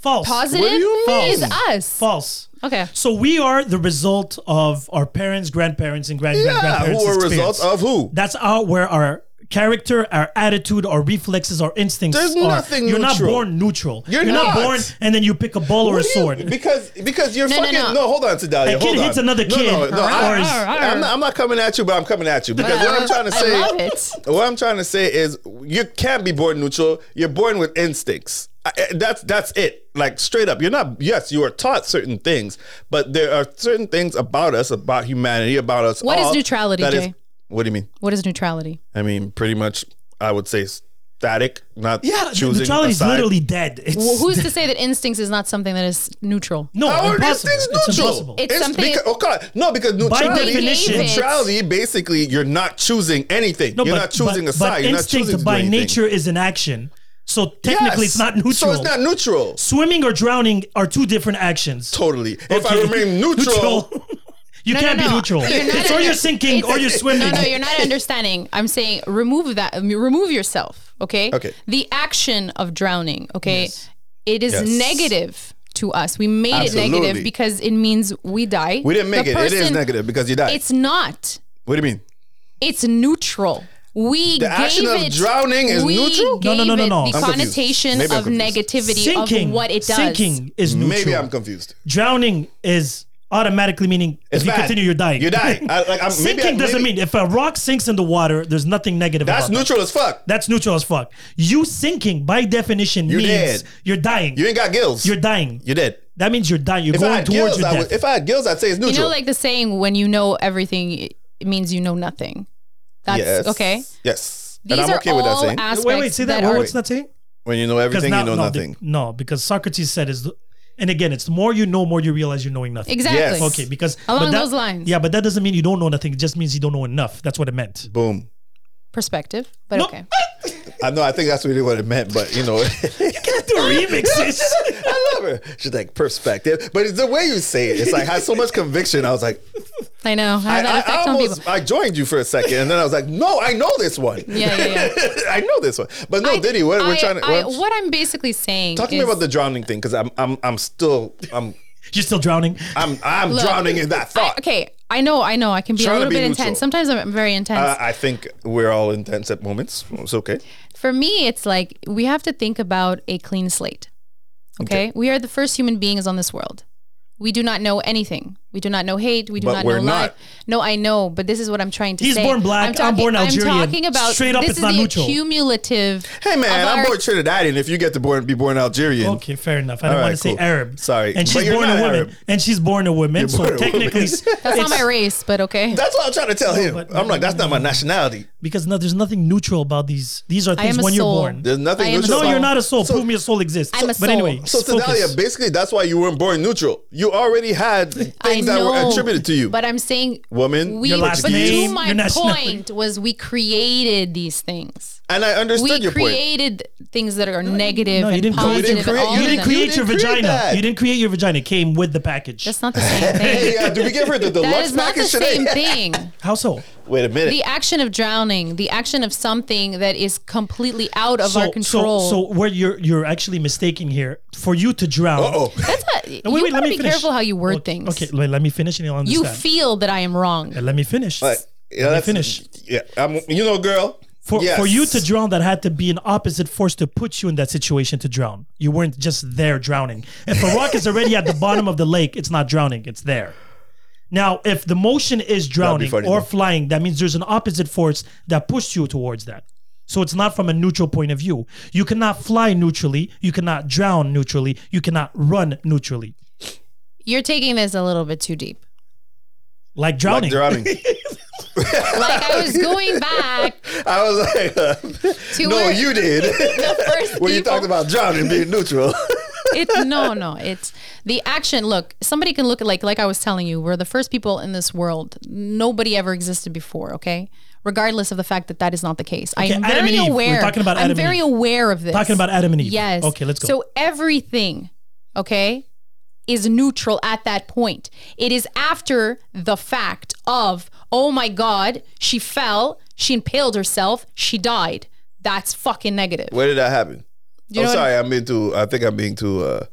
[SPEAKER 4] False.
[SPEAKER 2] positive
[SPEAKER 3] What do you mean?
[SPEAKER 2] is us.
[SPEAKER 4] False.
[SPEAKER 2] Okay,
[SPEAKER 4] So we are the result of our parents, grandparents, and grand
[SPEAKER 3] yeah,
[SPEAKER 4] grandparents.
[SPEAKER 3] who are results of who?
[SPEAKER 4] That's our where our character, our attitude, our reflexes, our instincts.
[SPEAKER 3] There's
[SPEAKER 4] are.
[SPEAKER 3] nothing
[SPEAKER 4] You're not
[SPEAKER 3] neutral.
[SPEAKER 4] born neutral.
[SPEAKER 3] You're
[SPEAKER 4] not.
[SPEAKER 3] not.
[SPEAKER 4] born and then you pick a ball or a
[SPEAKER 3] What do you-
[SPEAKER 4] sword.
[SPEAKER 3] because because you're
[SPEAKER 2] No, no,
[SPEAKER 3] fucking no,
[SPEAKER 2] no.
[SPEAKER 3] Hold on, Sedalia.
[SPEAKER 4] A kid
[SPEAKER 3] hold on.
[SPEAKER 4] hits another
[SPEAKER 3] No,
[SPEAKER 4] kid.
[SPEAKER 3] No, no,
[SPEAKER 4] Arr,
[SPEAKER 3] I,
[SPEAKER 2] arr, arr.
[SPEAKER 3] am not, I'm not coming at you, but I'm coming at you because what I'm trying to
[SPEAKER 2] I
[SPEAKER 3] say.
[SPEAKER 2] love it.
[SPEAKER 3] What I'm trying to say is you can't be born neutral. You're born with instincts. I- I- That's that's it. Like straight up, you're not. Yes, you are taught certain things, but there are certain things about us, about humanity, about us.
[SPEAKER 2] What is
[SPEAKER 3] all,
[SPEAKER 2] neutrality,
[SPEAKER 3] that is-
[SPEAKER 2] Jay?
[SPEAKER 3] what do you mean?
[SPEAKER 2] What is neutrality?
[SPEAKER 3] I mean, pretty much, I would say static, not
[SPEAKER 4] yeah,
[SPEAKER 3] choosing.
[SPEAKER 4] neutrality is
[SPEAKER 3] aside.
[SPEAKER 4] literally dead. It's
[SPEAKER 2] Well, who's to say that instincts is not something that is neutral?
[SPEAKER 4] no
[SPEAKER 3] How are these
[SPEAKER 4] impossible.
[SPEAKER 3] things
[SPEAKER 4] It's
[SPEAKER 3] neutral?
[SPEAKER 4] impossible.
[SPEAKER 2] It's something-
[SPEAKER 3] Because, oh God, no, because neutrality,
[SPEAKER 4] definition-
[SPEAKER 3] neutrality basically, you're not choosing anything.
[SPEAKER 4] No,
[SPEAKER 3] you're
[SPEAKER 4] but-
[SPEAKER 3] not choosing
[SPEAKER 4] but,
[SPEAKER 3] a side.
[SPEAKER 4] But
[SPEAKER 3] you're not
[SPEAKER 4] instinct
[SPEAKER 3] choosing to do
[SPEAKER 4] by
[SPEAKER 3] anything.
[SPEAKER 4] nature is an action. So technically,
[SPEAKER 3] Yes.
[SPEAKER 4] it's not neutral.
[SPEAKER 3] So it's not neutral.
[SPEAKER 4] Swimming or drowning are two different actions.
[SPEAKER 3] Totally. If I remain neutral,
[SPEAKER 4] you
[SPEAKER 2] No, no,
[SPEAKER 4] can't be
[SPEAKER 2] no.
[SPEAKER 4] neutral.
[SPEAKER 2] You're not
[SPEAKER 4] It's or
[SPEAKER 2] under-
[SPEAKER 4] you're sinking or you're swimming.
[SPEAKER 2] No, no, you're not understanding. I'm saying remove that. um, Remove yourself. Okay.
[SPEAKER 3] Okay.
[SPEAKER 2] The action of drowning. Okay. It is
[SPEAKER 3] Yes.
[SPEAKER 2] negative to us. We made it
[SPEAKER 3] Absolutely.
[SPEAKER 2] negative because it means we die.
[SPEAKER 3] we didn't make
[SPEAKER 2] The
[SPEAKER 3] it. it is
[SPEAKER 2] person-
[SPEAKER 3] negative because you died.
[SPEAKER 2] It's not.
[SPEAKER 3] what do you mean?
[SPEAKER 2] It's neutral. We
[SPEAKER 3] The
[SPEAKER 2] gave
[SPEAKER 3] action of
[SPEAKER 2] it,
[SPEAKER 3] drowning is
[SPEAKER 2] we
[SPEAKER 3] neutral?
[SPEAKER 2] Gave
[SPEAKER 4] No, no, no,
[SPEAKER 2] it
[SPEAKER 4] no, no.
[SPEAKER 2] The
[SPEAKER 3] I'm confused.
[SPEAKER 2] connotation
[SPEAKER 3] Maybe I'm
[SPEAKER 2] of
[SPEAKER 3] confused.
[SPEAKER 2] negativity
[SPEAKER 4] sinking.
[SPEAKER 2] of what it does.
[SPEAKER 4] Sinking is neutral.
[SPEAKER 3] Maybe I'm confused.
[SPEAKER 4] Drowning is automatically meaning
[SPEAKER 3] It's
[SPEAKER 4] if you
[SPEAKER 3] bad.
[SPEAKER 4] continue, you're dying.
[SPEAKER 3] You die. I- like, I'm- maybe I-
[SPEAKER 4] sinking doesn't
[SPEAKER 3] maybe-
[SPEAKER 4] mean if a rock sinks in the water, there's nothing negative.
[SPEAKER 3] That's
[SPEAKER 4] about that.
[SPEAKER 3] neutral as fuck.
[SPEAKER 4] That's neutral as fuck. You sinking by definition
[SPEAKER 3] You're dead.
[SPEAKER 4] means you're dying.
[SPEAKER 3] You ain't got gills.
[SPEAKER 4] You're dying.
[SPEAKER 3] You're dead.
[SPEAKER 4] that means you're dying. You're
[SPEAKER 3] If I
[SPEAKER 4] going
[SPEAKER 3] had
[SPEAKER 4] towards
[SPEAKER 3] gills,
[SPEAKER 4] your
[SPEAKER 3] I
[SPEAKER 4] death.
[SPEAKER 3] would. If I had gills, I'd say it's
[SPEAKER 2] You
[SPEAKER 3] neutral.
[SPEAKER 2] know, like the saying, when you know everything, it means you know nothing. That's
[SPEAKER 3] yes.
[SPEAKER 2] okay.
[SPEAKER 3] Yes.
[SPEAKER 2] These
[SPEAKER 3] and I'm
[SPEAKER 2] are
[SPEAKER 3] okay
[SPEAKER 2] all
[SPEAKER 3] with that saying.
[SPEAKER 2] aspects
[SPEAKER 4] wait, wait, say that.
[SPEAKER 2] are.
[SPEAKER 4] word. what's that saying?
[SPEAKER 3] when you know
[SPEAKER 4] 'Cause
[SPEAKER 3] everything,
[SPEAKER 4] now-
[SPEAKER 3] you know
[SPEAKER 4] no, the-
[SPEAKER 3] nothing.
[SPEAKER 4] no, because Socrates said is, and again, it's the more you know, more you realize you're knowing nothing.
[SPEAKER 2] Exactly.
[SPEAKER 3] Yes.
[SPEAKER 4] Okay, because but
[SPEAKER 2] Along
[SPEAKER 4] that-
[SPEAKER 2] those lines.
[SPEAKER 4] Yeah, but that doesn't mean you don't know nothing. It just means you don't know enough. That's what it meant.
[SPEAKER 3] Boom.
[SPEAKER 2] Perspective, but
[SPEAKER 4] No.
[SPEAKER 2] okay.
[SPEAKER 3] I know. I think that's really what it meant, but you know.
[SPEAKER 4] The remixes.
[SPEAKER 3] I love her. She's like perspective, but it's the way you say it. It's like has so much conviction. I was like,
[SPEAKER 2] I know. How
[SPEAKER 3] I,
[SPEAKER 2] that
[SPEAKER 3] I, I
[SPEAKER 2] affects on people.
[SPEAKER 3] almost I joined you for a second, and then I was like, no, I know this one.
[SPEAKER 2] Yeah, yeah,
[SPEAKER 3] I know this one. But no,
[SPEAKER 2] I-
[SPEAKER 3] Diddy, what we're
[SPEAKER 2] I-
[SPEAKER 3] trying to
[SPEAKER 2] I-
[SPEAKER 3] what,
[SPEAKER 2] what I'm basically saying.
[SPEAKER 3] talk to me
[SPEAKER 2] is-
[SPEAKER 3] about the drowning thing because I'm I'm I'm still I'm
[SPEAKER 4] You're still drowning.
[SPEAKER 3] I'm I'm
[SPEAKER 2] Look,
[SPEAKER 3] drowning in that
[SPEAKER 2] I-
[SPEAKER 3] thought.
[SPEAKER 2] okay, I know, I know. I can be a
[SPEAKER 3] Trying to
[SPEAKER 2] little
[SPEAKER 3] be
[SPEAKER 2] bit
[SPEAKER 3] neutral.
[SPEAKER 2] intense. Sometimes I'm very intense.
[SPEAKER 3] Uh, I think we're all intense at moments. It's okay.
[SPEAKER 2] For me, it's like we have to think about a clean slate. Okay? We are the first human beings on this world. We do not know anything. We do not know hate. We do
[SPEAKER 3] But
[SPEAKER 2] not
[SPEAKER 3] we're
[SPEAKER 2] know life.
[SPEAKER 3] not.
[SPEAKER 2] No, I know, but this is what I'm trying to
[SPEAKER 4] He's
[SPEAKER 2] say.
[SPEAKER 4] born black, I'm born Algerian.
[SPEAKER 2] I'm talking about
[SPEAKER 4] Straight up,
[SPEAKER 2] this
[SPEAKER 4] it's
[SPEAKER 2] is
[SPEAKER 4] not
[SPEAKER 2] the
[SPEAKER 4] neutral.
[SPEAKER 2] cumulative.
[SPEAKER 3] Hey man,
[SPEAKER 2] of
[SPEAKER 3] I'm
[SPEAKER 2] our-
[SPEAKER 3] born Trinidadian. If you get to born, be born Algerian.
[SPEAKER 4] Okay, fair enough. I don't
[SPEAKER 3] All
[SPEAKER 4] want
[SPEAKER 3] right,
[SPEAKER 4] to say
[SPEAKER 3] cool.
[SPEAKER 4] Arab.
[SPEAKER 3] Sorry, but
[SPEAKER 4] And she's
[SPEAKER 3] you're
[SPEAKER 4] born a
[SPEAKER 3] not
[SPEAKER 4] woman.
[SPEAKER 3] Arab.
[SPEAKER 4] And she's born a woman. so
[SPEAKER 3] born a
[SPEAKER 4] technically,
[SPEAKER 3] woman.
[SPEAKER 2] That's not
[SPEAKER 4] it's-
[SPEAKER 2] my race, but okay.
[SPEAKER 3] That's what I'm trying to tell him.
[SPEAKER 4] but-
[SPEAKER 3] I'm like, that's not my nationality.
[SPEAKER 4] because no, there's nothing neutral about these. These are
[SPEAKER 2] I
[SPEAKER 4] things
[SPEAKER 2] am a
[SPEAKER 4] when
[SPEAKER 2] soul.
[SPEAKER 4] you're born.
[SPEAKER 3] There's nothing
[SPEAKER 2] I am a
[SPEAKER 3] neutral
[SPEAKER 4] No,
[SPEAKER 3] about
[SPEAKER 2] soul.
[SPEAKER 4] you're not a soul.
[SPEAKER 3] So-
[SPEAKER 4] Prove me a soul exists.
[SPEAKER 2] I'm a
[SPEAKER 4] But
[SPEAKER 2] soul.
[SPEAKER 4] anyway,
[SPEAKER 3] So
[SPEAKER 4] focus.
[SPEAKER 3] Sedalia, basically, that's why you weren't born neutral. You already had
[SPEAKER 2] I
[SPEAKER 3] things that
[SPEAKER 2] know,
[SPEAKER 3] were attributed to you.
[SPEAKER 2] But I'm saying
[SPEAKER 3] Woman,
[SPEAKER 2] we
[SPEAKER 4] Your last
[SPEAKER 2] but
[SPEAKER 4] name,
[SPEAKER 2] to my
[SPEAKER 4] your nationality.
[SPEAKER 2] point was we created these things.
[SPEAKER 3] and I
[SPEAKER 2] We
[SPEAKER 3] understood your point.
[SPEAKER 2] created things that are negative
[SPEAKER 4] No, you
[SPEAKER 2] and
[SPEAKER 4] didn't create-
[SPEAKER 2] positive.
[SPEAKER 4] You
[SPEAKER 3] didn't
[SPEAKER 2] and
[SPEAKER 3] create-
[SPEAKER 2] all
[SPEAKER 4] you
[SPEAKER 2] of
[SPEAKER 4] didn't
[SPEAKER 2] them.
[SPEAKER 4] create
[SPEAKER 3] didn't
[SPEAKER 4] your
[SPEAKER 3] create
[SPEAKER 4] vagina.
[SPEAKER 3] that.
[SPEAKER 4] You didn't create your vagina. It came with the package.
[SPEAKER 2] That's not the same thing.
[SPEAKER 3] Hey, uh, do we give her the
[SPEAKER 2] That
[SPEAKER 3] deluxe
[SPEAKER 2] is not the
[SPEAKER 3] package today?
[SPEAKER 2] same thing.
[SPEAKER 4] How so?
[SPEAKER 3] Wait a minute.
[SPEAKER 2] The action of drowning, the action of something that is completely out of
[SPEAKER 4] So,
[SPEAKER 2] our control.
[SPEAKER 4] so, so where you're you're actually mistaking here for you to drown.
[SPEAKER 3] oh,
[SPEAKER 2] That's not,
[SPEAKER 4] No, wait,
[SPEAKER 2] you
[SPEAKER 4] wait, let
[SPEAKER 2] gotta
[SPEAKER 4] me
[SPEAKER 2] be
[SPEAKER 4] finish.
[SPEAKER 2] careful how you word
[SPEAKER 4] okay,
[SPEAKER 2] things.
[SPEAKER 4] Okay, wait, let me finish and you'll
[SPEAKER 2] you
[SPEAKER 4] understand.
[SPEAKER 2] feel that I am wrong.
[SPEAKER 4] Uh, let me finish.
[SPEAKER 3] But, yeah,
[SPEAKER 4] let me
[SPEAKER 3] that's-
[SPEAKER 4] finish.
[SPEAKER 3] Yeah, I'm, you know, girl.
[SPEAKER 4] For,
[SPEAKER 3] yes.
[SPEAKER 4] for you to drown, that had to be an opposite force to put you in that situation to drown. You weren't just there drowning. If a rock is already at the bottom of the lake, it's not drowning, it's there. Now, if the motion is drowning
[SPEAKER 3] funny,
[SPEAKER 4] or
[SPEAKER 3] though.
[SPEAKER 4] flying, that means there's an opposite force that pushed you towards that. So it's not from a neutral point of view. You cannot fly neutrally, you cannot drown neutrally, you cannot run neutrally.
[SPEAKER 2] You're taking this a little bit too deep.
[SPEAKER 4] Like
[SPEAKER 3] Like
[SPEAKER 4] drowning.
[SPEAKER 3] drowning.
[SPEAKER 2] Like I was going back
[SPEAKER 3] I was like, uh,
[SPEAKER 2] to
[SPEAKER 3] no,
[SPEAKER 2] where
[SPEAKER 3] you did.
[SPEAKER 2] the first
[SPEAKER 3] when you
[SPEAKER 2] people
[SPEAKER 3] talked about drowning being neutral.
[SPEAKER 2] it no no it's the action look somebody can look at like like i was telling you we're the first people in this world nobody ever existed before okay regardless of the fact that that is not the case i am
[SPEAKER 4] Adam
[SPEAKER 2] very
[SPEAKER 4] and Eve. We're
[SPEAKER 2] aware
[SPEAKER 4] talking about
[SPEAKER 2] i'm
[SPEAKER 4] Adam and
[SPEAKER 2] very
[SPEAKER 4] Eve.
[SPEAKER 2] aware of this
[SPEAKER 4] Talking about Adam and Eve.
[SPEAKER 2] yes
[SPEAKER 4] Okay, let's go.
[SPEAKER 2] so everything okay is neutral at that point it is after the fact of oh my god she fell she impaled herself she died that's fucking negative
[SPEAKER 3] Where did that happen?
[SPEAKER 2] You
[SPEAKER 3] I'm
[SPEAKER 2] know what-
[SPEAKER 3] sorry. I'm being too. I think I'm being too. Uh,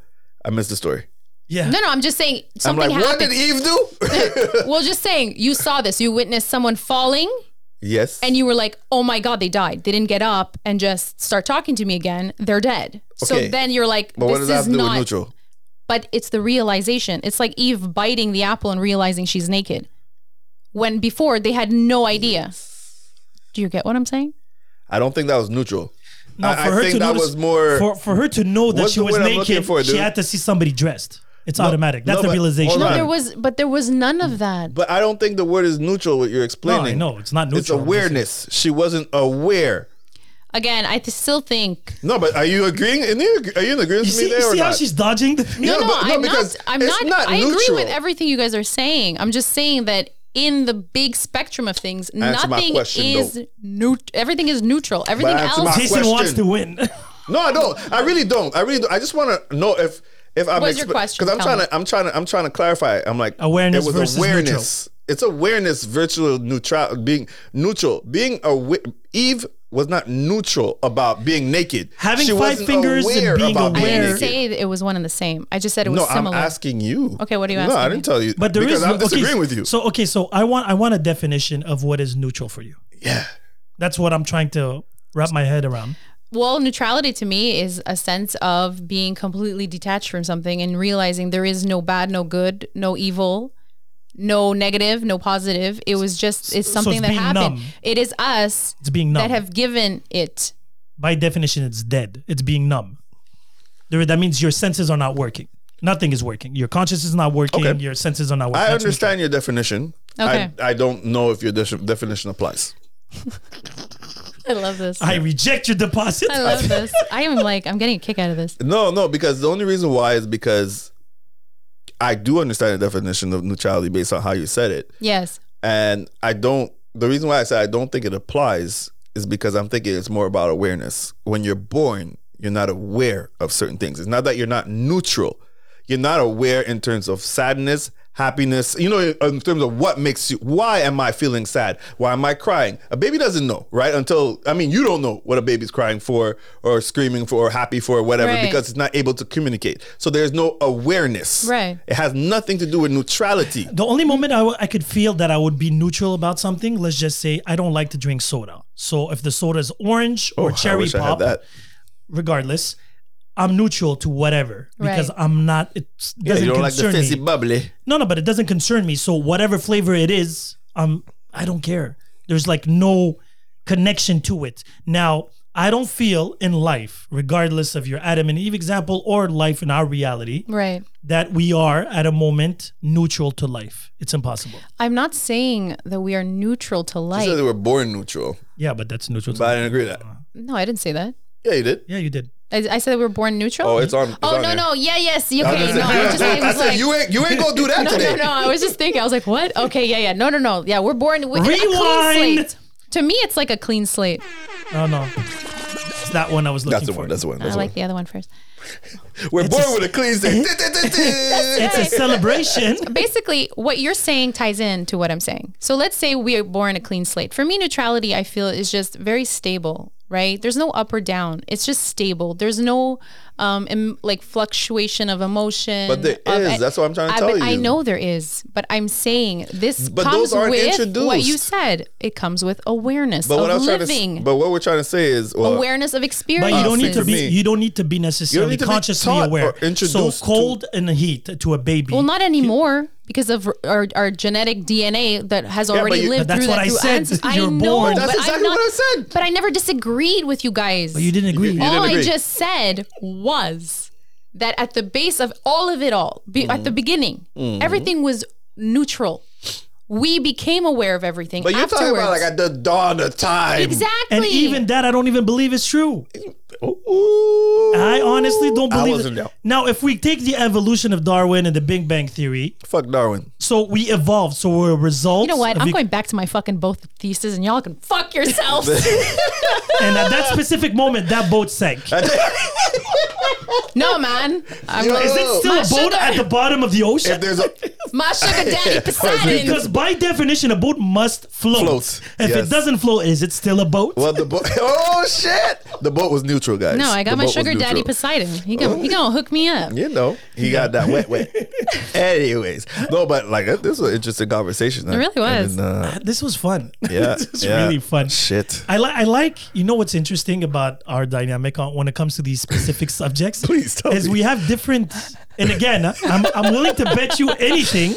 [SPEAKER 3] I missed the story.
[SPEAKER 4] yeah.
[SPEAKER 2] no no i'm just saying something
[SPEAKER 3] I'm like,
[SPEAKER 2] happened
[SPEAKER 3] what did Eve do?
[SPEAKER 2] well, just saying, you saw this. You witnessed someone falling.
[SPEAKER 3] Yes.
[SPEAKER 2] and you were like, "Oh my god, they died. They didn't get up and just start talking to me again. They're dead."
[SPEAKER 3] Okay.
[SPEAKER 2] So then you're like,
[SPEAKER 3] but what
[SPEAKER 2] "This
[SPEAKER 3] does that have
[SPEAKER 2] is
[SPEAKER 3] to do with
[SPEAKER 2] not."
[SPEAKER 3] neutral?
[SPEAKER 2] But it's the realization. It's like Eve biting the apple and realizing she's naked, when before they had no idea. Do you get what I'm saying?
[SPEAKER 3] I don't think that was neutral.
[SPEAKER 4] No,
[SPEAKER 3] I,
[SPEAKER 4] for
[SPEAKER 3] I
[SPEAKER 4] her
[SPEAKER 3] think
[SPEAKER 4] to
[SPEAKER 3] that
[SPEAKER 4] notice,
[SPEAKER 3] was more.
[SPEAKER 4] for for her to know that
[SPEAKER 3] What's
[SPEAKER 4] she
[SPEAKER 3] the
[SPEAKER 4] was
[SPEAKER 3] word I'm looking
[SPEAKER 4] naked.
[SPEAKER 3] for,
[SPEAKER 4] she
[SPEAKER 3] dude?
[SPEAKER 4] had to see somebody dressed. It's automatic. That's
[SPEAKER 3] no,
[SPEAKER 4] the
[SPEAKER 3] but-
[SPEAKER 4] realization.
[SPEAKER 3] hold
[SPEAKER 2] No,
[SPEAKER 3] on.
[SPEAKER 2] there was, but there was none of that.
[SPEAKER 3] but I don't think the word is neutral. What you're
[SPEAKER 4] No,
[SPEAKER 3] explaining.
[SPEAKER 4] I know it's not neutral.
[SPEAKER 3] It's
[SPEAKER 4] I'm just saying-
[SPEAKER 3] awareness. She wasn't aware.
[SPEAKER 2] Again, I th- still think
[SPEAKER 3] No, but are you agreeing? Are you, are you in agreement
[SPEAKER 4] You
[SPEAKER 3] with me
[SPEAKER 4] see, you
[SPEAKER 3] there or
[SPEAKER 4] see how
[SPEAKER 3] not?
[SPEAKER 4] she's dodging?
[SPEAKER 2] No,
[SPEAKER 3] Yeah,
[SPEAKER 2] no,
[SPEAKER 3] but- no,
[SPEAKER 2] I'm
[SPEAKER 3] because
[SPEAKER 2] not. I'm
[SPEAKER 3] it's
[SPEAKER 2] not.
[SPEAKER 3] not
[SPEAKER 2] I agree
[SPEAKER 3] neutral.
[SPEAKER 2] with everything you guys are saying. I'm just saying that in the big spectrum of things,
[SPEAKER 3] Answer my
[SPEAKER 2] nothing
[SPEAKER 3] question,
[SPEAKER 2] is neut- Everything is neutral. Everything
[SPEAKER 3] answer my
[SPEAKER 2] else
[SPEAKER 4] Jason wants
[SPEAKER 3] question.
[SPEAKER 4] to win.
[SPEAKER 3] No, I don't. I really don't. I really. Don't. I just want to know if if I'm
[SPEAKER 2] What's your question?
[SPEAKER 3] because I'm
[SPEAKER 2] Tell
[SPEAKER 3] trying
[SPEAKER 2] me.
[SPEAKER 3] to I'm trying to I'm trying to clarify. I'm like
[SPEAKER 4] Awareness
[SPEAKER 3] It was
[SPEAKER 4] versus
[SPEAKER 3] awareness. It's awareness. Virtual neutral. Being neutral. Being aware. Eve was not neutral about being naked.
[SPEAKER 4] Having five
[SPEAKER 3] wasn't
[SPEAKER 4] fingers and being
[SPEAKER 2] I
[SPEAKER 4] aware-
[SPEAKER 2] didn't
[SPEAKER 4] Where-
[SPEAKER 2] say that it was one and the same. I just said it was
[SPEAKER 3] No,
[SPEAKER 2] similar.
[SPEAKER 3] I'm asking you.
[SPEAKER 2] Okay, what are you
[SPEAKER 3] No, I
[SPEAKER 2] asking
[SPEAKER 3] didn't
[SPEAKER 2] me?
[SPEAKER 3] tell you.
[SPEAKER 4] But there is
[SPEAKER 3] because
[SPEAKER 4] no-
[SPEAKER 3] I'm disagreeing
[SPEAKER 4] okay,
[SPEAKER 3] with you.
[SPEAKER 4] So okay, so I want I want a definition of what is neutral for you.
[SPEAKER 3] yeah.
[SPEAKER 4] That's what I'm trying to wrap my head around.
[SPEAKER 2] well, neutrality to me is a sense of being completely detached from something and realizing there is no bad, no good, no evil, no negative, no positive. It was just it's
[SPEAKER 4] so
[SPEAKER 2] something
[SPEAKER 4] it's
[SPEAKER 2] that
[SPEAKER 4] being
[SPEAKER 2] happened.
[SPEAKER 4] numb.
[SPEAKER 2] It is us
[SPEAKER 4] It's being numb.
[SPEAKER 2] that have given it.
[SPEAKER 4] By definition, it's dead. It's being numb. There, that means your senses are not working. Nothing is working. Your conscious is not working.
[SPEAKER 3] Okay.
[SPEAKER 4] Your senses are not
[SPEAKER 3] I
[SPEAKER 4] working. That's neutral.
[SPEAKER 3] understand your definition.
[SPEAKER 2] Okay.
[SPEAKER 3] I, I don't know if your de- definition applies.
[SPEAKER 2] I love this.
[SPEAKER 4] I reject your deposit.
[SPEAKER 2] I love this. I am like, I'm getting a kick out of this.
[SPEAKER 3] No, no, because the only reason why is because I do understand the definition of neutrality based on how you said it.
[SPEAKER 2] Yes.
[SPEAKER 3] And I don't, the reason why I say I don't think it applies is because I'm thinking it's more about awareness. When you're born, you're not aware of certain things. It's not that you're not neutral, you're not aware in terms of sadness. Happiness, you know, in terms of what makes you, why am I feeling sad? Why am I crying? A baby doesn't know, right? Until, I mean, you don't know what a baby's crying for or screaming for or happy for or whatever
[SPEAKER 2] Right.
[SPEAKER 3] because it's not able to communicate. So there's no awareness.
[SPEAKER 2] Right.
[SPEAKER 3] It has nothing to do with neutrality.
[SPEAKER 4] The only moment I, w- I could feel that I would be neutral about something, let's just say I don't like to drink soda. So if the soda is orange or
[SPEAKER 3] Oh, I
[SPEAKER 4] cherry
[SPEAKER 3] wish I had
[SPEAKER 4] pop,
[SPEAKER 3] that.
[SPEAKER 4] regardless, I'm neutral to whatever because
[SPEAKER 2] Right.
[SPEAKER 4] I'm not. It
[SPEAKER 3] Yeah,
[SPEAKER 4] doesn't
[SPEAKER 3] you don't like the
[SPEAKER 4] concern
[SPEAKER 3] fancy
[SPEAKER 4] me.
[SPEAKER 3] bubbly.
[SPEAKER 4] No, no, but it doesn't concern me. So whatever flavor it is, um, I don't care. There's like no connection to it. Now, I don't feel in life, regardless of your Adam and Eve example or life in our reality,
[SPEAKER 2] Right.
[SPEAKER 4] that we are at a moment neutral to life. It's impossible.
[SPEAKER 2] I'm not saying that we are neutral to
[SPEAKER 3] You said they
[SPEAKER 2] light.
[SPEAKER 3] were born neutral,
[SPEAKER 4] Yeah, but that's neutral. To
[SPEAKER 3] but I
[SPEAKER 4] life.
[SPEAKER 3] didn't agree with that.
[SPEAKER 2] No, I didn't say that.
[SPEAKER 3] Yeah, you did.
[SPEAKER 4] Yeah, you did.
[SPEAKER 2] I, I said we were born neutral.
[SPEAKER 3] Oh, it's on- it's
[SPEAKER 2] oh
[SPEAKER 3] on
[SPEAKER 2] no,
[SPEAKER 3] here.
[SPEAKER 2] no, yeah, yes, okay.
[SPEAKER 3] I was
[SPEAKER 2] no,
[SPEAKER 3] gonna
[SPEAKER 2] I
[SPEAKER 3] say-
[SPEAKER 2] was just I
[SPEAKER 3] I
[SPEAKER 2] was
[SPEAKER 3] said,
[SPEAKER 2] like,
[SPEAKER 3] you ain't you ain't gonna do that
[SPEAKER 2] no,
[SPEAKER 3] today.
[SPEAKER 2] no, no. I was just thinking. I was like, what? Okay, yeah, yeah. No, no, no. Yeah, we're born with a clean
[SPEAKER 4] Rewind.
[SPEAKER 2] slate. To me, it's like a clean slate.
[SPEAKER 4] No, no. It's that one I was looking
[SPEAKER 3] That's the
[SPEAKER 4] for.
[SPEAKER 3] one. That's the one. That's
[SPEAKER 2] I
[SPEAKER 3] the
[SPEAKER 2] like the other one first.
[SPEAKER 3] one. We're born
[SPEAKER 4] a-
[SPEAKER 3] with a clean slate.
[SPEAKER 4] it's a celebration.
[SPEAKER 2] Basically, what you're saying ties in to what I'm saying. So let's say we are born a clean slate. For me, neutrality, I feel, is just very stable, right? There's no up or down. It's just stable. There's no um, em- like fluctuation of emotion.
[SPEAKER 3] But there
[SPEAKER 2] of-
[SPEAKER 3] is. That's what I'm trying to
[SPEAKER 2] I,
[SPEAKER 3] tell
[SPEAKER 2] but I
[SPEAKER 3] you.
[SPEAKER 2] know there is, but I'm saying this
[SPEAKER 3] But
[SPEAKER 2] comes
[SPEAKER 3] those aren't
[SPEAKER 2] with what
[SPEAKER 3] introduced.
[SPEAKER 2] you said. It comes with awareness
[SPEAKER 3] But
[SPEAKER 2] of
[SPEAKER 3] what I was trying to,
[SPEAKER 2] living,
[SPEAKER 3] s- but uh, what we're trying to say is, well,
[SPEAKER 2] awareness of experience.
[SPEAKER 4] But you don't need to
[SPEAKER 3] for
[SPEAKER 4] be.
[SPEAKER 3] me.
[SPEAKER 4] You don't need to be necessarily
[SPEAKER 3] to be
[SPEAKER 4] consciously
[SPEAKER 3] taught
[SPEAKER 4] aware.
[SPEAKER 3] or introduced
[SPEAKER 4] so cold and heat to a baby.
[SPEAKER 2] Well, not anymore because of our, our genetic DNA that has
[SPEAKER 3] but
[SPEAKER 2] already
[SPEAKER 3] you-
[SPEAKER 2] lived
[SPEAKER 4] But that's
[SPEAKER 2] through
[SPEAKER 4] what
[SPEAKER 2] that
[SPEAKER 4] I
[SPEAKER 2] through
[SPEAKER 4] said.
[SPEAKER 2] ancestors. I
[SPEAKER 4] You're
[SPEAKER 2] know,
[SPEAKER 4] born.
[SPEAKER 2] but
[SPEAKER 3] That's
[SPEAKER 2] I'm
[SPEAKER 3] exactly
[SPEAKER 2] not-
[SPEAKER 3] what I said.
[SPEAKER 2] But I never disagreed with you guys.
[SPEAKER 4] you didn't agree.
[SPEAKER 3] you
[SPEAKER 2] all
[SPEAKER 3] didn't
[SPEAKER 2] I
[SPEAKER 3] agree.
[SPEAKER 2] just said was that at the base of all of it all, be, at
[SPEAKER 4] Mm-hmm.
[SPEAKER 2] the beginning, everything was neutral. We became aware of everything
[SPEAKER 3] but you're
[SPEAKER 2] afterwards.
[SPEAKER 3] talking about like at the dawn of time.
[SPEAKER 2] exactly.
[SPEAKER 4] and even that, I don't even believe is true.
[SPEAKER 3] Ooh.
[SPEAKER 4] I honestly don't
[SPEAKER 3] I
[SPEAKER 4] believe.
[SPEAKER 3] wasn't
[SPEAKER 4] it.
[SPEAKER 3] there.
[SPEAKER 4] Now, if we take the evolution of Darwin and the Big Bang theory,
[SPEAKER 3] Fuck Darwin.
[SPEAKER 4] so we evolved. So we're a result.
[SPEAKER 2] you know what?
[SPEAKER 4] of
[SPEAKER 2] I'm
[SPEAKER 4] the-
[SPEAKER 2] going back to my fucking both theses, and y'all can fuck yourselves.
[SPEAKER 4] And at that specific moment, that boat sank. Is
[SPEAKER 2] no, man. I'm like,
[SPEAKER 3] Yo.
[SPEAKER 4] it still
[SPEAKER 2] My
[SPEAKER 4] a boat
[SPEAKER 2] sugar.
[SPEAKER 4] at the bottom of the
[SPEAKER 3] If
[SPEAKER 4] ocean?
[SPEAKER 3] there's a
[SPEAKER 2] My sugar daddy Poseidon.
[SPEAKER 4] Because by definition, a boat must float.
[SPEAKER 3] Float,
[SPEAKER 4] If
[SPEAKER 3] yes.
[SPEAKER 4] it doesn't float, is it still a boat?
[SPEAKER 3] Well, the boat. Oh shit! The boat was neutral, guys.
[SPEAKER 2] No, I got
[SPEAKER 3] The
[SPEAKER 2] my
[SPEAKER 3] boat was
[SPEAKER 2] sugar daddy
[SPEAKER 3] neutral.
[SPEAKER 2] Poseidon. He going
[SPEAKER 4] Oh.
[SPEAKER 2] he gonna hook me up.
[SPEAKER 3] You know, he got that wet, wet. Anyways, no, but like this was an interesting conversation. It
[SPEAKER 2] really was.
[SPEAKER 4] this was fun.
[SPEAKER 3] yeah,
[SPEAKER 4] this was
[SPEAKER 3] yeah.
[SPEAKER 4] really fun.
[SPEAKER 3] Shit.
[SPEAKER 4] I like. I like. You know what's interesting about our dynamic on, when it comes to these specific subjects?
[SPEAKER 3] Please tell
[SPEAKER 4] is
[SPEAKER 3] me.
[SPEAKER 4] we have different. And again, uh, I'm I'm willing to bet you anything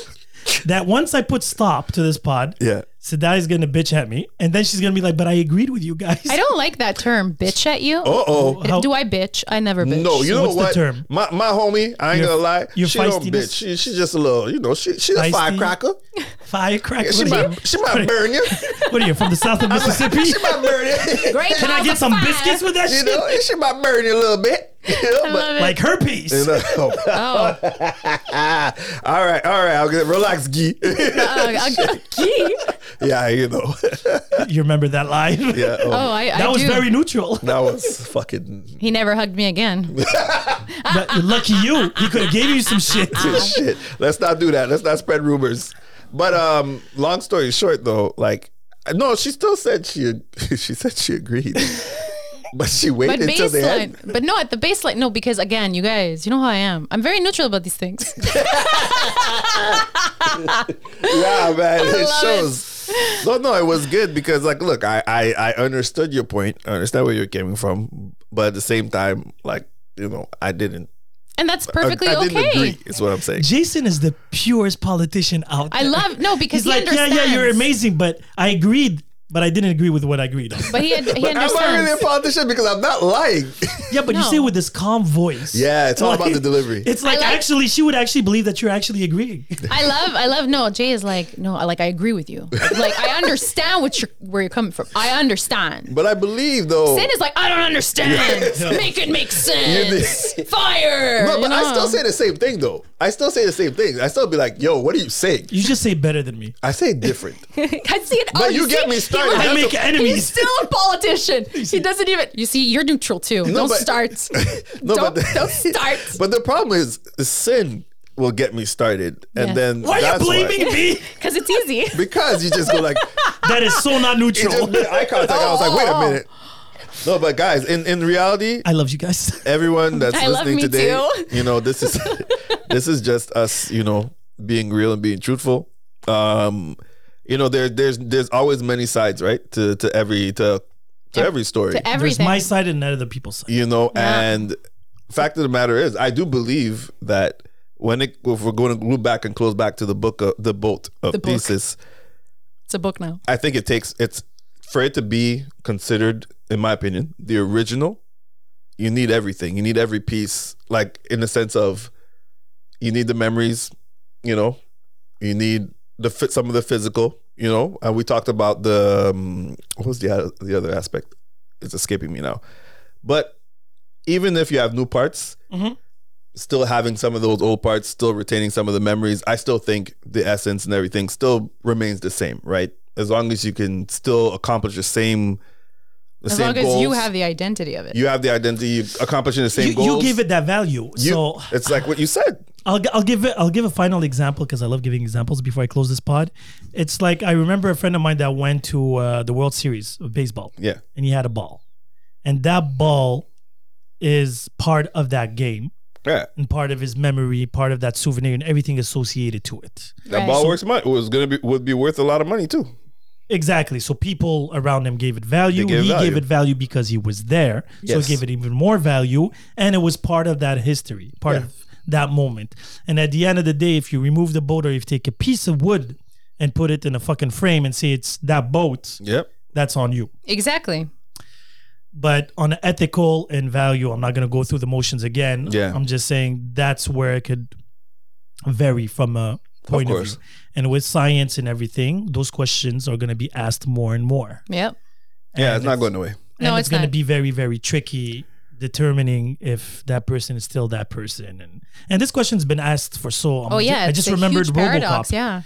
[SPEAKER 4] that once I put stop to this pod,
[SPEAKER 3] Yeah.
[SPEAKER 4] Sadai is gonna bitch at me, and then she's gonna be like, "But I agreed with you guys."
[SPEAKER 2] I don't like that term, bitch at you.
[SPEAKER 3] Uh oh.
[SPEAKER 4] How-
[SPEAKER 2] Do I bitch? I never bitch.
[SPEAKER 3] No, you know
[SPEAKER 4] what's the
[SPEAKER 3] what?
[SPEAKER 4] term?
[SPEAKER 3] My my homie, I ain't
[SPEAKER 4] Your-
[SPEAKER 3] gonna lie.
[SPEAKER 4] your
[SPEAKER 3] She don't
[SPEAKER 4] feistiness?
[SPEAKER 3] bitch. She, she's just a little, you know. She she's a
[SPEAKER 4] Feisty?
[SPEAKER 3] firecracker.
[SPEAKER 4] Firecracker.
[SPEAKER 3] She
[SPEAKER 4] What are you-
[SPEAKER 3] might she might burn you.
[SPEAKER 4] What are you from the south of Mississippi?
[SPEAKER 3] she might burn you.
[SPEAKER 2] Great.
[SPEAKER 4] Can I get some biscuits with that
[SPEAKER 3] You
[SPEAKER 4] shit?
[SPEAKER 3] know, she might burn you a little bit. You know,
[SPEAKER 2] I
[SPEAKER 3] but
[SPEAKER 2] love it.
[SPEAKER 4] Like herpes.
[SPEAKER 3] you know.
[SPEAKER 2] oh,
[SPEAKER 3] all right, all right. I'll get relax, Gee.
[SPEAKER 4] Oh,
[SPEAKER 2] uh, uh, gee.
[SPEAKER 3] yeah, you know.
[SPEAKER 4] You remember that line?
[SPEAKER 3] yeah,
[SPEAKER 2] Oh,
[SPEAKER 3] oh,
[SPEAKER 2] I, I
[SPEAKER 4] That was
[SPEAKER 2] do.
[SPEAKER 4] very neutral.
[SPEAKER 3] that was fucking
[SPEAKER 2] he never hugged me again.
[SPEAKER 4] But lucky you. He could have gave you some shit.
[SPEAKER 3] shit. Let's not do that. Let's not spread rumors. But um, long story short, though, like no, she still said she she said she agreed, but she
[SPEAKER 2] But
[SPEAKER 3] waited till the end.
[SPEAKER 2] baseline, but no, at the baseline, no, because again, you guys, you know how I am. I'm very neutral about these things.
[SPEAKER 3] yeah, man, it
[SPEAKER 2] love
[SPEAKER 3] shows. No, no, it was good because, like, look, I, I, I understood your point. I understand where you're coming from, but at the same time, like, you know, I didn't.
[SPEAKER 2] And that's
[SPEAKER 3] I-
[SPEAKER 2] perfectly
[SPEAKER 3] I, didn't
[SPEAKER 2] okay.
[SPEAKER 3] agree. Is what I'm saying.
[SPEAKER 4] Jason is the purest politician out there.
[SPEAKER 2] I love no because
[SPEAKER 4] He's
[SPEAKER 2] he
[SPEAKER 4] like,
[SPEAKER 2] understands.
[SPEAKER 4] yeah, yeah, you're amazing, but I agreed, but I didn't agree with what I agreed on.
[SPEAKER 2] But he, had, he
[SPEAKER 3] But am I really a
[SPEAKER 2] understands.
[SPEAKER 3] politician? Because I'm not lying.
[SPEAKER 4] yeah, but
[SPEAKER 2] No.
[SPEAKER 4] you say with this calm voice.
[SPEAKER 3] yeah, it's all about the delivery.
[SPEAKER 4] It's like,
[SPEAKER 2] like-
[SPEAKER 4] actually, she would actually believe that you're actually agreeing.
[SPEAKER 2] I love, I love. No, Jay is like, no, I- like I agree with you. Like I understand what you're, where you're coming from. I understand.
[SPEAKER 3] But I believe though.
[SPEAKER 2] Sin is like, I don't understand. Make it make sense. Fire.
[SPEAKER 3] No, but
[SPEAKER 2] you
[SPEAKER 3] I still
[SPEAKER 2] know?
[SPEAKER 3] say the same thing though. I still say the same thing. I still be like, yo, what are you saying?
[SPEAKER 4] You just say better than me.
[SPEAKER 3] I say different.
[SPEAKER 2] I see it.
[SPEAKER 3] But
[SPEAKER 2] oh,
[SPEAKER 3] you get
[SPEAKER 2] see?
[SPEAKER 3] me
[SPEAKER 2] He
[SPEAKER 3] started.
[SPEAKER 2] was-
[SPEAKER 4] I
[SPEAKER 3] That's
[SPEAKER 4] make
[SPEAKER 3] a-
[SPEAKER 2] He's
[SPEAKER 4] enemies.
[SPEAKER 2] still a politician. He doesn't even. You see, you're neutral too. don't
[SPEAKER 3] but-
[SPEAKER 2] start.
[SPEAKER 3] No,
[SPEAKER 2] don't,
[SPEAKER 3] but-
[SPEAKER 2] don't start.
[SPEAKER 3] But the problem is, sin will get me started, and
[SPEAKER 2] Yeah.
[SPEAKER 3] then
[SPEAKER 4] Why are you
[SPEAKER 3] that's
[SPEAKER 4] blaming me?
[SPEAKER 2] Because it's easy.
[SPEAKER 3] Because you just go like,
[SPEAKER 4] That is so not
[SPEAKER 3] it
[SPEAKER 4] neutral.
[SPEAKER 3] just made eye contact. I was like, wait
[SPEAKER 2] Oh.
[SPEAKER 3] a minute. No, but guys, in in reality,
[SPEAKER 4] I love you guys.
[SPEAKER 3] everyone that's
[SPEAKER 2] I love
[SPEAKER 3] listening
[SPEAKER 2] me
[SPEAKER 3] today,
[SPEAKER 2] too.
[SPEAKER 3] you know, this is this is just us, you know, being real and being truthful. Um, you know, there there's there's always many sides, right? To to every to to every story.
[SPEAKER 2] To
[SPEAKER 4] There's
[SPEAKER 2] everything.
[SPEAKER 4] my side and another people's side.
[SPEAKER 3] you know and fact of the matter is i do believe that when it if we're going to loop back and close back to the book of the boat of
[SPEAKER 2] The book.
[SPEAKER 3] thesis
[SPEAKER 2] it's a book now.
[SPEAKER 3] i think it takes it's for it to be considered in my opinion the original you need everything you need every piece like in the sense of you need the memories you know you need the fit some of the physical you know and we talked about the um, what was the, other- the other aspect it's escaping me now but even if you have new parts
[SPEAKER 2] Mm-hmm.
[SPEAKER 4] Mhm.
[SPEAKER 3] still having some of those old parts still retaining some of the memories i still think the essence and everything still remains the same right as long as you can still accomplish the same the
[SPEAKER 2] As
[SPEAKER 3] same
[SPEAKER 2] long as you
[SPEAKER 3] goals,
[SPEAKER 2] have the identity of it.
[SPEAKER 3] you have the identity you accomplishing the same
[SPEAKER 4] You, you
[SPEAKER 3] goals
[SPEAKER 4] gave it that value.
[SPEAKER 3] You-
[SPEAKER 4] so
[SPEAKER 3] it's like what you said
[SPEAKER 4] I'll, gi- I'll give it I'll give a final example because I love giving examples before I close this pod. It's like I remember a friend of mine that went to uh, the World Series of baseball
[SPEAKER 3] yeah
[SPEAKER 4] and he had a ball, and that ball is part of that game
[SPEAKER 3] yeah
[SPEAKER 4] and part of his memory, part of that souvenir, and everything associated to it.
[SPEAKER 3] that
[SPEAKER 2] Right.
[SPEAKER 3] ball
[SPEAKER 2] So-
[SPEAKER 3] works money was gonna be would be worth a lot of money too
[SPEAKER 4] Exactly. So people around him gave it value.
[SPEAKER 3] They gave
[SPEAKER 4] he
[SPEAKER 3] value.
[SPEAKER 4] gave it value because he was there.
[SPEAKER 3] Yes.
[SPEAKER 4] So he gave it even more value. And it was part of that history, part
[SPEAKER 3] Yeah.
[SPEAKER 4] of that moment. And at the end of the day, if you remove the boat or if you take a piece of wood and put it in a fucking frame and say it's that boat,
[SPEAKER 3] yep
[SPEAKER 4] that's on you.
[SPEAKER 2] Exactly.
[SPEAKER 4] But on ethical and value, I'm not going to go through the motions again.
[SPEAKER 3] Yeah.
[SPEAKER 4] I'm just saying that's where it could vary from a point of,
[SPEAKER 3] course.
[SPEAKER 4] view. And with science and everything, those questions are going to be asked more and more.
[SPEAKER 2] Yep.
[SPEAKER 3] yeah
[SPEAKER 4] And
[SPEAKER 3] it's not going away
[SPEAKER 4] and
[SPEAKER 2] No,
[SPEAKER 4] it's,
[SPEAKER 2] it's
[SPEAKER 4] going to
[SPEAKER 2] not.
[SPEAKER 4] be very very tricky determining if that person is still that person and and this question's been asked for so long.
[SPEAKER 2] Oh yeah.
[SPEAKER 4] I
[SPEAKER 2] it's
[SPEAKER 4] just
[SPEAKER 2] a
[SPEAKER 4] remembered
[SPEAKER 2] huge
[SPEAKER 4] RoboCop
[SPEAKER 2] paradox. Yeah.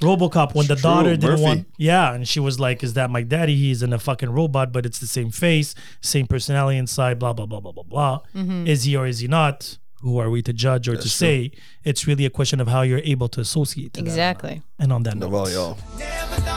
[SPEAKER 4] RoboCop when the
[SPEAKER 3] True,
[SPEAKER 4] daughter didn't
[SPEAKER 3] Murphy.
[SPEAKER 4] want yeah and she was like is that my daddy he's in a fucking robot
[SPEAKER 2] Mm-hmm.
[SPEAKER 4] but it's the same face same personality inside blah blah blah blah blah blah is he or is he not who are we to judge or to say? It's really a question of how you're able to associate. To that.
[SPEAKER 2] Exactly.
[SPEAKER 4] And on that note,
[SPEAKER 3] Naval, y'all.
[SPEAKER 1] Never